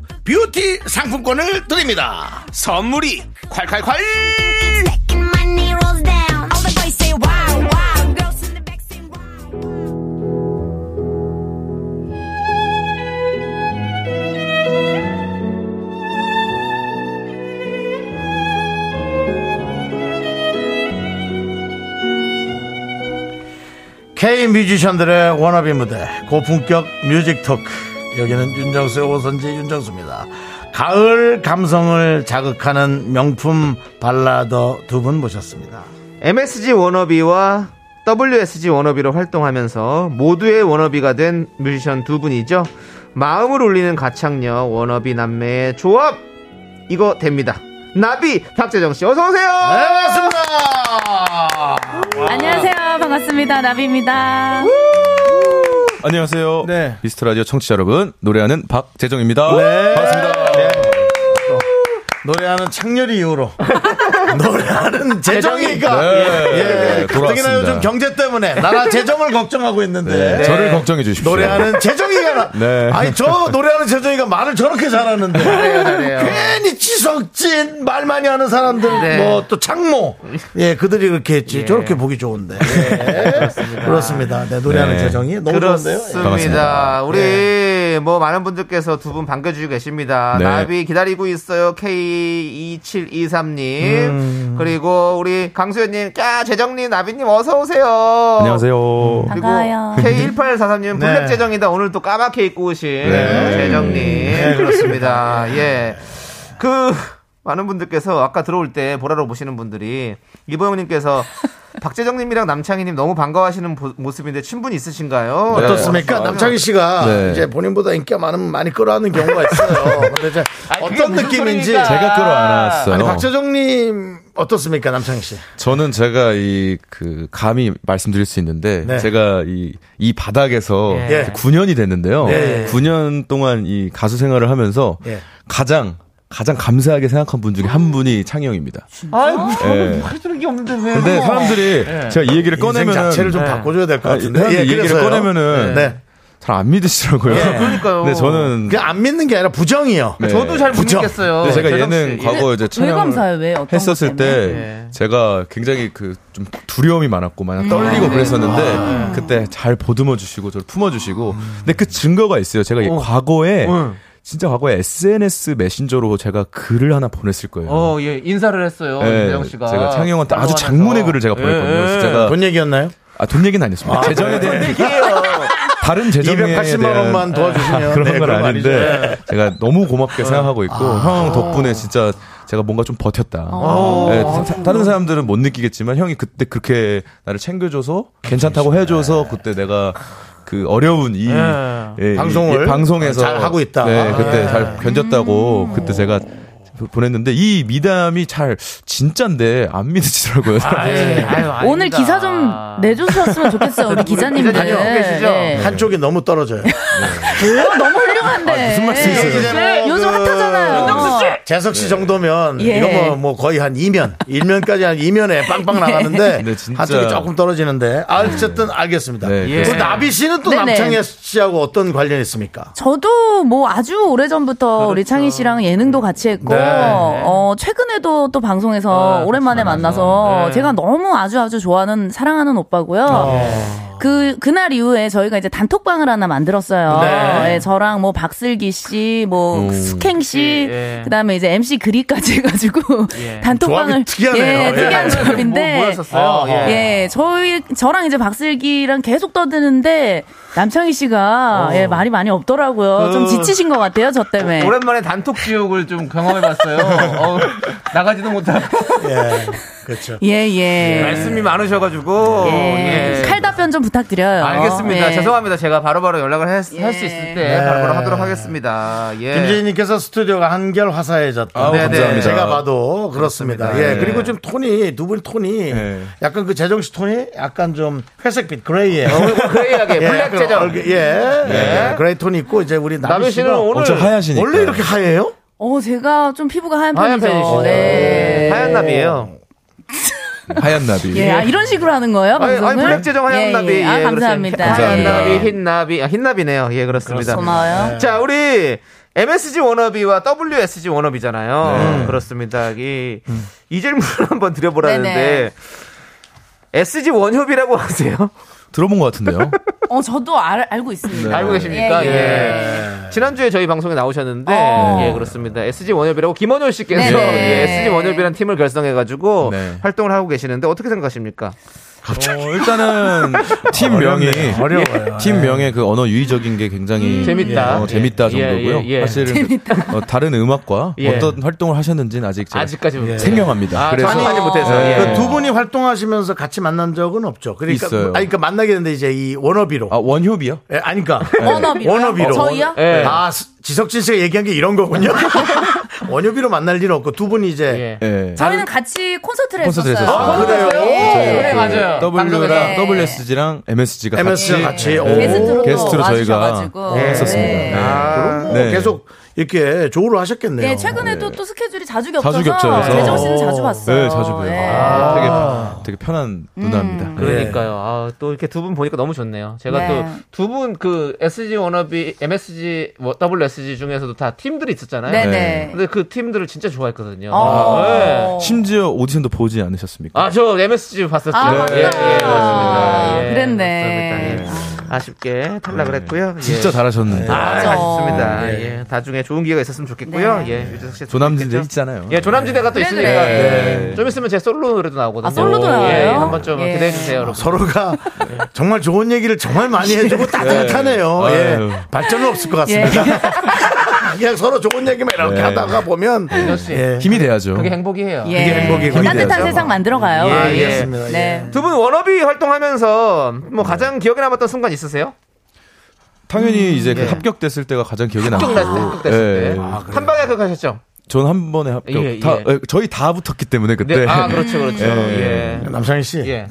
Speaker 1: 뷰티 상품권을 드립니다.
Speaker 2: 선물이 콸콸콸!
Speaker 6: Second money rolls down. All the boys say wow, wow. Girls in the back say wow.
Speaker 1: K 뮤지션들의 워너비 무대 고품격 뮤직 토크 여기는 윤정수의 오선지 윤정수입니다 가을 감성을 자극하는 명품 발라더 두 분 모셨습니다
Speaker 2: MSG 워너비와 WSG 워너비로 활동하면서 모두의 워너비가 된 뮤지션 두 분이죠. 마음을 울리는 가창력 워너비 남매의 조합 이거 됩니다. 나비 박재정 씨 어서 오세요.
Speaker 1: 네,
Speaker 8: 네,
Speaker 9: 안녕하세요. 반갑습니다. 나비입니다.
Speaker 10: 안녕하세요.
Speaker 1: 네.
Speaker 10: 미스터 라디오 청취자 여러분, 노래하는 박재정입니다. 아, 네. 반갑습니다.
Speaker 1: 네. 노래하는 창렬이 이후로 *laughs* 노래하는 재정이가
Speaker 10: 네. 네,
Speaker 1: 예, 가뜩이나
Speaker 10: 돌아왔습니다.
Speaker 1: 요즘 경제 때문에 나라 재정을 걱정하고 있는데 네.
Speaker 10: 저를 걱정해 주십시오.
Speaker 1: 노래하는 재정이가 잘하잖아.
Speaker 8: 네.
Speaker 1: 아니 저 노래하는 재정이가 말을 저렇게
Speaker 2: 잘해요,
Speaker 1: 잘하는데
Speaker 2: 잘해요.
Speaker 1: 괜히 치석진 말 많이 하는 사람들
Speaker 2: 네.
Speaker 1: 뭐 또 창모 예 그들이 그렇게 했지
Speaker 2: 예.
Speaker 1: 저렇게 보기 좋은데 예. 그렇습니다. 네, 노래하는
Speaker 8: 네.
Speaker 1: 재정이 너무 좋은데요.
Speaker 2: 그렇습니다.
Speaker 8: 반갑습니다.
Speaker 2: 우리 뭐 많은 분들께서 두 분 반겨주고 계십니다.
Speaker 8: 네.
Speaker 2: 나비 기다리고 있어요. K2723님
Speaker 8: 음.
Speaker 2: 그리고 우리 강수현님, 까 재정님, 나비님 어서 오세요.
Speaker 8: 안녕하세요.
Speaker 2: 그리고
Speaker 6: 반가워요.
Speaker 2: K1843님
Speaker 1: 네.
Speaker 2: 블랙 재정이다. 오늘 또 까맣게 입고 오신
Speaker 8: 네.
Speaker 2: 재정님 네, 그렇습니다. 예, 그 많은 분들께서 아까 들어올 때 보라로 보시는 분들이
Speaker 6: *laughs*
Speaker 2: 이보영님께서 박재정님이랑 남창희님 너무 반가워하시는 보- 모습인데 친분 있으신가요?
Speaker 1: 네. 어떻습니까?
Speaker 2: 어,
Speaker 1: 남창희 씨가
Speaker 8: 아, 네.
Speaker 1: 이제 본인보다 인기가 많으면 많이 끌어안는 경우가
Speaker 8: *laughs*
Speaker 1: 있어요. 근데 이제
Speaker 2: 아니, 그게
Speaker 1: 어떤
Speaker 2: 무슨
Speaker 1: 느낌인지
Speaker 2: 소리입니까?
Speaker 8: 제가 끌어안았어요.
Speaker 1: 아니 박재정님 어떻습니까, 남창희 씨?
Speaker 8: 저는 제가 이 그 감히 말씀드릴 수 있는데
Speaker 1: 네.
Speaker 8: 제가 이 이 바닥에서
Speaker 2: 예.
Speaker 8: 9년이 됐는데요.
Speaker 1: 예.
Speaker 8: 9년 동안 이 가수 생활을 하면서
Speaker 1: 예.
Speaker 8: 가장 가장 감사하게 생각한 분 중에 한 분이 창영입니다.
Speaker 2: 아이고, 저는
Speaker 8: 예.
Speaker 2: 뭐 해주는 게 없는데 왜?
Speaker 8: 근데 사람들이 *laughs* 네. 제가 이 얘기를
Speaker 1: 인생
Speaker 8: 꺼내면
Speaker 1: 자체를 좀
Speaker 2: 네.
Speaker 1: 바꿔줘야 될 것 같은데. 예,
Speaker 8: 사람들이 이 얘기를
Speaker 1: 그래서요.
Speaker 8: 꺼내면은
Speaker 1: 네.
Speaker 8: 잘 안 믿으시더라고요.
Speaker 2: 예. 그러니까요.
Speaker 8: 근데 네, 저는
Speaker 1: 그냥 안 믿는 게 아니라 부정이요.
Speaker 8: 네.
Speaker 2: 저도 잘
Speaker 1: 그쵸?
Speaker 2: 모르겠어요.
Speaker 8: 근데 제가
Speaker 2: 재정 씨.
Speaker 8: 예능 과거 이제
Speaker 6: 왜
Speaker 8: 촬영
Speaker 6: 감사해요? 왜 어떤
Speaker 8: 했었을
Speaker 6: 것
Speaker 8: 때
Speaker 6: 때문에?
Speaker 2: 때문에? 예.
Speaker 8: 제가 굉장히 그 좀 두려움이 많았고 막 떨리고
Speaker 2: 아, 네. 음.
Speaker 8: 그랬었는데 그때 잘 보듬어 주시고 저를 품어 주시고 근데 그 증거가 있어요. 제가 이 과거에
Speaker 2: 어.
Speaker 8: 진짜 과거에 SNS 메신저로 제가 글을 하나 보냈을 거예요.
Speaker 2: 어, 예, 인사를 했어요.
Speaker 8: 예,
Speaker 2: 재정 씨가.
Speaker 8: 제가 창영한테 아주
Speaker 2: 방송하면서.
Speaker 8: 장문의 글을 제가
Speaker 2: 예,
Speaker 8: 보냈거든요. 그래서 제가
Speaker 1: 돈 얘기였나요?
Speaker 8: 아, 돈 얘기는 아니었습니다. 재정에 대한 다른 재정에
Speaker 1: 280만
Speaker 8: 대한
Speaker 1: 원만 도와주시면.
Speaker 8: 그런
Speaker 1: 네, 아.
Speaker 8: 건
Speaker 1: 그런 거
Speaker 8: 아닌데 제가 너무 고맙게 생각하고 있고 형 덕분에 진짜 제가 뭔가 좀 버텼다.
Speaker 1: 아.
Speaker 8: 네, 사- 사- 다른 사람들은 못 느끼겠지만 형이 그때 그렇게 나를 챙겨줘서
Speaker 1: 네.
Speaker 8: 괜찮다고 해줘서 그때 내가 그 어려운 이 예, 이-
Speaker 1: 네. 방송을
Speaker 8: 이 방송에서
Speaker 1: 잘 하고 있다.
Speaker 8: 네,
Speaker 1: 아, 음.
Speaker 8: 그때 잘 견뎠다고 그때 제가 보냈는데 이 미담이 잘 진짠데 안 믿으시더라고요.
Speaker 2: 예, 아유, 아닙니다.
Speaker 6: 오늘 기사 좀 내주셨으면 좋겠어요, 우리
Speaker 2: *laughs*
Speaker 6: 기자님들.
Speaker 2: 기자님 어디 계시죠?
Speaker 6: 네.
Speaker 1: 한쪽이 너무 떨어져요.
Speaker 6: 왜요? 너무 훌륭한데. 무슨
Speaker 1: 아, 말씀이세요?
Speaker 6: 네, 요즘 핫하잖아요.
Speaker 1: 네, 재석 그 씨 정도면
Speaker 6: 예.
Speaker 1: 이거 뭐, 뭐 거의 한 2면, 1면까지 한 2면에 빵빵
Speaker 6: *laughs*
Speaker 1: 나가는데
Speaker 8: 네, 진짜.
Speaker 1: 한쪽이 조금 떨어지는데 아, 어쨌든 알겠습니다.
Speaker 8: 네,
Speaker 1: 그
Speaker 8: 그렇습니다.
Speaker 1: 나비 씨는 또
Speaker 6: 예. 네네.
Speaker 1: 남창희 씨하고 어떤 관련이 있습니까?
Speaker 6: 저도 뭐 아주 오래전부터 우리 창희 씨랑 예능도 같이 했고
Speaker 1: 그렇죠. 네. 아,
Speaker 6: 어 최근에도 또 방송에서 오랜만에 만나서
Speaker 1: 네.
Speaker 6: 제가 너무 아주 아주 좋아하는 사랑하는 오빠고요.
Speaker 1: 아.
Speaker 6: 그 그날 이후에 저희가 이제 단톡방을 하나 만들었어요.
Speaker 1: 네. 음,
Speaker 6: 예, 저랑 뭐 박슬기 씨, 뭐 숙행 씨,
Speaker 2: 예.
Speaker 6: 그다음에 이제 MC 그리까지 해가지고 *laughs* 단톡방을
Speaker 1: 예. 조합이 특이하네요.
Speaker 6: 예,
Speaker 1: 예.
Speaker 6: 특이한
Speaker 2: 뭐,
Speaker 6: 조합인데
Speaker 2: 뭐였었어요?
Speaker 1: 어,
Speaker 2: 예.
Speaker 6: 예, 저희 저랑 이제 박슬기랑 계속 떠드는데 남창희 씨가
Speaker 2: 어.
Speaker 6: 예, 말이 많이 없더라고요.
Speaker 2: 그
Speaker 6: 좀 지치신 것 같아요, 저 때문에.
Speaker 2: 오랜만에 단톡 지옥을 좀
Speaker 6: *laughs*
Speaker 2: 경험해봤어요. 어, 나가지도 못하고.
Speaker 6: 네,
Speaker 1: 예. 그렇죠.
Speaker 6: 예, 예.
Speaker 2: 말씀이 많으셔가지고.
Speaker 6: 예.
Speaker 2: 예.
Speaker 6: 칼 답변 좀 부탁드려요.
Speaker 2: 알겠습니다.
Speaker 6: 예.
Speaker 2: 죄송합니다. 제가 바로바로 연락을 할 수
Speaker 6: 예.
Speaker 2: 있을 때 바로바로 하도록 하겠습니다. 예.
Speaker 6: 네.
Speaker 1: 김재희님께서 스튜디오가 한결 화사해졌다.
Speaker 8: 아우,
Speaker 1: 네네.
Speaker 8: 감사합니다.
Speaker 1: 제가 봐도 그렇습니다.
Speaker 2: 그렇습니다.
Speaker 1: 예. 그리고 좀 톤이 두 분 톤이
Speaker 8: 네.
Speaker 1: 약간 그 재정 씨 톤이 약간 좀 회색빛 그레이예요.
Speaker 8: *laughs*
Speaker 2: 그레이하게 블랙
Speaker 1: 그
Speaker 2: 재정.
Speaker 1: 얼굴, 예, 예. 그레이 톤이 있고 이제 우리
Speaker 2: 나비
Speaker 1: 나비
Speaker 2: 씨는
Speaker 1: 씨는
Speaker 2: 오늘
Speaker 8: 엄청 하얗으니까.
Speaker 1: 원래 이렇게 하얘요?
Speaker 6: 어, 제가 좀 피부가 하얀
Speaker 2: 하얀
Speaker 6: 편이죠.
Speaker 2: 편이시죠.
Speaker 6: 네.
Speaker 2: 하얀 나비예요.
Speaker 8: 하얀 나비.
Speaker 6: 예, 아, 이런 식으로 하는 거예요,
Speaker 2: 아니,
Speaker 6: 방송을?
Speaker 2: 아니, 블랙 재정 하얀
Speaker 6: 예, 예.
Speaker 2: 나비.
Speaker 6: 아,
Speaker 2: 예,
Speaker 6: 감사합니다.
Speaker 2: 그렇습니다. 하얀
Speaker 6: 예.
Speaker 2: 나비, 흰 나비, 아, 흰 나비네요. 예, 그렇습니다. 예.
Speaker 6: 고마워요.
Speaker 2: 자, 우리 MSG 워너비와 WSG
Speaker 8: 네.
Speaker 2: 워너비잖아요. 음, 그렇습니다. 이, 이 질문을 한번 드려보라는데
Speaker 6: 네네.
Speaker 2: SG 원협이라고 하세요?
Speaker 8: 들어본 것 같은데요.
Speaker 6: 어, 저도 알, 알고 있습니다.
Speaker 8: 네.
Speaker 2: 알고 계십니까?
Speaker 6: 예,
Speaker 2: 예.
Speaker 6: 예.
Speaker 2: 지난주에 저희 방송에 나오셨는데,
Speaker 6: 어.
Speaker 2: 예, 그렇습니다. SG 원협이라고 김원효 씨께서
Speaker 6: 네네.
Speaker 2: 예, SG 원협이라는 팀을 결성해가지고
Speaker 8: 네.
Speaker 2: 활동을 하고 계시는데 어떻게 생각하십니까?
Speaker 8: 어, 일단은 *laughs* 팀 명이
Speaker 1: 어려워요.
Speaker 8: 팀 명의 그 언어 유의적인 게 굉장히
Speaker 6: 음.
Speaker 2: 재밌다.
Speaker 8: 어,
Speaker 2: 예.
Speaker 8: 재밌다
Speaker 2: 예,
Speaker 8: 정도고요.
Speaker 2: 예, 예.
Speaker 8: 사실은 그, 어, 다른 음악과
Speaker 2: 예.
Speaker 8: 어떤 활동을 하셨는지는 아직 제가 네.
Speaker 2: 아직까지 못
Speaker 8: 예. 생경합니다.
Speaker 2: 아,
Speaker 8: 그래서
Speaker 2: 전하지 못해서.
Speaker 8: 예.
Speaker 1: 그 두 분이 활동하시면서 같이 만난 적은 없죠. 그러니까
Speaker 8: 있어요.
Speaker 1: 아니 그러니까 만나게 됐는데 이제 이 원어비로.
Speaker 8: 아, 원효비요?
Speaker 1: 예, 아니까
Speaker 6: 워너비로요?
Speaker 1: 원어비로.
Speaker 6: 저희요?
Speaker 2: 예.
Speaker 1: 아 스- 지석진 씨가 얘기한 게 이런 거군요. *laughs* 원어비로 만날 일은 없고 두 분이 이제
Speaker 2: 예.
Speaker 8: 예.
Speaker 6: 저희는 같이 콘서트를 했었어요.
Speaker 8: 콘서트를 했었어요. 아,
Speaker 1: 그래요?
Speaker 6: 예.
Speaker 2: 네, 그래, 맞아요.
Speaker 8: W랑
Speaker 6: 방송에서.
Speaker 8: WSG랑
Speaker 2: 예.
Speaker 8: MSG가
Speaker 1: MSG 랑
Speaker 8: 같이
Speaker 1: 같이. 오.
Speaker 6: 예. 어, 게스트로,
Speaker 8: 게스트로 저희가
Speaker 6: 와주셔가지고.
Speaker 8: 했었습니다.
Speaker 6: 네.
Speaker 8: 네.
Speaker 1: 그럼 뭐
Speaker 8: 네.
Speaker 1: 계속 이렇게 조우를 하셨겠네요.
Speaker 6: 네, 최근에도 또 스케줄이 자주 겹쳐서
Speaker 8: 자주 겹쳐서.
Speaker 6: 재정 씨는 자주 봤어요.
Speaker 8: 네, 자주 봐요.
Speaker 6: 네.
Speaker 8: 아, 되게, 되게 편한 누나입니다.
Speaker 6: 음.
Speaker 2: 그러니까요. 아, 또 이렇게 두 분 보니까 너무 좋네요. 제가
Speaker 6: 네.
Speaker 2: 또 두 분 그 SG 워너비, MSG, 뭐, WSG 중에서도 다 팀들이 있었잖아요.
Speaker 6: 네네.
Speaker 8: 네.
Speaker 2: 근데 그 팀들을 진짜 좋아했거든요.
Speaker 6: 어.
Speaker 2: 네.
Speaker 8: 심지어 오디션도 보지 않으셨습니까?
Speaker 2: 아, 저 MSG 봤었죠.
Speaker 6: 아, 맞다.
Speaker 2: 예, 예, 맞습니다. 예,
Speaker 6: 그랬네.
Speaker 2: 맞습니다. 예. 아쉽게 탈락을
Speaker 8: 네.
Speaker 2: 했고요. 예.
Speaker 8: 진짜 잘하셨는데.
Speaker 2: 아,
Speaker 6: 맞아.
Speaker 2: 아쉽습니다. 예. 나중에 좋은 기회가 있었으면 좋겠고요.
Speaker 6: 그렇죠. 네.
Speaker 2: 예. 유재석 씨
Speaker 8: 조남진도
Speaker 2: 좋겠죠?
Speaker 8: 있잖아요.
Speaker 2: 예, 조남지대가 또
Speaker 6: 네네.
Speaker 2: 있으니까
Speaker 8: 네.
Speaker 2: 예. 좀 있으면 제 솔로 노래도 나오거든요.
Speaker 6: 아, 솔로도 나와요?
Speaker 2: 예, 한번 좀
Speaker 6: 예.
Speaker 2: 기대해 주세요, 여러분.
Speaker 1: 서로가 정말 좋은 얘기를 정말 많이
Speaker 6: *laughs* 예.
Speaker 1: 해주고 따뜻하네요.
Speaker 8: 네.
Speaker 1: 예.
Speaker 8: 아유.
Speaker 1: 발전은 없을 것 같습니다. 그냥 서로 좋은 얘기만 이렇게
Speaker 8: 네.
Speaker 1: 하다가 보면
Speaker 2: 민호 씨.
Speaker 1: 예.
Speaker 8: 힘이 돼야죠.
Speaker 2: 그게 행복이에요.
Speaker 6: 예.
Speaker 1: 그게 행복이군요.
Speaker 6: 따뜻한
Speaker 8: 힘이
Speaker 6: 세상 만들어 가요.
Speaker 2: 예,
Speaker 6: 아,
Speaker 2: 예.
Speaker 1: 알겠습니다. 예.
Speaker 6: 네.
Speaker 2: 두 분 워너비 활동하면서 뭐 가장 기억에 남았던 순간 있으세요?
Speaker 8: *laughs* 당연히 이제
Speaker 1: 음.
Speaker 8: 그
Speaker 1: 네.
Speaker 2: 예.
Speaker 8: 합격됐을 때가 가장 기억에
Speaker 2: 합격
Speaker 8: 남고.
Speaker 2: 났을 때, 합격 됐을
Speaker 8: 예.
Speaker 2: 때. 한 방에 합격하셨죠?
Speaker 8: 전 한 번에 합격.
Speaker 2: 예, 예.
Speaker 8: 다, 예, 저희 다 붙었기 때문에
Speaker 2: 네.
Speaker 8: 그때.
Speaker 2: 아, 그렇죠, 그렇죠. 예.
Speaker 8: 예.
Speaker 1: 네. 남창희 씨
Speaker 2: 예.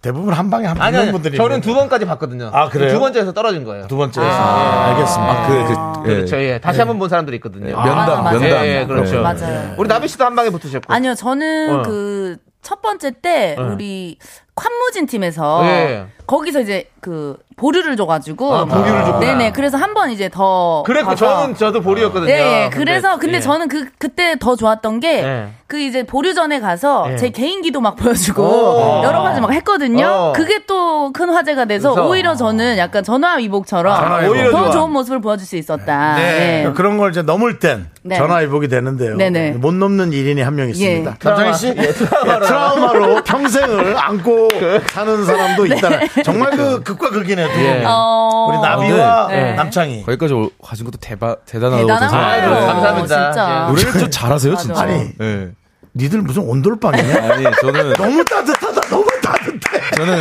Speaker 1: 대부분 한 방에 한
Speaker 2: 아니,
Speaker 1: 분분들이
Speaker 2: 아니, 저는 두 번까지 봤거든요.
Speaker 1: 아, 그래요?
Speaker 2: 두 번째에서 떨어진 거예요.
Speaker 1: 두 번째. 아, 알겠습니다.
Speaker 8: 아, 그, 그, 예.
Speaker 2: 그렇죠, 예. 다시 한 번 본 사람들이 있거든요.
Speaker 8: 면담,
Speaker 6: 맞아요.
Speaker 8: 면담.
Speaker 2: 예, 예, 그렇죠.
Speaker 6: 맞아요.
Speaker 2: 우리 나비 씨도 한 방에 붙으셨고.
Speaker 6: 아니요, 저는 그 첫 번째 때 우리 관무진 팀에서
Speaker 2: 예.
Speaker 6: 거기서 이제 그 보류를 줘가지고
Speaker 2: 아, 보류를 줬구나.
Speaker 6: 네네 그래서 한 번 이제 더
Speaker 2: 그랬고,
Speaker 6: 가서
Speaker 2: 저는 저도 보리였거든요.
Speaker 6: 네, 예. 그래서 근데
Speaker 2: 예.
Speaker 6: 저는 그 그때 더 좋았던 게 그
Speaker 2: 예.
Speaker 6: 이제 보류전에 가서
Speaker 2: 예.
Speaker 6: 제 개인기도 막 보여주고
Speaker 2: 오.
Speaker 6: 여러 가지 막 했거든요.
Speaker 2: 어.
Speaker 6: 그게 또 큰 화제가 돼서
Speaker 2: 그래서.
Speaker 6: 오히려 저는 약간 전화위복처럼
Speaker 2: 아, 오히려
Speaker 6: 더
Speaker 2: 좋아.
Speaker 6: 좋은 모습을 보여줄 수 있었다.
Speaker 2: 네.
Speaker 6: 예.
Speaker 1: 그런 걸 이제 넘을 땐
Speaker 6: 네.
Speaker 1: 전화위복이 되는데요.
Speaker 6: 네네.
Speaker 1: 못 넘는 일인이 한 명 있습니다.
Speaker 6: 예.
Speaker 1: 남창희 씨 예, 트라우마로. *laughs* 평생을 안고 사는 사람도 있다는 정말 네. 그 극과 극이네. 두
Speaker 2: 예.
Speaker 1: 분이.
Speaker 6: 어,
Speaker 1: 우리 나비와
Speaker 6: 네.
Speaker 1: 남창희.
Speaker 8: 거기까지 올- 가신 것도 대박, 대단하다고
Speaker 6: 대단한
Speaker 8: 생각해요.
Speaker 6: 거예요.
Speaker 2: 아, 감사합니다. 네.
Speaker 6: 진짜.
Speaker 8: 노래를 좀 잘하세요,
Speaker 6: 맞아.
Speaker 8: 진짜.
Speaker 1: 아니.
Speaker 8: 예.
Speaker 1: 니들 무슨 온돌방이냐? *laughs*
Speaker 8: 아니, 저는,
Speaker 1: 너무 따뜻하다. 너무 따뜻해.
Speaker 8: 저는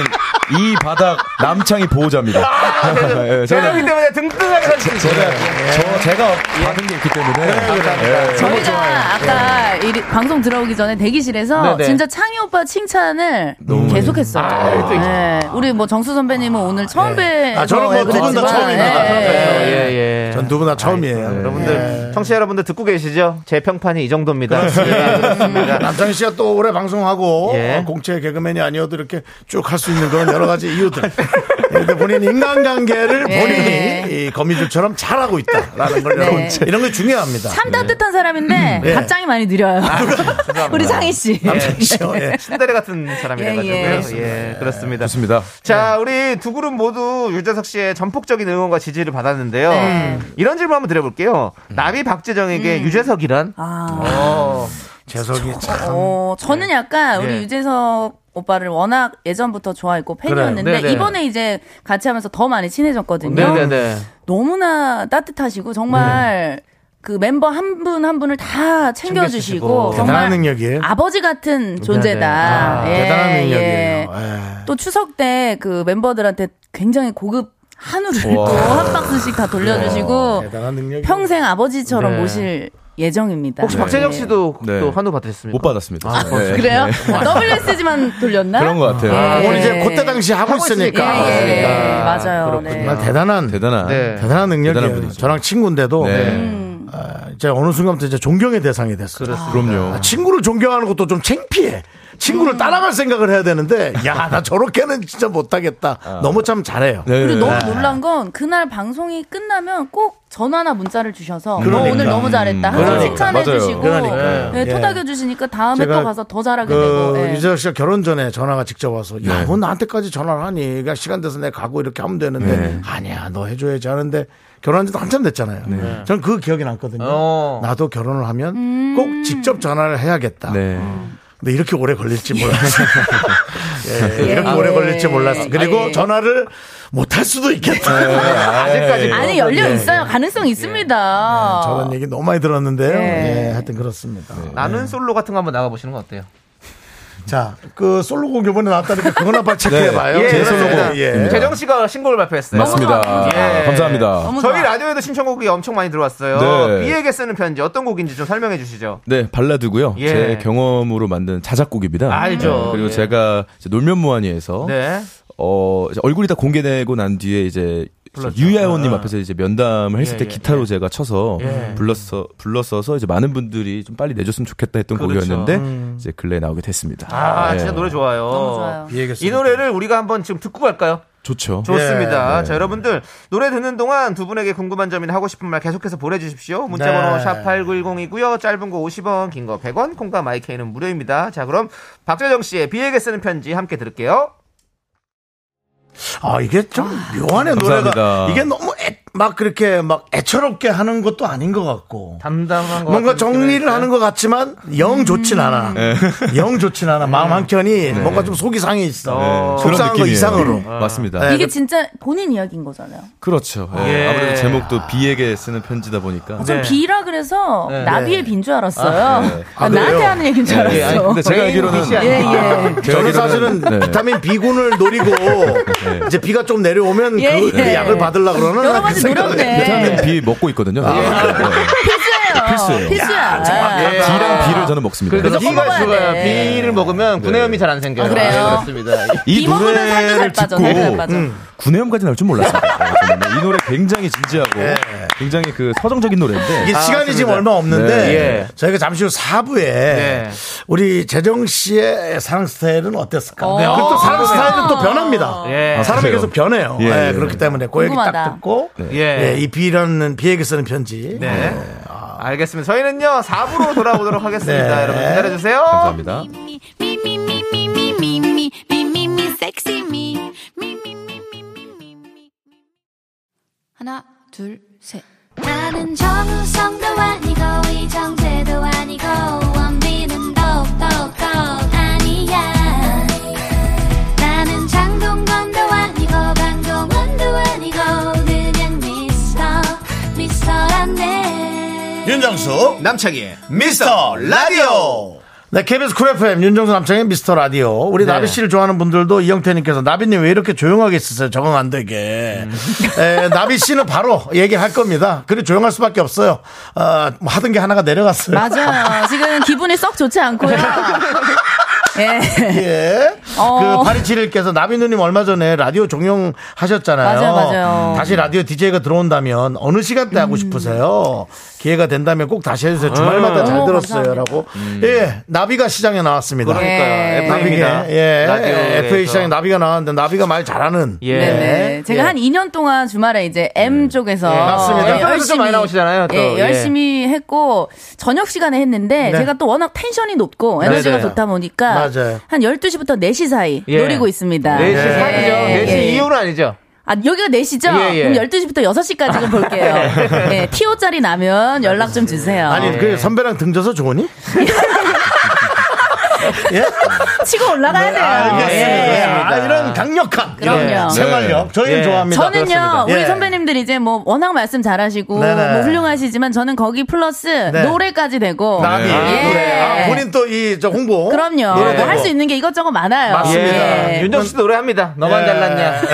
Speaker 8: 이 바닥 남창이 보호자입니다. 예, 저는,
Speaker 2: 그렇기 때문에 등등하게 살수 있어요.
Speaker 8: 저, 제가 받은 게 있기 때문에. 예.
Speaker 6: 저희가 아까 이 방송 들어오기 전에 대기실에서
Speaker 2: 네. 네네.
Speaker 6: 진짜 창희 오빠 칭찬을
Speaker 8: 너무
Speaker 1: 음.
Speaker 6: 계속했어요. 예. 우리 뭐 정수 선배님은 오늘 처음 뵈.
Speaker 1: 아, 저는 뭐두분다 처음이니까. 아,
Speaker 2: 예, 예.
Speaker 1: 전 두 분 다 처음이에요.
Speaker 2: 여러분들, 청취자 여러분들 듣고 계시죠? 제 평판이 이 정도입니다.
Speaker 1: 네, 남창희 씨가 또 오래 방송하고
Speaker 2: 예.
Speaker 1: 어, 공채 개그맨이 아니어도 이렇게 쭉 할 수 있는 그런 여러 가지
Speaker 6: *laughs*
Speaker 1: 이유들. 예, 근데 본인 인간관계를
Speaker 6: 예.
Speaker 1: 본인이 이 거미줄처럼 잘하고 있다라는 걸
Speaker 6: 네.
Speaker 1: 여러분 이런 게 중요합니다.
Speaker 6: 참 따뜻한 사람인데
Speaker 1: 예. 아,
Speaker 6: 답장이 많이 느려요. 우리 창희 씨.
Speaker 1: 남창희 씨요. 예.
Speaker 2: 어, 신데레 같은 사람이라가지고요.
Speaker 6: 예, 예.
Speaker 2: 예, 그렇습니다.
Speaker 8: 좋습니다. 예.
Speaker 2: 자, 우리 두 그룹 모두 유재석 씨의 전폭적인 응원과 지지를 받았는데요.
Speaker 6: 네.
Speaker 2: 이런 질문 한번 드려볼게요.
Speaker 8: 음.
Speaker 2: 나비 박재정에게 유재석이란?
Speaker 6: 아,
Speaker 2: 어,
Speaker 1: 재석이 참.
Speaker 6: 어, 저는 약간 우리
Speaker 2: 예.
Speaker 6: 유재석 오빠를 워낙 예전부터 좋아했고 팬이었는데
Speaker 2: 네네.
Speaker 6: 이번에 이제 같이 하면서 더 많이 친해졌거든요.
Speaker 2: 네네네.
Speaker 6: 너무나 따뜻하시고
Speaker 1: 네.
Speaker 6: 정말 그 멤버 한 분 한 분을 다 챙겨주시고,
Speaker 2: 챙겨주시고.
Speaker 1: 대단한
Speaker 6: 정말
Speaker 1: 능력이에요. 네,
Speaker 6: 아버지 같은 존재다.
Speaker 2: 아,
Speaker 6: 예,
Speaker 1: 대단한 능력이에요.
Speaker 6: 예.
Speaker 1: 예.
Speaker 6: 또 추석 때 그 멤버들한테 굉장히 고급 한우를
Speaker 8: 와.
Speaker 6: 또 한 박스씩 다 돌려주시고
Speaker 1: 대단한 능력이.
Speaker 6: 평생 아버지처럼
Speaker 2: 네.
Speaker 6: 모실 예정입니다.
Speaker 2: 혹시 박재정 씨도
Speaker 8: 네.
Speaker 2: 또 한우 받으셨습니까?
Speaker 8: 못
Speaker 10: 어,
Speaker 8: 받았습니다.
Speaker 6: 예.
Speaker 8: 예.
Speaker 6: 그래요? WSG만 돌렸나? 네.
Speaker 8: 그런 것 같아요.
Speaker 1: 오늘 이제 그때 당시 하고 있으니까.
Speaker 6: 예, 예, 예.
Speaker 2: 아,
Speaker 6: 맞아요.
Speaker 2: 그렇군요.
Speaker 6: 네.
Speaker 1: 정말 대단한
Speaker 8: 대단한.
Speaker 2: 네.
Speaker 1: 대단한
Speaker 8: 대단한
Speaker 1: 능력이에요.
Speaker 8: 분이죠.
Speaker 1: 저랑 친구인데도
Speaker 8: 네.
Speaker 1: 아, 이제 어느 순간부터 이제 존경의 대상이 됐어요.
Speaker 8: 그럼요.
Speaker 1: 아, 친구를 존경하는 것도 좀 창피해. 친구를 따라갈 생각을 해야 되는데, 야,
Speaker 8: *laughs*
Speaker 1: 나 저렇게는 진짜 못하겠다. 너무 참 잘해요.
Speaker 8: 아. 네.
Speaker 6: 그리고 너무 놀란 건 그날 방송이 끝나면 꼭 전화나 문자를 주셔서 너
Speaker 1: 그러니까.
Speaker 6: 오늘 너무 잘했다 항상
Speaker 8: 그러니까.
Speaker 6: 칭찬해
Speaker 8: 맞아요.
Speaker 6: 주시고
Speaker 1: 그러니까요.
Speaker 6: 예,
Speaker 1: 예.
Speaker 6: 토닥여 주시니까 다음에
Speaker 1: 제가
Speaker 6: 또 가서 더 잘하게
Speaker 1: 그
Speaker 6: 되고 예.
Speaker 1: 유재석 씨가 결혼 전에 전화가 직접 와서 야,
Speaker 8: 네.
Speaker 1: 뭐 나한테까지 전화를 하니? 그냥 시간 돼서 내가 가고 이렇게 하면 되는데
Speaker 8: 네.
Speaker 1: 아니야, 너 해줘야지 하는데 결혼한 지도 한참 됐잖아요. 저는 그 기억이 남거든요.
Speaker 2: 어.
Speaker 1: 나도 결혼을 하면 꼭 직접 전화를 해야겠다. 어.
Speaker 8: 네.
Speaker 1: 근데 이렇게 오래 걸릴지 몰랐어. 예,
Speaker 6: 예.
Speaker 1: 이렇게
Speaker 6: 아,
Speaker 1: 오래
Speaker 6: 예.
Speaker 1: 걸릴지 몰랐어. 그리고
Speaker 6: 예.
Speaker 1: 전화를 못 할 수도 있겠다. *laughs*
Speaker 2: 아직까지.
Speaker 6: 아니 열려 있어요 가능성 있습니다.
Speaker 1: 저런 얘기 너무 많이 들었는데요.
Speaker 6: 예.
Speaker 1: 예, 하여튼 그렇습니다.
Speaker 8: 네.
Speaker 2: 나는 솔로 같은 거 한번 나가보시는 거 어때요?
Speaker 1: 자, 그 솔로곡 이번에 나왔다니까 그건 한번
Speaker 2: 네.
Speaker 1: 체크해봐요.
Speaker 8: 예, 제
Speaker 1: 그렇습니다.
Speaker 8: 솔로곡.
Speaker 1: 예.
Speaker 2: 재정 씨가 신곡을 발표했어요.
Speaker 8: 맞습니다. 아,
Speaker 2: 예.
Speaker 8: 감사합니다.
Speaker 6: 너무
Speaker 2: 저희
Speaker 6: 좋아.
Speaker 2: 라디오에도 신청곡이 엄청 많이 들어왔어요.
Speaker 8: 네.
Speaker 2: B에게 쓰는 편지 어떤 곡인지 좀 설명해 주시죠.
Speaker 8: 네, 발라드고요.
Speaker 2: 예.
Speaker 8: 제 경험으로 만든 자작곡입니다.
Speaker 2: 알죠.
Speaker 8: 네, 그리고
Speaker 2: 예.
Speaker 8: 제가 이제 놀면 뭐하니에서
Speaker 2: 네.
Speaker 8: 어, 이제 얼굴이 다 공개되고 난 뒤에 이제
Speaker 2: 불렀죠. 아.
Speaker 8: 유야원님 앞에서 이제 면담을 했을
Speaker 2: 예,
Speaker 8: 때
Speaker 2: 예,
Speaker 8: 기타로 제가 쳐서
Speaker 2: 예.
Speaker 8: 불렀어 불렀어서 이제 많은 분들이 좀 빨리 내줬으면 좋겠다 했던
Speaker 2: 그렇죠.
Speaker 8: 곡이었는데 이제 근래 에 나오게 됐습니다.
Speaker 2: 아,
Speaker 8: 예.
Speaker 2: 진짜 노래 좋아요.
Speaker 6: 너무 좋아요.
Speaker 2: 이 노래를 우리가 한번 지금 듣고 갈까요?
Speaker 8: 좋죠.
Speaker 2: 좋습니다.
Speaker 8: 예, 네.
Speaker 2: 자, 여러분들 노래 듣는 동안 두 분에게 궁금한 점이나 하고 싶은 말 계속해서 보내 주십시오. 문자 번호
Speaker 1: 네.
Speaker 2: 샵 8910이고요. 짧은 거 50원, 긴 거 100원, 콩과 마이케이는 무료입니다. 자, 그럼 박재정 씨의 비에게 쓰는 편지 함께 들을게요.
Speaker 1: 아 이게 좀 묘하네 노래가
Speaker 8: 감사합니다.
Speaker 1: 이게 너무 애- 막 그렇게 막 애처롭게 하는 것도 아닌 것 같고
Speaker 2: 담당한 거
Speaker 1: 뭔가
Speaker 2: 같은
Speaker 1: 정리를
Speaker 2: 느낌이랄까요?
Speaker 1: 하는 것 같지만 영 좋진 않아 영 좋진 않아 마음 한 켠이 뭔가 좀 속이 상해 있어
Speaker 8: 네,
Speaker 1: 속상한 거
Speaker 8: 느낌이에요. 네. 예,
Speaker 1: 이상으로.
Speaker 8: 맞습니다.
Speaker 6: 이게 진짜 본인 이야기인 거잖아요.
Speaker 8: 그렇죠. 아. 예. 어,
Speaker 2: 예.
Speaker 8: 아무래도 제목도 비에게 쓰는 편지다 보니까.
Speaker 6: 전 비라 그래서
Speaker 8: 네.
Speaker 6: 나비의 빈 줄 알았어요.
Speaker 1: 아,
Speaker 6: 나한테
Speaker 1: 그래요?
Speaker 6: 하는 얘기인 줄 알았어.
Speaker 8: 예, 아니, 근데 아, 제가 알기로는
Speaker 2: 예,
Speaker 6: *laughs*
Speaker 1: 저는
Speaker 6: 예.
Speaker 8: 제가 알기로는-
Speaker 1: 사실은
Speaker 8: 네.
Speaker 1: 비타민 B군을 노리고 이제 비가 좀 내려오면
Speaker 6: 예,
Speaker 1: 그
Speaker 6: 예.
Speaker 1: 약을 받으려 그러는
Speaker 6: 여러 가지
Speaker 1: 생각을
Speaker 6: 노력네.
Speaker 8: 비타민 B 먹고 있거든요. 예.
Speaker 6: 필수예요.
Speaker 8: 필수예요. 네.
Speaker 6: 필수야. 네.
Speaker 2: 정확하다. 아.
Speaker 8: D랑 B를 저는 먹습니다.
Speaker 2: 그래서
Speaker 6: 무조건
Speaker 2: B가
Speaker 6: 먹어야
Speaker 2: 죽어요.
Speaker 6: 돼.
Speaker 2: B를 먹으면 구내염이 잘 안 생겨요. 네,
Speaker 6: 아, 그래요?
Speaker 2: 그렇습니다.
Speaker 8: 이
Speaker 6: 비 먹으면 살도 네, 살
Speaker 8: 노래를
Speaker 6: 빠져.
Speaker 8: 듣고 음.
Speaker 6: 살도 살 빠져.
Speaker 8: 구내염까지 날 줄 몰랐어요. 뭐 이 노래 굉장히 진지하고 굉장히 그 서정적인 노래인데
Speaker 1: 이게 시간이 지금 얼마 없는데
Speaker 8: 네.
Speaker 2: 예.
Speaker 1: 저희가 잠시 후 4부에
Speaker 2: 네.
Speaker 1: 우리 재정 씨의 사랑 스타일은 어땠을까?
Speaker 6: 어.
Speaker 1: 그리고 또 사랑 스타일은 또 변합니다. 아,
Speaker 2: 예.
Speaker 1: 사람이
Speaker 8: 그래요?
Speaker 1: 계속 변해요.
Speaker 8: 예,
Speaker 1: 예,
Speaker 8: 예.
Speaker 1: 그렇기 때문에 그 얘기
Speaker 6: 궁금하다.
Speaker 1: 딱 듣고
Speaker 2: 예.
Speaker 1: 예, 이 비라는 비에게 쓰는 편지.
Speaker 2: 네. 알겠습니다. 저희는요, 4부로 돌아오도록 하겠습니다.
Speaker 1: 네.
Speaker 2: 여러분 기다려주세요.
Speaker 6: 어,
Speaker 8: 감사합니다.
Speaker 4: me, me, me, me, me, me, me, me, me, me, me, sexy me. Me, me, me, me, me, me, me.
Speaker 11: 하나, 둘, 셋.
Speaker 4: 나는 정우성도 아니고 이정재도 아니고 원빈은 더욱더 아니야 나는 장동건도 아니고 방종원도 아니고 그냥 미스터 미스터란데
Speaker 1: 윤정수 남창희 미스터 라디오. 네, KBS 쿨 FM 윤정수 남창희 미스터 라디오. 우리 나비 씨를 좋아하는 분들도 이영태님께서 나비님 왜 이렇게 조용하게 있으세요? 적응 안 되게. 에, 나비 씨는 바로 얘기할 겁니다. 그리 조용할 수밖에 없어요. 어, 뭐 하던 게 하나가 내려갔어요.
Speaker 6: 맞아요. 지금 기분이 썩 좋지
Speaker 8: *laughs*
Speaker 6: 않고요. 예.
Speaker 1: 예.
Speaker 6: 어.
Speaker 1: 그 파리칠일께서 나비 누님 얼마 전에 라디오 종영 하셨잖아요.
Speaker 6: 맞아요, 맞아요. 음.
Speaker 1: 다시 라디오 DJ가 들어온다면 어느 시간대 하고 싶으세요? 기회가 된다면 꼭 다시 해주세요. 주말마다
Speaker 6: 어,
Speaker 1: 잘
Speaker 6: 감사합니다.
Speaker 1: 들었어요라고. 예, 나비가 시장에 나왔습니다.
Speaker 2: 그러니까요.
Speaker 6: 예.
Speaker 2: FM입니다.
Speaker 1: 나비가 예,
Speaker 2: 라디오.
Speaker 1: FA 시장에 나비가 나왔는데 나비가 말 잘하는.
Speaker 2: 예.
Speaker 6: 네네. 제가
Speaker 2: 예.
Speaker 6: 한 2년 동안 주말에 이제 M 쪽에서 어,
Speaker 2: 예, 맞습니다. M 쪽에서 좀 많이 나오시잖아요, 또.
Speaker 6: 예,
Speaker 2: 예.
Speaker 6: 열심히 했고 저녁 시간에 했는데
Speaker 1: 네.
Speaker 6: 제가 또 워낙 텐션이 높고 에너지가
Speaker 2: 네, 맞아요.
Speaker 6: 좋다 보니까
Speaker 1: 맞아요.
Speaker 6: 한 12시부터 4시 사이
Speaker 2: 예.
Speaker 6: 노리고 있습니다.
Speaker 2: 4시
Speaker 6: 예.
Speaker 2: 사이죠.
Speaker 6: 예.
Speaker 2: 4시 네. 이후는 아니죠.
Speaker 6: 아, 여기가 4시죠?
Speaker 2: 예, 네. 예.
Speaker 6: 그럼 12시부터 6시까지 좀 볼게요.
Speaker 2: *laughs*
Speaker 6: 예, TO짜리 나면 연락 좀 주세요.
Speaker 1: 아니
Speaker 2: 예.
Speaker 1: 그 선배랑 등져서 좋으니?
Speaker 6: 치고 올라가야 돼요.
Speaker 1: 예.
Speaker 6: 예.
Speaker 1: 아, 이런 강력한
Speaker 6: 아, 그럼요.
Speaker 1: 생활력 저희는
Speaker 2: 아, 예.
Speaker 1: 좋아합니다.
Speaker 6: 저는요
Speaker 1: 그렇습니다.
Speaker 6: 우리
Speaker 1: 예.
Speaker 6: 선배님들 이제 뭐 워낙 말씀 잘하시고
Speaker 1: 네네.
Speaker 6: 뭐 훌륭하시지만 저는 거기 플러스
Speaker 1: 네.
Speaker 6: 노래까지 되고
Speaker 1: 나비
Speaker 2: 아,
Speaker 6: 예.
Speaker 1: 노래. 아, 본인 또 이 저 홍보.
Speaker 6: 그럼요
Speaker 1: 노래 되고.
Speaker 6: 할 수 있는 게 이것저것 많아요
Speaker 1: 맞습니다.
Speaker 6: 예.
Speaker 2: 윤정 씨도 노래합니다. 너만
Speaker 1: 예.
Speaker 2: 잘났냐. *laughs* 예.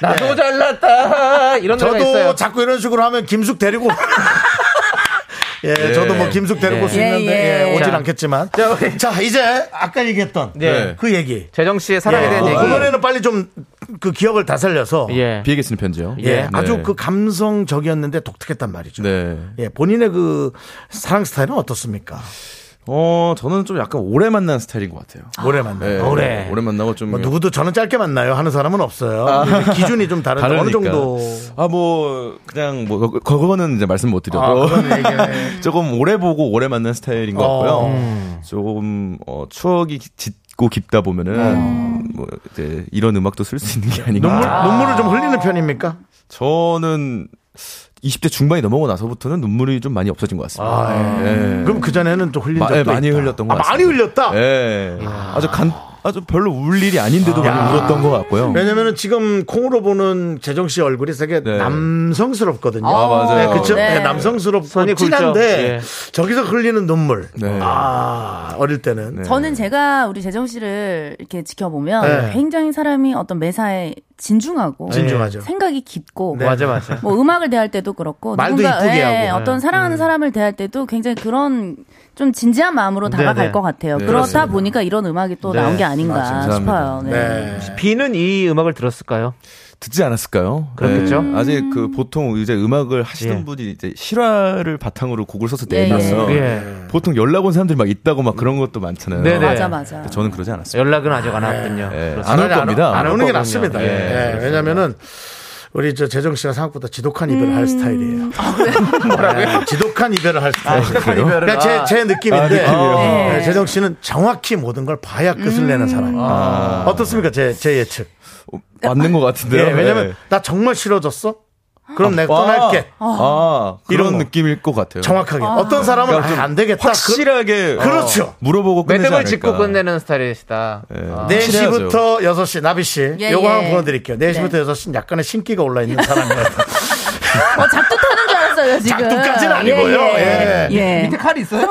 Speaker 2: 나도 잘났다. 이런 노래가 있어요.
Speaker 1: 저도 자꾸 이런 식으로 하면 김숙 데리고. *laughs* 예,
Speaker 8: 예.
Speaker 1: 저도 뭐 김숙 데리고
Speaker 2: 예.
Speaker 1: 올 수 있는데
Speaker 6: 예, 예.
Speaker 1: 예, 오진
Speaker 2: 자.
Speaker 1: 않겠지만.
Speaker 2: 자, 우리-
Speaker 1: 자, 이제 아까 얘기했던
Speaker 2: 네.
Speaker 1: 그 얘기.
Speaker 2: 재정 씨의 사랑에 대한
Speaker 1: 어,
Speaker 2: 얘기.
Speaker 1: 그거는 빨리 좀 그 기억을 다살려서
Speaker 2: 예.
Speaker 8: 비에게 쓰는 편지요.
Speaker 1: 예,
Speaker 8: 네.
Speaker 1: 아주 그 감성적이었는데 독특했단 말이죠.
Speaker 8: 네.
Speaker 1: 예, 본인의 그 사랑 스타일은 어떻습니까?
Speaker 8: 어 저는 좀 약간 오래 만난 스타일인 것 같아요.
Speaker 1: 오래 만나요.
Speaker 8: 네.
Speaker 1: 오래.
Speaker 8: 오래 만나고 좀
Speaker 1: 뭐 누구도 저는 짧게 만나요 하는 사람은 없어요. 근데 기준이 좀 다른데 어느 정도.
Speaker 8: 아 뭐 그냥 뭐 그- 그거는 이제 말씀 못
Speaker 1: 아,
Speaker 8: 드려도 *laughs* 조금 오래 보고 오래 만난 스타일인 것 같고요.
Speaker 1: 어.
Speaker 8: 조금 어, 추억이 기- 짙고 깊다 보면은 뭐 이제 이런 음악도 쓸 수 있는 게 아닌가.
Speaker 1: 음. 눈물, 눈물을 좀 흘리는 편입니까?
Speaker 8: 저는 20대 중반이 넘어고 나서부터는 눈물이 좀 많이 없어진 것 같습니다. 예.
Speaker 1: 그럼 그 전에는 또 흘린
Speaker 8: 마-
Speaker 1: 적도
Speaker 8: 예, 많이
Speaker 1: 있다.
Speaker 8: 흘렸던 것
Speaker 1: 아,
Speaker 8: 같습니다.
Speaker 1: 많이 흘렸다.
Speaker 8: 예. 아주 간 아주 별로 울 일이 아닌데도 많이 울었던 것 같고요.
Speaker 1: 왜냐면은 지금 콩으로 보는 재정 씨 얼굴이 되게
Speaker 8: 네.
Speaker 1: 남성스럽거든요.
Speaker 8: 아, 맞아요.
Speaker 1: 네, 그쵸?
Speaker 6: 네.
Speaker 1: 네, 남성스럽고
Speaker 2: 손이 굵죠.
Speaker 1: 진한데
Speaker 2: 예.
Speaker 1: 저기서 흘리는 눈물.
Speaker 8: 네.
Speaker 1: 아, 어릴 때는.
Speaker 6: 저는 제가 우리 재정 씨를 이렇게 지켜보면
Speaker 1: 네.
Speaker 6: 굉장히 사람이 어떤 매사에 진중하고
Speaker 1: 진중하죠.
Speaker 6: 생각이 깊고
Speaker 1: 네.
Speaker 2: 맞아, *laughs* 맞아.
Speaker 6: 뭐 음악을 대할 때도 그렇고 예,
Speaker 1: 말도 이쁘게 하고. 네. 음.
Speaker 6: 어떤 사랑하는 사람을 대할 때도 굉장히 그런 좀 진지한 마음으로
Speaker 2: 네,
Speaker 6: 다가갈
Speaker 2: 네.
Speaker 6: 것 같아요.
Speaker 8: 네,
Speaker 6: 그렇다
Speaker 8: 그렇습니다.
Speaker 6: 보니까 이런 음악이 또
Speaker 2: 네.
Speaker 6: 나온 게 아닌가
Speaker 8: 맞습니다.
Speaker 6: 싶어요. 네.
Speaker 1: 네.
Speaker 2: 비는 이 음악을 들었을까요?
Speaker 8: 듣지 않았을까요?
Speaker 2: 그렇겠죠.
Speaker 8: 예, 아직 그
Speaker 6: 음.
Speaker 8: 보통 이제 음악을 하시던
Speaker 2: 예.
Speaker 8: 분이 이제 실화를 바탕으로 곡을 써서
Speaker 6: 예,
Speaker 8: 내면서
Speaker 2: 예.
Speaker 8: 보통 연락 온 사람들이 막 있다고 막 그런 것도 많잖아요.
Speaker 2: 네네.
Speaker 6: 맞아 맞아.
Speaker 8: 근데 저는 그러지 않았어요.
Speaker 2: 연락은 아직 안 왔군요.
Speaker 8: 예,
Speaker 2: 그렇죠.
Speaker 8: 안올 겁니다.
Speaker 1: 안 오는 게
Speaker 2: 거군요.
Speaker 1: 낫습니다.
Speaker 2: 예,
Speaker 1: 예, 왜냐면은 우리 저 재정 씨가 생각보다 지독한 이별을 할 스타일이에요. 뭐라고요? 지독한 이별을 할 스타일.
Speaker 8: 아,
Speaker 2: 지독한 이별을.
Speaker 1: 그러니까 제, 제 느낌인데
Speaker 8: 느낌이요.
Speaker 1: 예,
Speaker 6: 네.
Speaker 1: 재정 씨는 정확히 모든 걸 봐야 끝을 내는 사람이에요. 아. 어떻습니까? 제, 제 예측.
Speaker 8: 어, 맞는 것 같은데요.
Speaker 1: 예, 왜냐면
Speaker 8: 예.
Speaker 1: 나 정말 싫어졌어? 그럼 내가
Speaker 8: 와.
Speaker 1: 떠날게.
Speaker 8: 아,
Speaker 1: 이런
Speaker 8: 그런
Speaker 1: 거.
Speaker 8: 느낌일 것 같아요.
Speaker 1: 정확하게. 어떤 사람은
Speaker 8: 그러니까 좀
Speaker 1: 아, 안 되겠다.
Speaker 8: 확실하게
Speaker 1: 그- 그렇죠.
Speaker 8: 물어보고 끝내지
Speaker 2: 네. 매듭을
Speaker 8: 않을까.
Speaker 2: 짓고 끝내는 스타일이시다.
Speaker 8: 예.
Speaker 2: 아.
Speaker 1: 그 4시부터
Speaker 8: 확실해야죠.
Speaker 1: 6시, 나비씨.
Speaker 6: 예,
Speaker 1: 요거
Speaker 6: 예.
Speaker 1: 한번 보여드릴게요. 4시부터 6시는 약간의 신기가 올라있는 사람이에요.
Speaker 6: 어, 작두 타는 줄 알았어요 지금.
Speaker 1: 작두까지는 아니고요.
Speaker 6: 네. 예. 예. 예.
Speaker 2: 칼이 있어요?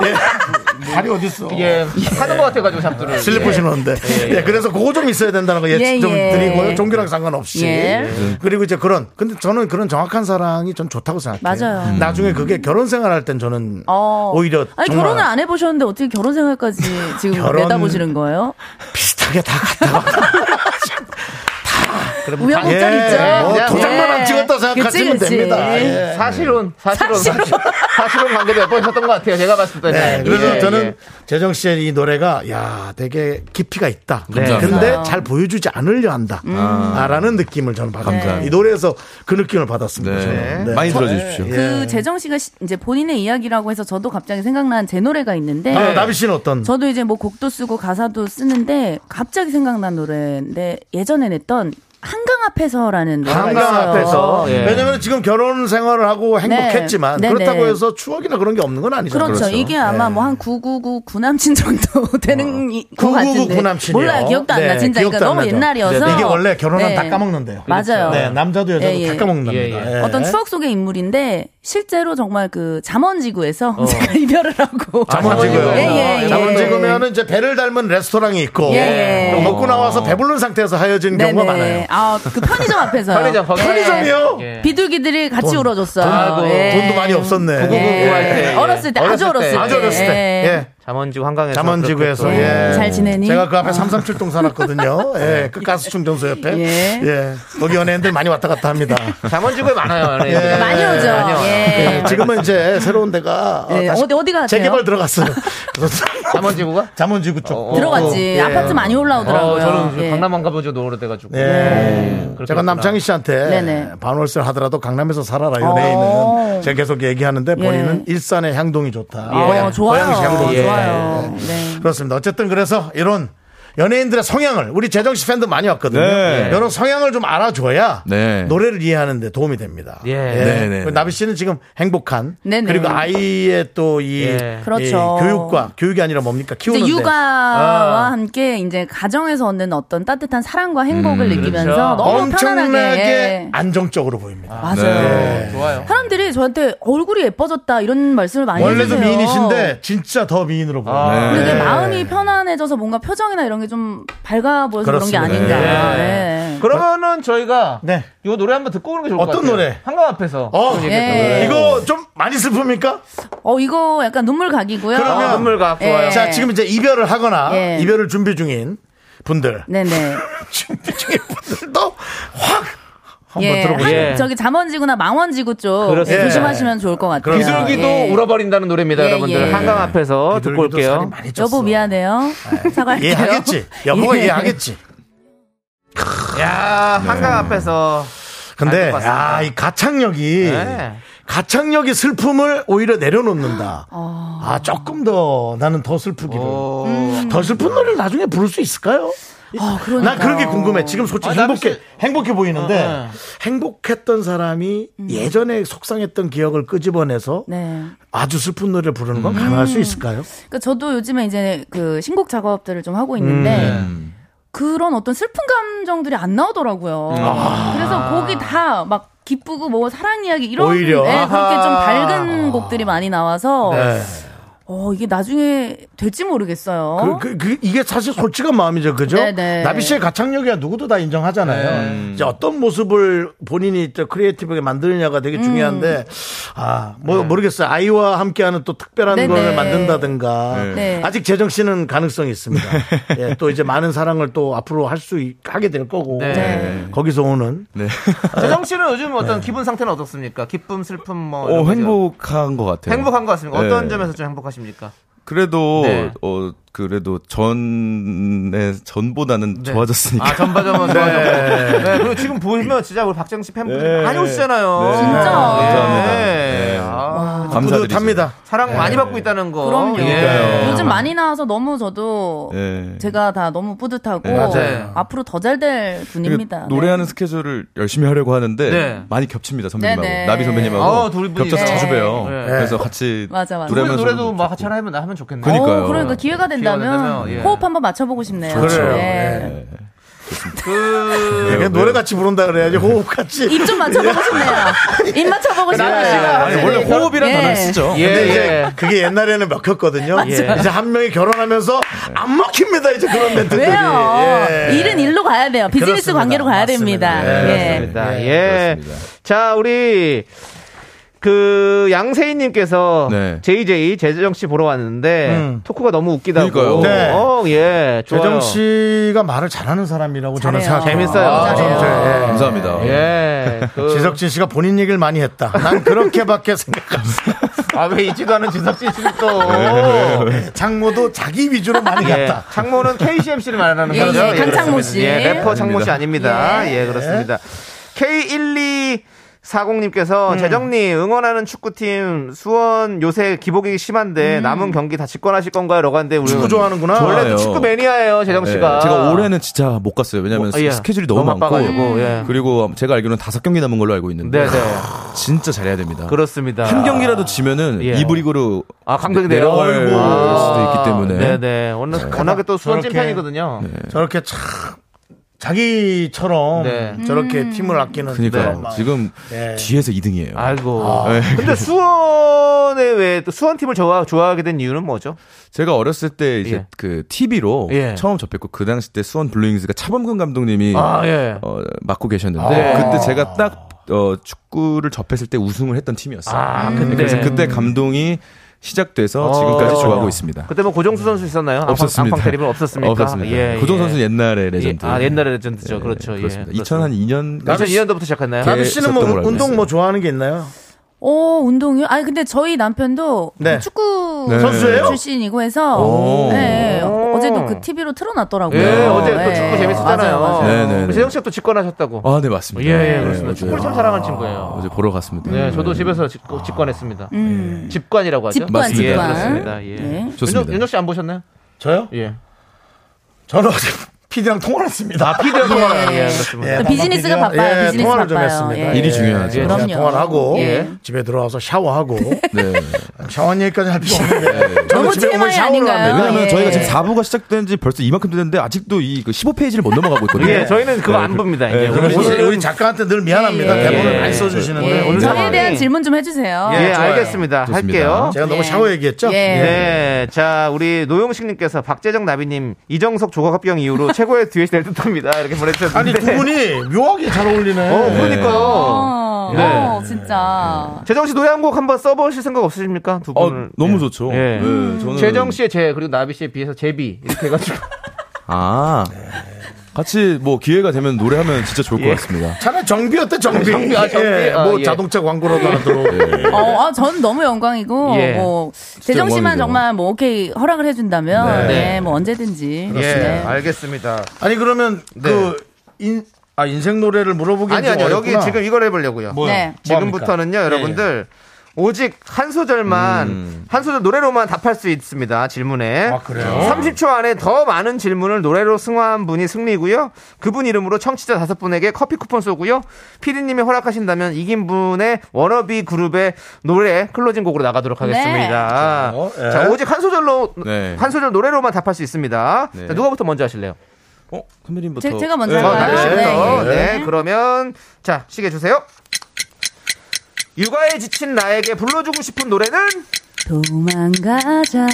Speaker 1: 발이 어딨어?
Speaker 2: 예. 하는 것 같아가지고 잡두를.
Speaker 1: 슬리퍼 신었는데. 예, 그래서 그거 좀 있어야 된다는 거 예측
Speaker 6: 예,
Speaker 1: 좀
Speaker 6: 예.
Speaker 1: 드리고요. 종교랑 상관없이.
Speaker 6: 예.
Speaker 1: 그리고 이제 그런. 근데 저는 그런 정확한 사랑이 전 좋다고 생각해요. 음.
Speaker 6: 맞아요.
Speaker 1: 나중에 그게 결혼 생활할 땐 저는
Speaker 6: 어.
Speaker 1: 오히려
Speaker 6: 아니
Speaker 1: 정말
Speaker 6: 결혼을 안 해보셨는데 어떻게 결혼 생활까지 지금
Speaker 1: 결혼-
Speaker 6: 내다보시는 거예요?
Speaker 1: 비슷하게 다 갔다가
Speaker 6: 우여곡절
Speaker 1: 예,
Speaker 6: 있죠. 네.
Speaker 1: 뭐 도장만 안 찍었다 생각하시면
Speaker 6: 그치, 그치.
Speaker 1: 됩니다. 예.
Speaker 6: 네.
Speaker 2: 사실은, 사실은, 사실은, 사실은 관계도 몇 번 있었던 것 같아요. 제가 봤을 때는.
Speaker 1: 네, 그래서
Speaker 2: 예,
Speaker 1: 저는
Speaker 2: 예.
Speaker 1: 재정 씨의 이 노래가 야 되게 깊이가 있다. 근데
Speaker 6: 감사합니다.
Speaker 1: 잘 보여주지 않으려 아, 한다라는 느낌을 저는 받았어요.
Speaker 8: 감사합니다.
Speaker 1: 이 노래에서 그 느낌을 받았습니다.
Speaker 8: 네.
Speaker 1: 저는. 네.
Speaker 8: 많이 들어주십시오.
Speaker 6: 그 재정 씨가 시- 이제 본인의 이야기라고 해서 저도 갑자기 생각난 제 노래가 있는데
Speaker 1: 아, 나비 씨는 어떤?
Speaker 6: 저도 이제 뭐 곡도 쓰고 가사도 쓰는데 갑자기 생각난 노래인데 예전에 냈던 한강 앞에서라는 노래가
Speaker 1: 한강
Speaker 6: 있어요.
Speaker 1: 앞에서
Speaker 2: 예.
Speaker 1: 왜냐하면 지금 결혼 생활을 하고 행복했지만
Speaker 6: 네, 네.
Speaker 1: 그렇다고 해서 추억이나 그런 게 없는 건 아니잖아요.
Speaker 6: 그렇죠. 이게
Speaker 1: 네.
Speaker 6: 아마 뭐 한 999 구남친 정도 *laughs* 되는 이- 그 것
Speaker 1: 999
Speaker 6: 같은데.
Speaker 1: 어. 구남친이요?
Speaker 6: 몰라 기억도 안 나.
Speaker 1: 네,
Speaker 6: 진짜
Speaker 1: 기억도 안
Speaker 6: 그러니까 너무
Speaker 1: 나죠.
Speaker 6: 옛날이어서.
Speaker 1: 이게 원래 결혼하면
Speaker 6: 네.
Speaker 1: 다 까먹는데요.
Speaker 6: 맞아요.
Speaker 1: 네, 남자도 여자도
Speaker 6: 예, 예.
Speaker 1: 다 까먹는답니다.
Speaker 2: 예,
Speaker 1: 예.
Speaker 6: 어떤 추억 속의 인물인데 실제로 정말 그 잠원지구에서 *laughs* 제가 이별을 하고
Speaker 1: 어. 아, 잠원지구요.
Speaker 6: 예, 예, 예.
Speaker 1: 잠원지구면은 이제 배를 닮은 레스토랑이 있고
Speaker 6: 예, 네, 예.
Speaker 1: 또 먹고 나와서 배부른 상태에서 하여진 경우가 많아요.
Speaker 6: 아그 편의점 앞에서
Speaker 2: 편의점, 거기.
Speaker 1: 편의점이요?
Speaker 2: 예.
Speaker 6: 비둘기들이 같이 울어줬어요.
Speaker 2: 아이고,
Speaker 1: 돈도 많이 없었네.
Speaker 2: 그거
Speaker 6: 예.
Speaker 2: 그거 할 때.
Speaker 6: 어렸을 때, 아주
Speaker 2: 어렸을 때.
Speaker 6: 어렸을 때.
Speaker 1: 아주 어렸을 때.
Speaker 6: 예.
Speaker 1: 예.
Speaker 2: 잠원지구 한강에서.
Speaker 1: 잠원지구에서
Speaker 2: 그렇게 또.
Speaker 1: 예.
Speaker 6: 잘 지내니?
Speaker 1: 제가 그 앞에 삼삼칠동 살았거든요.
Speaker 6: *laughs*
Speaker 1: 예, 그 가스 충전소 옆에.
Speaker 6: 아. 예.
Speaker 1: 예. 거기 연예인들 많이 왔다 갔다
Speaker 6: *laughs*
Speaker 1: 합니다.
Speaker 2: 잠원지구에 많아요.
Speaker 1: 예.
Speaker 2: 예.
Speaker 6: 네, 많이 오죠.
Speaker 2: 많이
Speaker 6: 예.
Speaker 1: 예, 지금은 이제 새로운 데가 어,
Speaker 6: 예,
Speaker 1: 다시
Speaker 6: 어디 어디 가세요?
Speaker 1: 재개발 들어갔어요. *laughs* 그래서
Speaker 2: 잠원지구가?
Speaker 1: 잠원지구 쪽.
Speaker 6: 들어갔지. 아파트 많이 올라오더라고요.
Speaker 2: 어, 저는
Speaker 6: 예.
Speaker 2: 강남 안 가보죠. 오래돼가지고. 네,
Speaker 1: 예. 제가 남창희 씨한테
Speaker 6: 네네.
Speaker 1: 반월세 하더라도 강남에서 살아라
Speaker 6: 어. 예.
Speaker 1: 연예인은 제가 계속 얘기하는데 본인은 일산의 향동이 좋다.
Speaker 6: 어,
Speaker 1: 고향,
Speaker 6: 좋아요.
Speaker 1: 예. 고향시 향동이
Speaker 2: 예.
Speaker 6: 좋아요. 네.
Speaker 1: 그렇습니다. 어쨌든 그래서 이런 연예인들의 성향을 우리 재정 씨 팬들 많이 왔거든요.
Speaker 8: 네.
Speaker 1: 이런 성향을 좀 알아줘야
Speaker 8: 네.
Speaker 1: 노래를 이해하는데 도움이 됩니다.
Speaker 2: 예.
Speaker 8: 네, 네, 네.
Speaker 1: 나비 씨는 지금 행복한
Speaker 6: 네, 네.
Speaker 1: 그리고 아이의 또이
Speaker 2: 예.
Speaker 6: 그렇죠.
Speaker 1: 교육과 교육이 아니라 뭡니까
Speaker 6: 이제
Speaker 1: 키우는데
Speaker 6: 육아와
Speaker 1: 아.
Speaker 6: 함께 이제 가정에서 얻는 어떤 따뜻한 사랑과 행복을 느끼면서
Speaker 2: 그렇죠.
Speaker 6: 너무
Speaker 1: 음, 엄청나게
Speaker 6: 편안하게 예.
Speaker 1: 안정적으로 네. 보입니다.
Speaker 6: 맞아요.
Speaker 2: 좋아요.
Speaker 6: 사람들이 저한테 얼굴이 예뻐졌다 이런 말씀을 많이
Speaker 1: 원래도
Speaker 6: 해주세요.
Speaker 1: 미인이신데 진짜 더 미인으로 보여요.
Speaker 2: 아.
Speaker 6: 근데
Speaker 8: 네.
Speaker 6: 마음이 편안해져서 뭔가 표정이나 이런 게 좀 밝아 보여서 그런 게
Speaker 1: 그렇습니다.
Speaker 6: 아닌가.
Speaker 2: 예.
Speaker 6: 네.
Speaker 2: 그러면은 저희가
Speaker 1: 네.
Speaker 2: 요 노래 한번 듣고 오는 게 좋을 것 같아요.
Speaker 1: 어떤 노래?
Speaker 2: 한강 앞에서.
Speaker 1: 어.
Speaker 2: 좀
Speaker 6: 예.
Speaker 2: 얘기했던
Speaker 6: 네.
Speaker 1: 이거 좀 많이 슬픕니까?
Speaker 6: 어 이거 약간 눈물 각이고요.
Speaker 1: 그러면-
Speaker 2: 아, 눈물과 좋아요.
Speaker 6: 예.
Speaker 1: 자, 지금 이제 이별을 하거나
Speaker 6: 예.
Speaker 1: 이별을 준비 중인 분들,
Speaker 6: 네네.
Speaker 1: 준비 중인 분들도 확 한번
Speaker 6: 예.
Speaker 1: 들어보세요.
Speaker 2: 예.
Speaker 6: 한, 저기 잠원지구나 망원지구 쪽 예,
Speaker 2: 그렇습니다.
Speaker 6: 조심하시면 좋을 것 같아요.
Speaker 2: 비둘기도
Speaker 6: 예.
Speaker 2: 울어버린다는 노래입니다,
Speaker 6: 예,
Speaker 2: 여러분들.
Speaker 6: 예.
Speaker 2: 한강 앞에서 어, 듣고
Speaker 1: 비둘기도 살이
Speaker 2: 올게요.
Speaker 1: 많이 쪘어.
Speaker 6: 여보 미안해요. 사과할게요.
Speaker 1: 아,
Speaker 2: *laughs*
Speaker 1: 이해하겠지. 여보가
Speaker 6: 예.
Speaker 1: 이해하겠지.
Speaker 2: 야,
Speaker 1: 네.
Speaker 2: 한강 앞에서.
Speaker 1: 근데
Speaker 2: 알것 같습니다.
Speaker 1: 야, 이 가창력이
Speaker 2: 네.
Speaker 1: 가창력이 슬픔을 오히려 내려놓는다.
Speaker 2: 어.
Speaker 1: 아, 조금 더 나는 더 슬프기를.
Speaker 2: 오.
Speaker 1: 더 슬픈 노래를 나중에 부를 수 있을까요?
Speaker 6: 그러니까요.
Speaker 1: 난 그런 게 궁금해. 지금 솔직히
Speaker 2: 어, 아,
Speaker 1: 행복해
Speaker 2: 나비
Speaker 1: 행복해 보이는데
Speaker 2: 어, 음. 어.
Speaker 1: 행복했던 사람이 예전에 속상했던 기억을 끄집어내서
Speaker 6: 네.
Speaker 1: 아주 슬픈 노래를 부르는
Speaker 2: 음.
Speaker 1: 건 가능할 수 있을까요?
Speaker 6: 그러니까 저도 요즘에 이제 그 신곡 작업들을 좀 하고 있는데
Speaker 1: 음.
Speaker 6: 그런 어떤 슬픈 감정들이 안 나오더라고요.
Speaker 1: 아.
Speaker 6: 그래서 곡이 다 막 기쁘고 뭐 사랑 이야기 이런
Speaker 1: 오히려.
Speaker 6: 네, 그렇게 좀
Speaker 2: 아하. 네.
Speaker 1: 네.
Speaker 6: 밝은 곡들이 많이 나와서 어, 이게 나중에 될지 모르겠어요.
Speaker 1: 그, 그, 그, 이게 사실 솔직한 마음이죠, 그죠?
Speaker 6: 네네.
Speaker 1: 나비 씨의 가창력이야 누구도 다 인정하잖아요.
Speaker 2: 네.
Speaker 1: 이제 어떤 모습을 본인이 저 크리에이티브하게 만드느냐가
Speaker 6: 음.
Speaker 1: 되게 중요한데, 아, 뭐,
Speaker 2: 네.
Speaker 1: 모르겠어요. 아이와 함께하는 또 특별한
Speaker 6: 네네.
Speaker 1: 걸 만든다든가.
Speaker 6: 네.
Speaker 1: 아직 재정 씨는 가능성이 있습니다.
Speaker 2: 네.
Speaker 1: 예, 또 이제 많은 사랑을 또 앞으로 할 수, 있- 하게 될 거고.
Speaker 2: 네.
Speaker 6: 네.
Speaker 1: 거기서 오는.
Speaker 8: 네.
Speaker 2: 재정 씨는 요즘 어떤 기분 상태는 어떻습니까? 기쁨, 슬픔, 뭐. 이런
Speaker 8: 어,
Speaker 2: 거죠?
Speaker 8: 행복한 것 같아요.
Speaker 2: 행복한 것 같습니까? 어떤
Speaker 8: 네.
Speaker 2: 점에서 좀 행복하십니까?
Speaker 8: 그래도
Speaker 2: 네.
Speaker 8: 어 그래도 전에 전보다는
Speaker 2: 네.
Speaker 8: 좋아졌으니까.
Speaker 2: 아, 전반적으로 네. 네. 그리고 지금 보면 진짜 우리 박정 씨 팬분들
Speaker 8: 네.
Speaker 2: 많이 오시잖아요.
Speaker 8: 네.
Speaker 6: 진짜.
Speaker 8: 감사합니다. 네.
Speaker 2: 아,
Speaker 8: 감사드리죠.
Speaker 1: 뿌듯합니다.
Speaker 2: 사랑 많이 받고 있다는 거.
Speaker 6: 그럼요.
Speaker 2: 예.
Speaker 6: 요즘 아, 많이 나와서 너무 저도
Speaker 8: 네.
Speaker 6: 제가 다 너무 뿌듯하고
Speaker 2: 맞아요.
Speaker 6: 앞으로 더 잘 될 분입니다.
Speaker 8: 그러니까
Speaker 6: 네.
Speaker 8: 노래하는 스케줄을 열심히 하려고 하는데
Speaker 2: 네.
Speaker 8: 많이 겹칩니다 선배님하고
Speaker 6: 네, 네.
Speaker 8: 나비 선배님하고
Speaker 2: 어, 둘 분이.
Speaker 8: 겹쳐서
Speaker 6: 네.
Speaker 8: 자주 봬요.
Speaker 2: 네.
Speaker 8: 그래서 같이
Speaker 6: 맞아, 맞아.
Speaker 2: 노래,
Speaker 8: 노래하면서
Speaker 2: 노래도 막 같이 하나 하면 나 하면 좋겠네.
Speaker 6: 네. 어,
Speaker 8: 그러니까요.
Speaker 6: 그러니까 기회가 된다면,
Speaker 2: 기회가 된다면, 예.
Speaker 6: 호흡 한번 맞춰보고 싶네요.
Speaker 1: 그래요.
Speaker 2: 그
Speaker 1: 그냥 노래 같이 부른다 그래야지 호흡 같이. 예.
Speaker 6: 입 좀 맞춰보고 싶네요. 입 맞춰보고 싶어요.
Speaker 8: 아니, 원래 호흡이란
Speaker 6: 예.
Speaker 8: 단어 쓰죠.
Speaker 2: 예,
Speaker 1: 근데 이제
Speaker 2: 예.
Speaker 1: 그게 옛날에는 먹혔거든요. 이제 한 명이 결혼하면서 안 먹힙니다. 이제 그런 멘트들이.
Speaker 6: 왜요?
Speaker 1: 예.
Speaker 6: 일은 일로 가야 돼요. 비즈니스
Speaker 1: 그렇습니다.
Speaker 6: 관계로 가야
Speaker 1: 맞습니다.
Speaker 6: 됩니다.
Speaker 1: 네,
Speaker 6: 예.
Speaker 2: 그렇습니다. 예. 자, 우리 그 양세희 님께서
Speaker 8: 네.
Speaker 2: JJ 재정 씨 보러 왔는데
Speaker 1: 음.
Speaker 2: 토크가 너무 웃기다고.
Speaker 8: 그러니까요.
Speaker 1: 네.
Speaker 2: 어, 예. 좋아요.
Speaker 1: 재정 씨가 말을 잘하는 사람이라고 저는
Speaker 6: 잘해요.
Speaker 1: 생각해요.
Speaker 2: 재밌어요.
Speaker 1: 아,
Speaker 6: 잘해요.
Speaker 1: 진짜, 예.
Speaker 8: 감사합니다.
Speaker 2: 예. 그-
Speaker 1: 지석진 씨가 본인 얘기를 많이 했다. 난 그렇게밖에 *laughs* 생각 안
Speaker 2: 아, 왜 잊지도 않은 지석진 씨는 또.
Speaker 8: 네,
Speaker 1: 해. 장모도 자기 위주로 많이
Speaker 2: 예.
Speaker 1: 갔다.
Speaker 2: 창모는 KCMC를 말하는
Speaker 6: 예,
Speaker 2: 거죠.
Speaker 6: 예, 강창모 씨.
Speaker 2: 그렇습니다. 예, 래퍼 창모 씨 아닙니다. 예,
Speaker 6: 예.
Speaker 2: 그렇습니다.
Speaker 6: 음.
Speaker 2: K1240님께서 재정님 응원하는 축구팀 수원 요새 기복이 심한데
Speaker 6: 음.
Speaker 2: 남은 경기 다 집권하실 건가요? 라고 하는데 우리
Speaker 1: 축구 좋아하는구나.
Speaker 2: 원래
Speaker 8: 좋아요.
Speaker 2: 축구 매니아예요, 재정
Speaker 8: 네.
Speaker 2: 씨가.
Speaker 8: 제가 올해는 진짜 못 갔어요. 왜냐하면
Speaker 2: 어, 예.
Speaker 8: 스케줄이 너무,
Speaker 2: 너무
Speaker 8: 많고
Speaker 2: 바빠가지고, 예.
Speaker 8: 그리고 제가 알기로는 다섯 경기 남은 걸로 알고
Speaker 2: 네,
Speaker 8: 있는데
Speaker 2: 네.
Speaker 8: 진짜 잘해야 됩니다.
Speaker 2: 그렇습니다.
Speaker 8: 한 경기라도 지면은
Speaker 2: 예.
Speaker 8: 이부리그로
Speaker 2: 아, 강등이
Speaker 8: 내려갈
Speaker 2: 내려가고.
Speaker 8: 수도 있기 때문에. 네.
Speaker 2: 네네. 워낙, 워낙에 또 수원
Speaker 1: 저렇게.
Speaker 2: 찐팬이거든요.
Speaker 1: 저렇게 참 자기처럼
Speaker 2: 네.
Speaker 1: 저렇게
Speaker 6: 음.
Speaker 1: 팀을 아끼는
Speaker 8: 그러니까
Speaker 1: 그런 마음.
Speaker 8: 지금
Speaker 1: 예.
Speaker 8: 뒤에서 2등이에요.
Speaker 2: 아이고.
Speaker 8: 네.
Speaker 2: 근데 수원에 왜, 또 수원 팀을 좋아, 좋아하게 된 이유는 뭐죠?
Speaker 8: 제가 어렸을 때 이제
Speaker 2: 예.
Speaker 8: 그 TV로
Speaker 2: 예.
Speaker 8: 처음 접했고 그 당시 때 수원 블루잉스가 차범근 감독님이
Speaker 2: 아, 예.
Speaker 8: 어, 맡고 계셨는데
Speaker 2: 네.
Speaker 8: 그때 제가 딱 어, 축구를 접했을 때 우승을 했던 팀이었어요.
Speaker 2: 아,
Speaker 8: 네,
Speaker 2: 그때.
Speaker 8: 그래서 그때 감동이 시작돼서
Speaker 2: 어,
Speaker 8: 지금까지
Speaker 2: 그렇군요.
Speaker 8: 좋아하고 있습니다.
Speaker 2: 그때 뭐 고정수 선수 있었나요? 앙팡-
Speaker 8: 없었습니다.
Speaker 2: 앙팡 대립은 없었습니까? 예,
Speaker 8: 없었습니다. 네. 고종 선수 옛날의 레전드. 네,
Speaker 2: 아, 옛날의 레전드죠. 그렇죠. 예.
Speaker 8: 그렇습니다. 2002년
Speaker 2: 2002년도부터 시작했나요?
Speaker 8: 네.
Speaker 1: 나비 씨는 뭐
Speaker 8: 있었던 걸로 알고
Speaker 1: 운동 뭐
Speaker 8: 있어요.
Speaker 1: 좋아하는 게 있나요?
Speaker 6: 오, 어, 운동이요? 아니, 근데 저희 남편도
Speaker 1: 네.
Speaker 6: 축구
Speaker 8: 네. 선수예요?
Speaker 6: 출신이고 해서,
Speaker 8: 오.
Speaker 6: 네, 어- 어제도 그 TV로 틀어놨더라고요.
Speaker 2: 예, 어제 또
Speaker 6: 네.
Speaker 2: 축구 재밌었잖아요.
Speaker 6: 맞아요, 맞아요.
Speaker 8: 네, 네, 네.
Speaker 2: 재정 씨가 또 직관하셨다고.
Speaker 8: 아, 네, 맞습니다.
Speaker 2: 예, 예,
Speaker 8: 네, 아,
Speaker 2: 그렇습니다.
Speaker 8: 어제-
Speaker 2: 축구를 참 사랑하는 친구예요.
Speaker 8: 어제 보러 갔습니다.
Speaker 2: 네, 저도 집에서 직, 관했습니다 예.
Speaker 6: 음.
Speaker 2: 집관이라고 하죠.
Speaker 6: 집관,
Speaker 8: 맞습니다.
Speaker 2: 예,
Speaker 6: 집관.
Speaker 2: 그렇습니다. 예.
Speaker 6: 네.
Speaker 8: 좋습니다.
Speaker 2: 윤정 씨 안 보셨나요?
Speaker 1: 저요?
Speaker 2: 예.
Speaker 1: 저는 어제 *laughs* 피디랑 통화를
Speaker 8: 아,
Speaker 1: 했습니다.
Speaker 2: 피디와 통화를 예,
Speaker 1: 예,
Speaker 2: 그렇습니다.
Speaker 1: 반반
Speaker 6: 아, 비즈니스가
Speaker 1: 피디와-
Speaker 6: 바빠요. 비즈니스
Speaker 1: 통화를 좀
Speaker 6: 바빠요.
Speaker 1: 했습니다.
Speaker 6: 예.
Speaker 8: 일이 중요하죠.
Speaker 1: 그냥
Speaker 6: 그럼요.
Speaker 1: 통화를 하고
Speaker 6: 예.
Speaker 1: 집에 들어와서
Speaker 6: *laughs*
Speaker 1: 샤워하고
Speaker 8: 네.
Speaker 1: 샤워한 얘기까지 할 필요 없는데 저는
Speaker 6: 너무
Speaker 1: 집에 오면
Speaker 6: TMI
Speaker 1: 샤워를
Speaker 6: 아닌가요?
Speaker 1: 합니다. 네,
Speaker 8: 왜냐면
Speaker 6: 예.
Speaker 8: 저희가 지금 4부가 시작된 지 벌써 이만큼 됐는데 아직도 이 그 15페이지를 못 넘어가고 있거든요.
Speaker 2: 예, 저희는
Speaker 8: 네,
Speaker 2: 그거 안 봅니다. 이제.
Speaker 1: 오늘
Speaker 2: 오늘은-
Speaker 1: 우리, 우리 작가한테 늘 미안합니다.
Speaker 2: 예,
Speaker 1: 대본을
Speaker 2: 예.
Speaker 1: 많이 써주시는데
Speaker 6: 예.
Speaker 1: 오늘
Speaker 2: 상황이-
Speaker 6: 저에 대한 질문 좀 해주세요.
Speaker 2: 예,
Speaker 1: 좋아요.
Speaker 2: 알겠습니다.
Speaker 8: 좋습니다.
Speaker 2: 할게요.
Speaker 1: 제가 너무
Speaker 6: 예.
Speaker 1: 샤워 얘기했죠?
Speaker 6: 예.
Speaker 2: 네. 자, 우리 노용식님께서 박재정 나비님, 이정석 조각합병 *laughs* 이후로 최고의 듀엣이 될 듯합니다. 이렇게 보내주셨는데.
Speaker 1: 아니 두 분이 묘하게 잘 어울리네.
Speaker 2: 네. 어, 그러니까요.
Speaker 6: 어,
Speaker 2: 네.
Speaker 6: 어, 진짜.
Speaker 2: 재정 씨 노래 한 곡 한번 써보실 생각 없으십니까? 두
Speaker 8: 어,
Speaker 2: 분.
Speaker 8: 너무 좋죠.
Speaker 2: 예.
Speaker 8: 네, 저는-
Speaker 2: 재정 씨의 재, 그리고 나비 씨에 비해서 제비. 이렇게 해가지고.
Speaker 8: 아. 같이 뭐 기회가 되면 노래하면 진짜 좋을
Speaker 2: 예.
Speaker 8: 것 같습니다.
Speaker 1: 차라리 정비 어때 정비?
Speaker 2: 정비, 아, 정비.
Speaker 1: 예,
Speaker 2: 아,
Speaker 1: 뭐
Speaker 2: 예. 네.
Speaker 1: 자동차 광고로도 하나 들어.
Speaker 6: 어, 아, 전 너무 영광이고,
Speaker 2: 예.
Speaker 6: 뭐, 재정 씨만
Speaker 8: 영광이죠.
Speaker 6: 정말 뭐, 오케이, 허락을 해준다면,
Speaker 2: 네.
Speaker 6: 예, 뭐, 언제든지.
Speaker 2: *laughs* 예,
Speaker 6: 네.
Speaker 2: 알겠습니다.
Speaker 1: 아니 그러면
Speaker 2: 네.
Speaker 1: 그 인 아 인생 노래를 물어보기
Speaker 2: 아니, 아니요. 여기 지금 이걸 해보려고요.
Speaker 6: 네.
Speaker 2: 지금부터는요,
Speaker 1: 예,
Speaker 2: 여러분들. 오직 한 소절만, 한 소절 노래로만 답할 수 있습니다, 질문에.
Speaker 1: 음. 아, 그래요?
Speaker 2: 30초 안에 더 많은 질문을 노래로 승화한 분이 승리고요. 그분 이름으로 청취자 다섯 분에게 커피 쿠폰 쏘고요. 피디님이 허락하신다면 이긴 분의 워너비 그룹의 노래 클로징 곡으로 나가도록 하겠습니다.
Speaker 1: 네. 그렇죠.
Speaker 2: 자,
Speaker 1: 예.
Speaker 2: 오직 한 소절로,
Speaker 8: 네.
Speaker 2: 한 소절 노래로만 답할 수 있습니다.
Speaker 8: 네.
Speaker 2: 자, 누가부터 먼저 하실래요?
Speaker 8: 어, 선배님부터.
Speaker 6: 제, 제가 먼저
Speaker 8: 예.
Speaker 2: 어,
Speaker 6: 할까요?
Speaker 2: 나르시부터.
Speaker 6: 네.
Speaker 2: 네, 그러면 자 시계 주세요. 육아에 지친 나에게 불러주고 싶은 노래는
Speaker 6: 도망가자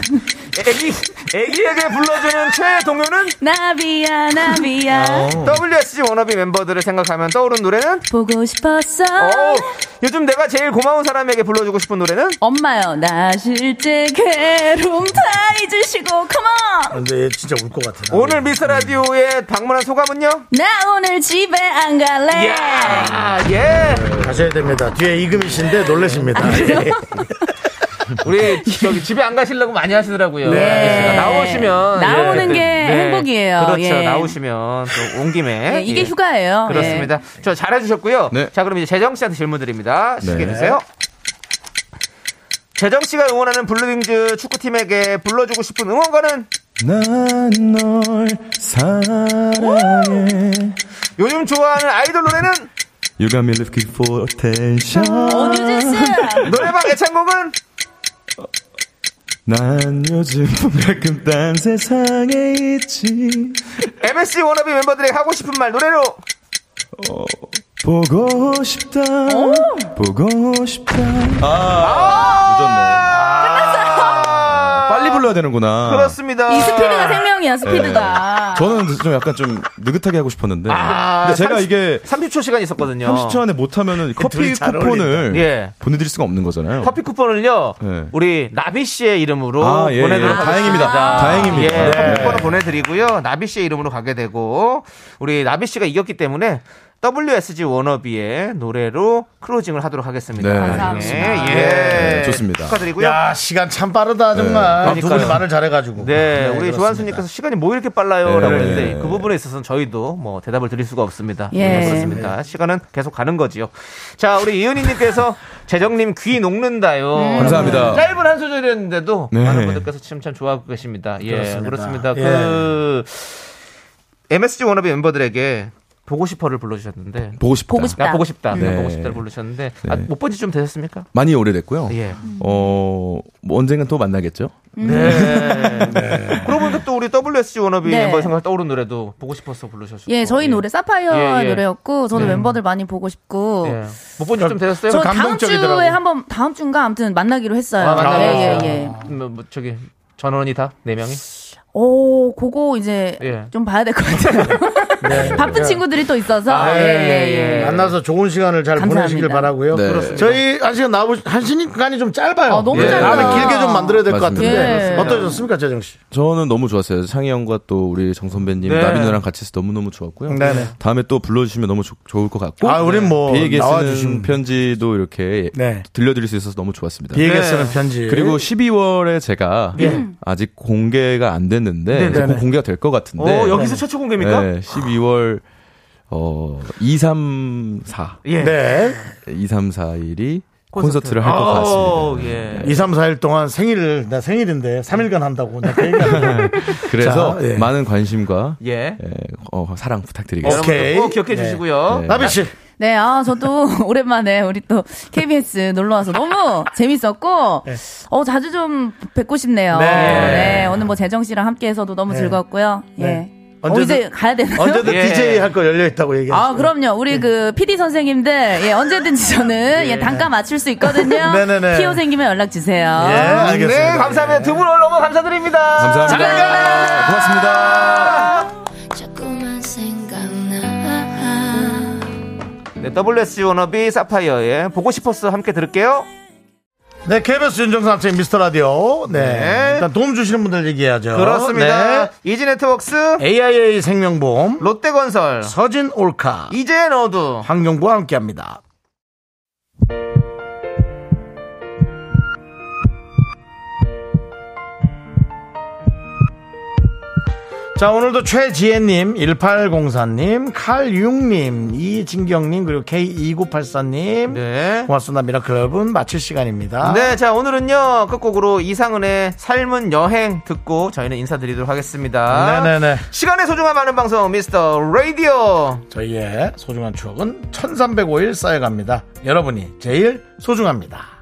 Speaker 6: *laughs*
Speaker 2: 애기, 애기에게 불러주는 *laughs* 최애 동요는
Speaker 6: 나비야
Speaker 2: 어.
Speaker 6: 나비야
Speaker 2: WSG 워너비 멤버들을 생각하면 떠오른 노래는?
Speaker 6: 보고 싶었어
Speaker 2: 어 요즘 내가 제일 고마운 사람에게 불러주고 싶은 노래는?
Speaker 6: 엄마요 나 실제 괴로움 다 잊으시고 컴온
Speaker 1: 근데 얘 진짜 울 것 같아. 나.
Speaker 2: 오늘 미스 라디오에 방문한 소감은요?
Speaker 6: 나 오늘 집에 안 갈래 *laughs*
Speaker 2: 아, 예.
Speaker 1: 가셔야 됩니다. 뒤에 이금희 씨인데 놀라십니다.
Speaker 2: 아,
Speaker 1: 예.
Speaker 6: 네,
Speaker 2: 우리 저기 집에 안 가시려고 많이 하시더라고요.
Speaker 6: 네.
Speaker 2: 나오시면
Speaker 6: 나오는
Speaker 2: 예.
Speaker 6: 게 행복이에요.
Speaker 2: 그렇죠.
Speaker 6: 예.
Speaker 2: 나오시면 또 온 김에
Speaker 6: 예, 이게
Speaker 2: 예.
Speaker 6: 휴가예요
Speaker 2: 그렇습니다.
Speaker 6: 네.
Speaker 2: 저 잘해주셨고요.
Speaker 8: 네.
Speaker 2: 자, 그럼 이제 재정 씨한테 질문 드립니다. 시작해
Speaker 8: 네.
Speaker 2: 주세요. 재정 씨가 응원하는 블루윙즈 축구팀에게 불러주고 싶은 응원가는
Speaker 8: 난 널 사랑해.
Speaker 2: 요즘 좋아하는 아이돌 노래는
Speaker 8: You got me looking for attention.
Speaker 6: 예. 오뉴진스
Speaker 2: 노래방 애창곡은
Speaker 8: 난 요즘 가끔 딴 세상에 있지.
Speaker 2: MSG 워너비 멤버들에게 하고 싶은 말 노래로
Speaker 8: 보고 싶다. 보고 싶다. 아, 늦었네. 빨리 불러야 되는구나. 네.
Speaker 2: 그렇습니다.
Speaker 6: 이 스피드가 생명이야
Speaker 2: 예.
Speaker 6: 스피드가
Speaker 8: 저는 좀 약간 좀 느긋하게 하고 싶었는데. 근데 제가 이게
Speaker 2: 30초 시간 있었거든요.
Speaker 8: 30초 안에 못하면은 커피
Speaker 1: 잘
Speaker 8: 쿠폰을
Speaker 2: 예.
Speaker 8: 보내드릴 수가 없는 거잖아요.
Speaker 2: 커피 쿠폰을요
Speaker 8: 네.
Speaker 2: 우리 나비 씨의 이름으로
Speaker 8: 아, 예,
Speaker 2: 보내드리도록
Speaker 8: 예.
Speaker 2: 하겠습니다.
Speaker 8: 다행입니다. 다행입니다.
Speaker 2: 예,
Speaker 8: 네.
Speaker 2: 커피 쿠폰을 보내드리고요 나비 씨의 이름으로 가게 되고 우리 나비 씨가 이겼기 때문에 WSG 워너비의 노래로 클로징을 하도록 하겠습니다. 아,
Speaker 8: 네.
Speaker 6: 감사합니다.
Speaker 2: 예,
Speaker 8: 네, 좋습니다.
Speaker 2: 축하드리고요.
Speaker 1: 예. 야 시간 참 빠르다 정말.
Speaker 2: 네.
Speaker 1: 두 분이
Speaker 2: 그러니까요.
Speaker 1: 말을 잘해가지고.
Speaker 2: 네,
Speaker 1: 네,
Speaker 2: 우리
Speaker 1: 그렇습니다.
Speaker 2: 조한수님께서 시간이 뭐 이렇게 빨라요?
Speaker 8: 네.
Speaker 2: 라고 했는데
Speaker 8: 네.
Speaker 2: 그 부분에 있어서는 저희도 뭐 대답을 드릴 수가 없습니다.
Speaker 6: 예.
Speaker 2: 네, 그렇습니다. 시간은 계속 가는 거지요. 자, 우리 이은희님께서 *laughs* 재정님 귀 녹는다요.
Speaker 8: 감사합니다.
Speaker 2: 짧은 한 소절이었는데도
Speaker 8: 네.
Speaker 2: 많은 분들께서 지금 참 좋아하고 계십니다. 예,
Speaker 1: 그렇습니다.
Speaker 2: 그렇습니다. 그 MSG 워너비 멤버들에게 보고 싶어를 불러주셨는데
Speaker 8: 보고 싶다.
Speaker 6: 보고 싶다.
Speaker 2: 나 보고 싶다, 나
Speaker 8: 네.
Speaker 2: 보고 싶다를 불러주셨는데 아,
Speaker 8: 네.
Speaker 2: 못 본 지 좀 되셨습니까?
Speaker 8: 많이 오래됐고요.
Speaker 2: 예.
Speaker 8: 어, 뭐 언젠간 또 만나겠죠?
Speaker 2: 네. 그러고 보니까 또 우리 WSG 워너비
Speaker 6: 네.
Speaker 2: 멤버 생각 떠오른 노래도 보고 싶어서 불러주셨고.
Speaker 6: 예 저희 노래 사파이어
Speaker 2: 예, 예.
Speaker 6: 노래였고 저도 멤버들 많이 보고 싶고
Speaker 2: 못본 지 좀 되셨어요?
Speaker 6: 저 다음
Speaker 1: 감동적이더라고.
Speaker 6: 주에 한번 다음 주인가 아무튼 만나기로 했어요.
Speaker 2: 아, 만나기로
Speaker 6: 예, 예,
Speaker 2: 했어요.
Speaker 6: 예.
Speaker 2: 뭐, 뭐 저기 전원이 다 네 명이.
Speaker 6: 오, 그거 이제
Speaker 2: 예.
Speaker 6: 좀 봐야 될
Speaker 1: *laughs*
Speaker 6: 것 같아요.
Speaker 1: 네.
Speaker 6: *laughs* 바쁜 친구들이 또 있어서.
Speaker 1: 아,
Speaker 2: 아,
Speaker 6: 예, 예, 예.
Speaker 1: 만나서 좋은 시간을 잘
Speaker 6: 감사합니다.
Speaker 1: 보내시길 바라고요.
Speaker 8: 네. 그렇습니다.
Speaker 1: 저희 한 시간 나오 한 시간이 좀 짧아요.
Speaker 6: 아, 너무
Speaker 1: 예.
Speaker 6: 짧다.
Speaker 1: 다음에 길게 좀 만들어야 될 것
Speaker 8: 맞습니다.
Speaker 1: 같은데
Speaker 6: 예.
Speaker 1: 어떠셨습니까, 재정 씨?
Speaker 8: 저는 너무 좋았어요. 창희 형과 또 우리 정 선배님,
Speaker 2: 네.
Speaker 8: 나비 누나랑 같이 해서 너무너무 좋았고요.
Speaker 1: 네네.
Speaker 8: 다음에 또 불러주시면 너무 좋- 좋을 것 같고. 네.
Speaker 1: 아, 우린 뭐
Speaker 8: 비에게 쓰는
Speaker 1: 나와주신-
Speaker 8: 편지도 이렇게
Speaker 1: 네.
Speaker 8: 들려드릴 수 있어서 너무 좋았습니다.
Speaker 1: 비에게
Speaker 2: 네.
Speaker 1: 쓰는 편지.
Speaker 8: 그리고 12월에 제가 아직 공개가 안 됐는데 이제 곧
Speaker 1: 예. 네네. 어,
Speaker 8: 공개가 될 것
Speaker 2: 오
Speaker 8: 같은데
Speaker 2: 여기서 최초 공개입니까?
Speaker 8: 네, 12월 어 2, 3, 4
Speaker 2: 예.
Speaker 1: 네.
Speaker 8: 2, 3, 4 일이 콘서트를 할
Speaker 1: 아,
Speaker 8: 것
Speaker 2: 오,
Speaker 8: 같습니다.
Speaker 2: 예.
Speaker 1: 2, 3, 4일 동안 생일을 나 생일인데 3일간 한다고 나그 얘기
Speaker 2: *laughs* 네.
Speaker 8: 그래서
Speaker 1: 자, 예.
Speaker 8: 많은 관심과
Speaker 2: 예.
Speaker 8: 예, 어, 사랑 부탁드리겠습니다.
Speaker 1: 오케이.
Speaker 2: 여러분들 꼭 기억해 주시고요.
Speaker 8: 네.
Speaker 1: 나비 씨.
Speaker 6: 네, 아, 저도 *laughs* 오랜만에 우리 또 KBS 놀러 와서
Speaker 1: *laughs*
Speaker 6: 너무 재밌었고, 어, 자주 좀 뵙고 싶네요.
Speaker 1: 네.
Speaker 6: 네. 오늘 뭐 재정 씨랑 함께 해서도 너무 즐거웠고요. 예. 어,
Speaker 1: 네. 언제든-
Speaker 6: 이제 가야 되나요?
Speaker 1: 언제든 네.
Speaker 2: 예.
Speaker 1: DJ 할 거 열려 있다고 얘기해.
Speaker 6: *laughs* 아, 그럼요. 우리 그 PD 선생님들, 예, 언제든지 저는, 예, 단가 맞출 수
Speaker 1: 네.
Speaker 6: 있거든요.
Speaker 1: *laughs* 네네네.
Speaker 6: 피오 생기면 연락 주세요.
Speaker 1: 예, 알겠습니다.
Speaker 2: 네, 감사합니다. 두 분 오늘 너무 감사드립니다.
Speaker 8: 감사합니다. 고맙습니다.
Speaker 11: 자꾸만 생각나
Speaker 2: 네, WS 워너비 사파이어의 보고 싶었어 함께 들을게요.
Speaker 1: 네, KBS 윤정수 남친 미스터 라디오. 네.
Speaker 2: 네.
Speaker 1: 일단 도움 주시는 분들 얘기해야죠.
Speaker 2: 그렇습니다.
Speaker 1: 네.
Speaker 2: 이지 네트웍스,
Speaker 1: AIA 생명보험,
Speaker 2: 롯데건설,
Speaker 1: 서진 올카,
Speaker 2: 이제 너도.
Speaker 1: 환경부와 함께 합니다. 자, 오늘도 최지혜님, 1804님, 칼육님, 이진경님, 그리고 K2984님.
Speaker 2: 네.
Speaker 1: 고맙습니다. 미라클 여러분. 마칠 시간입니다.
Speaker 2: 네, 자, 오늘은요, 끝곡으로 이상은의 삶은 여행 듣고 저희는 인사드리도록 하겠습니다.
Speaker 1: 네네네.
Speaker 2: 시간의 소중함 아는 방송, 미스터 라디오.
Speaker 1: 저희의 소중한 추억은 1305일 쌓여갑니다. 여러분이 제일 소중합니다.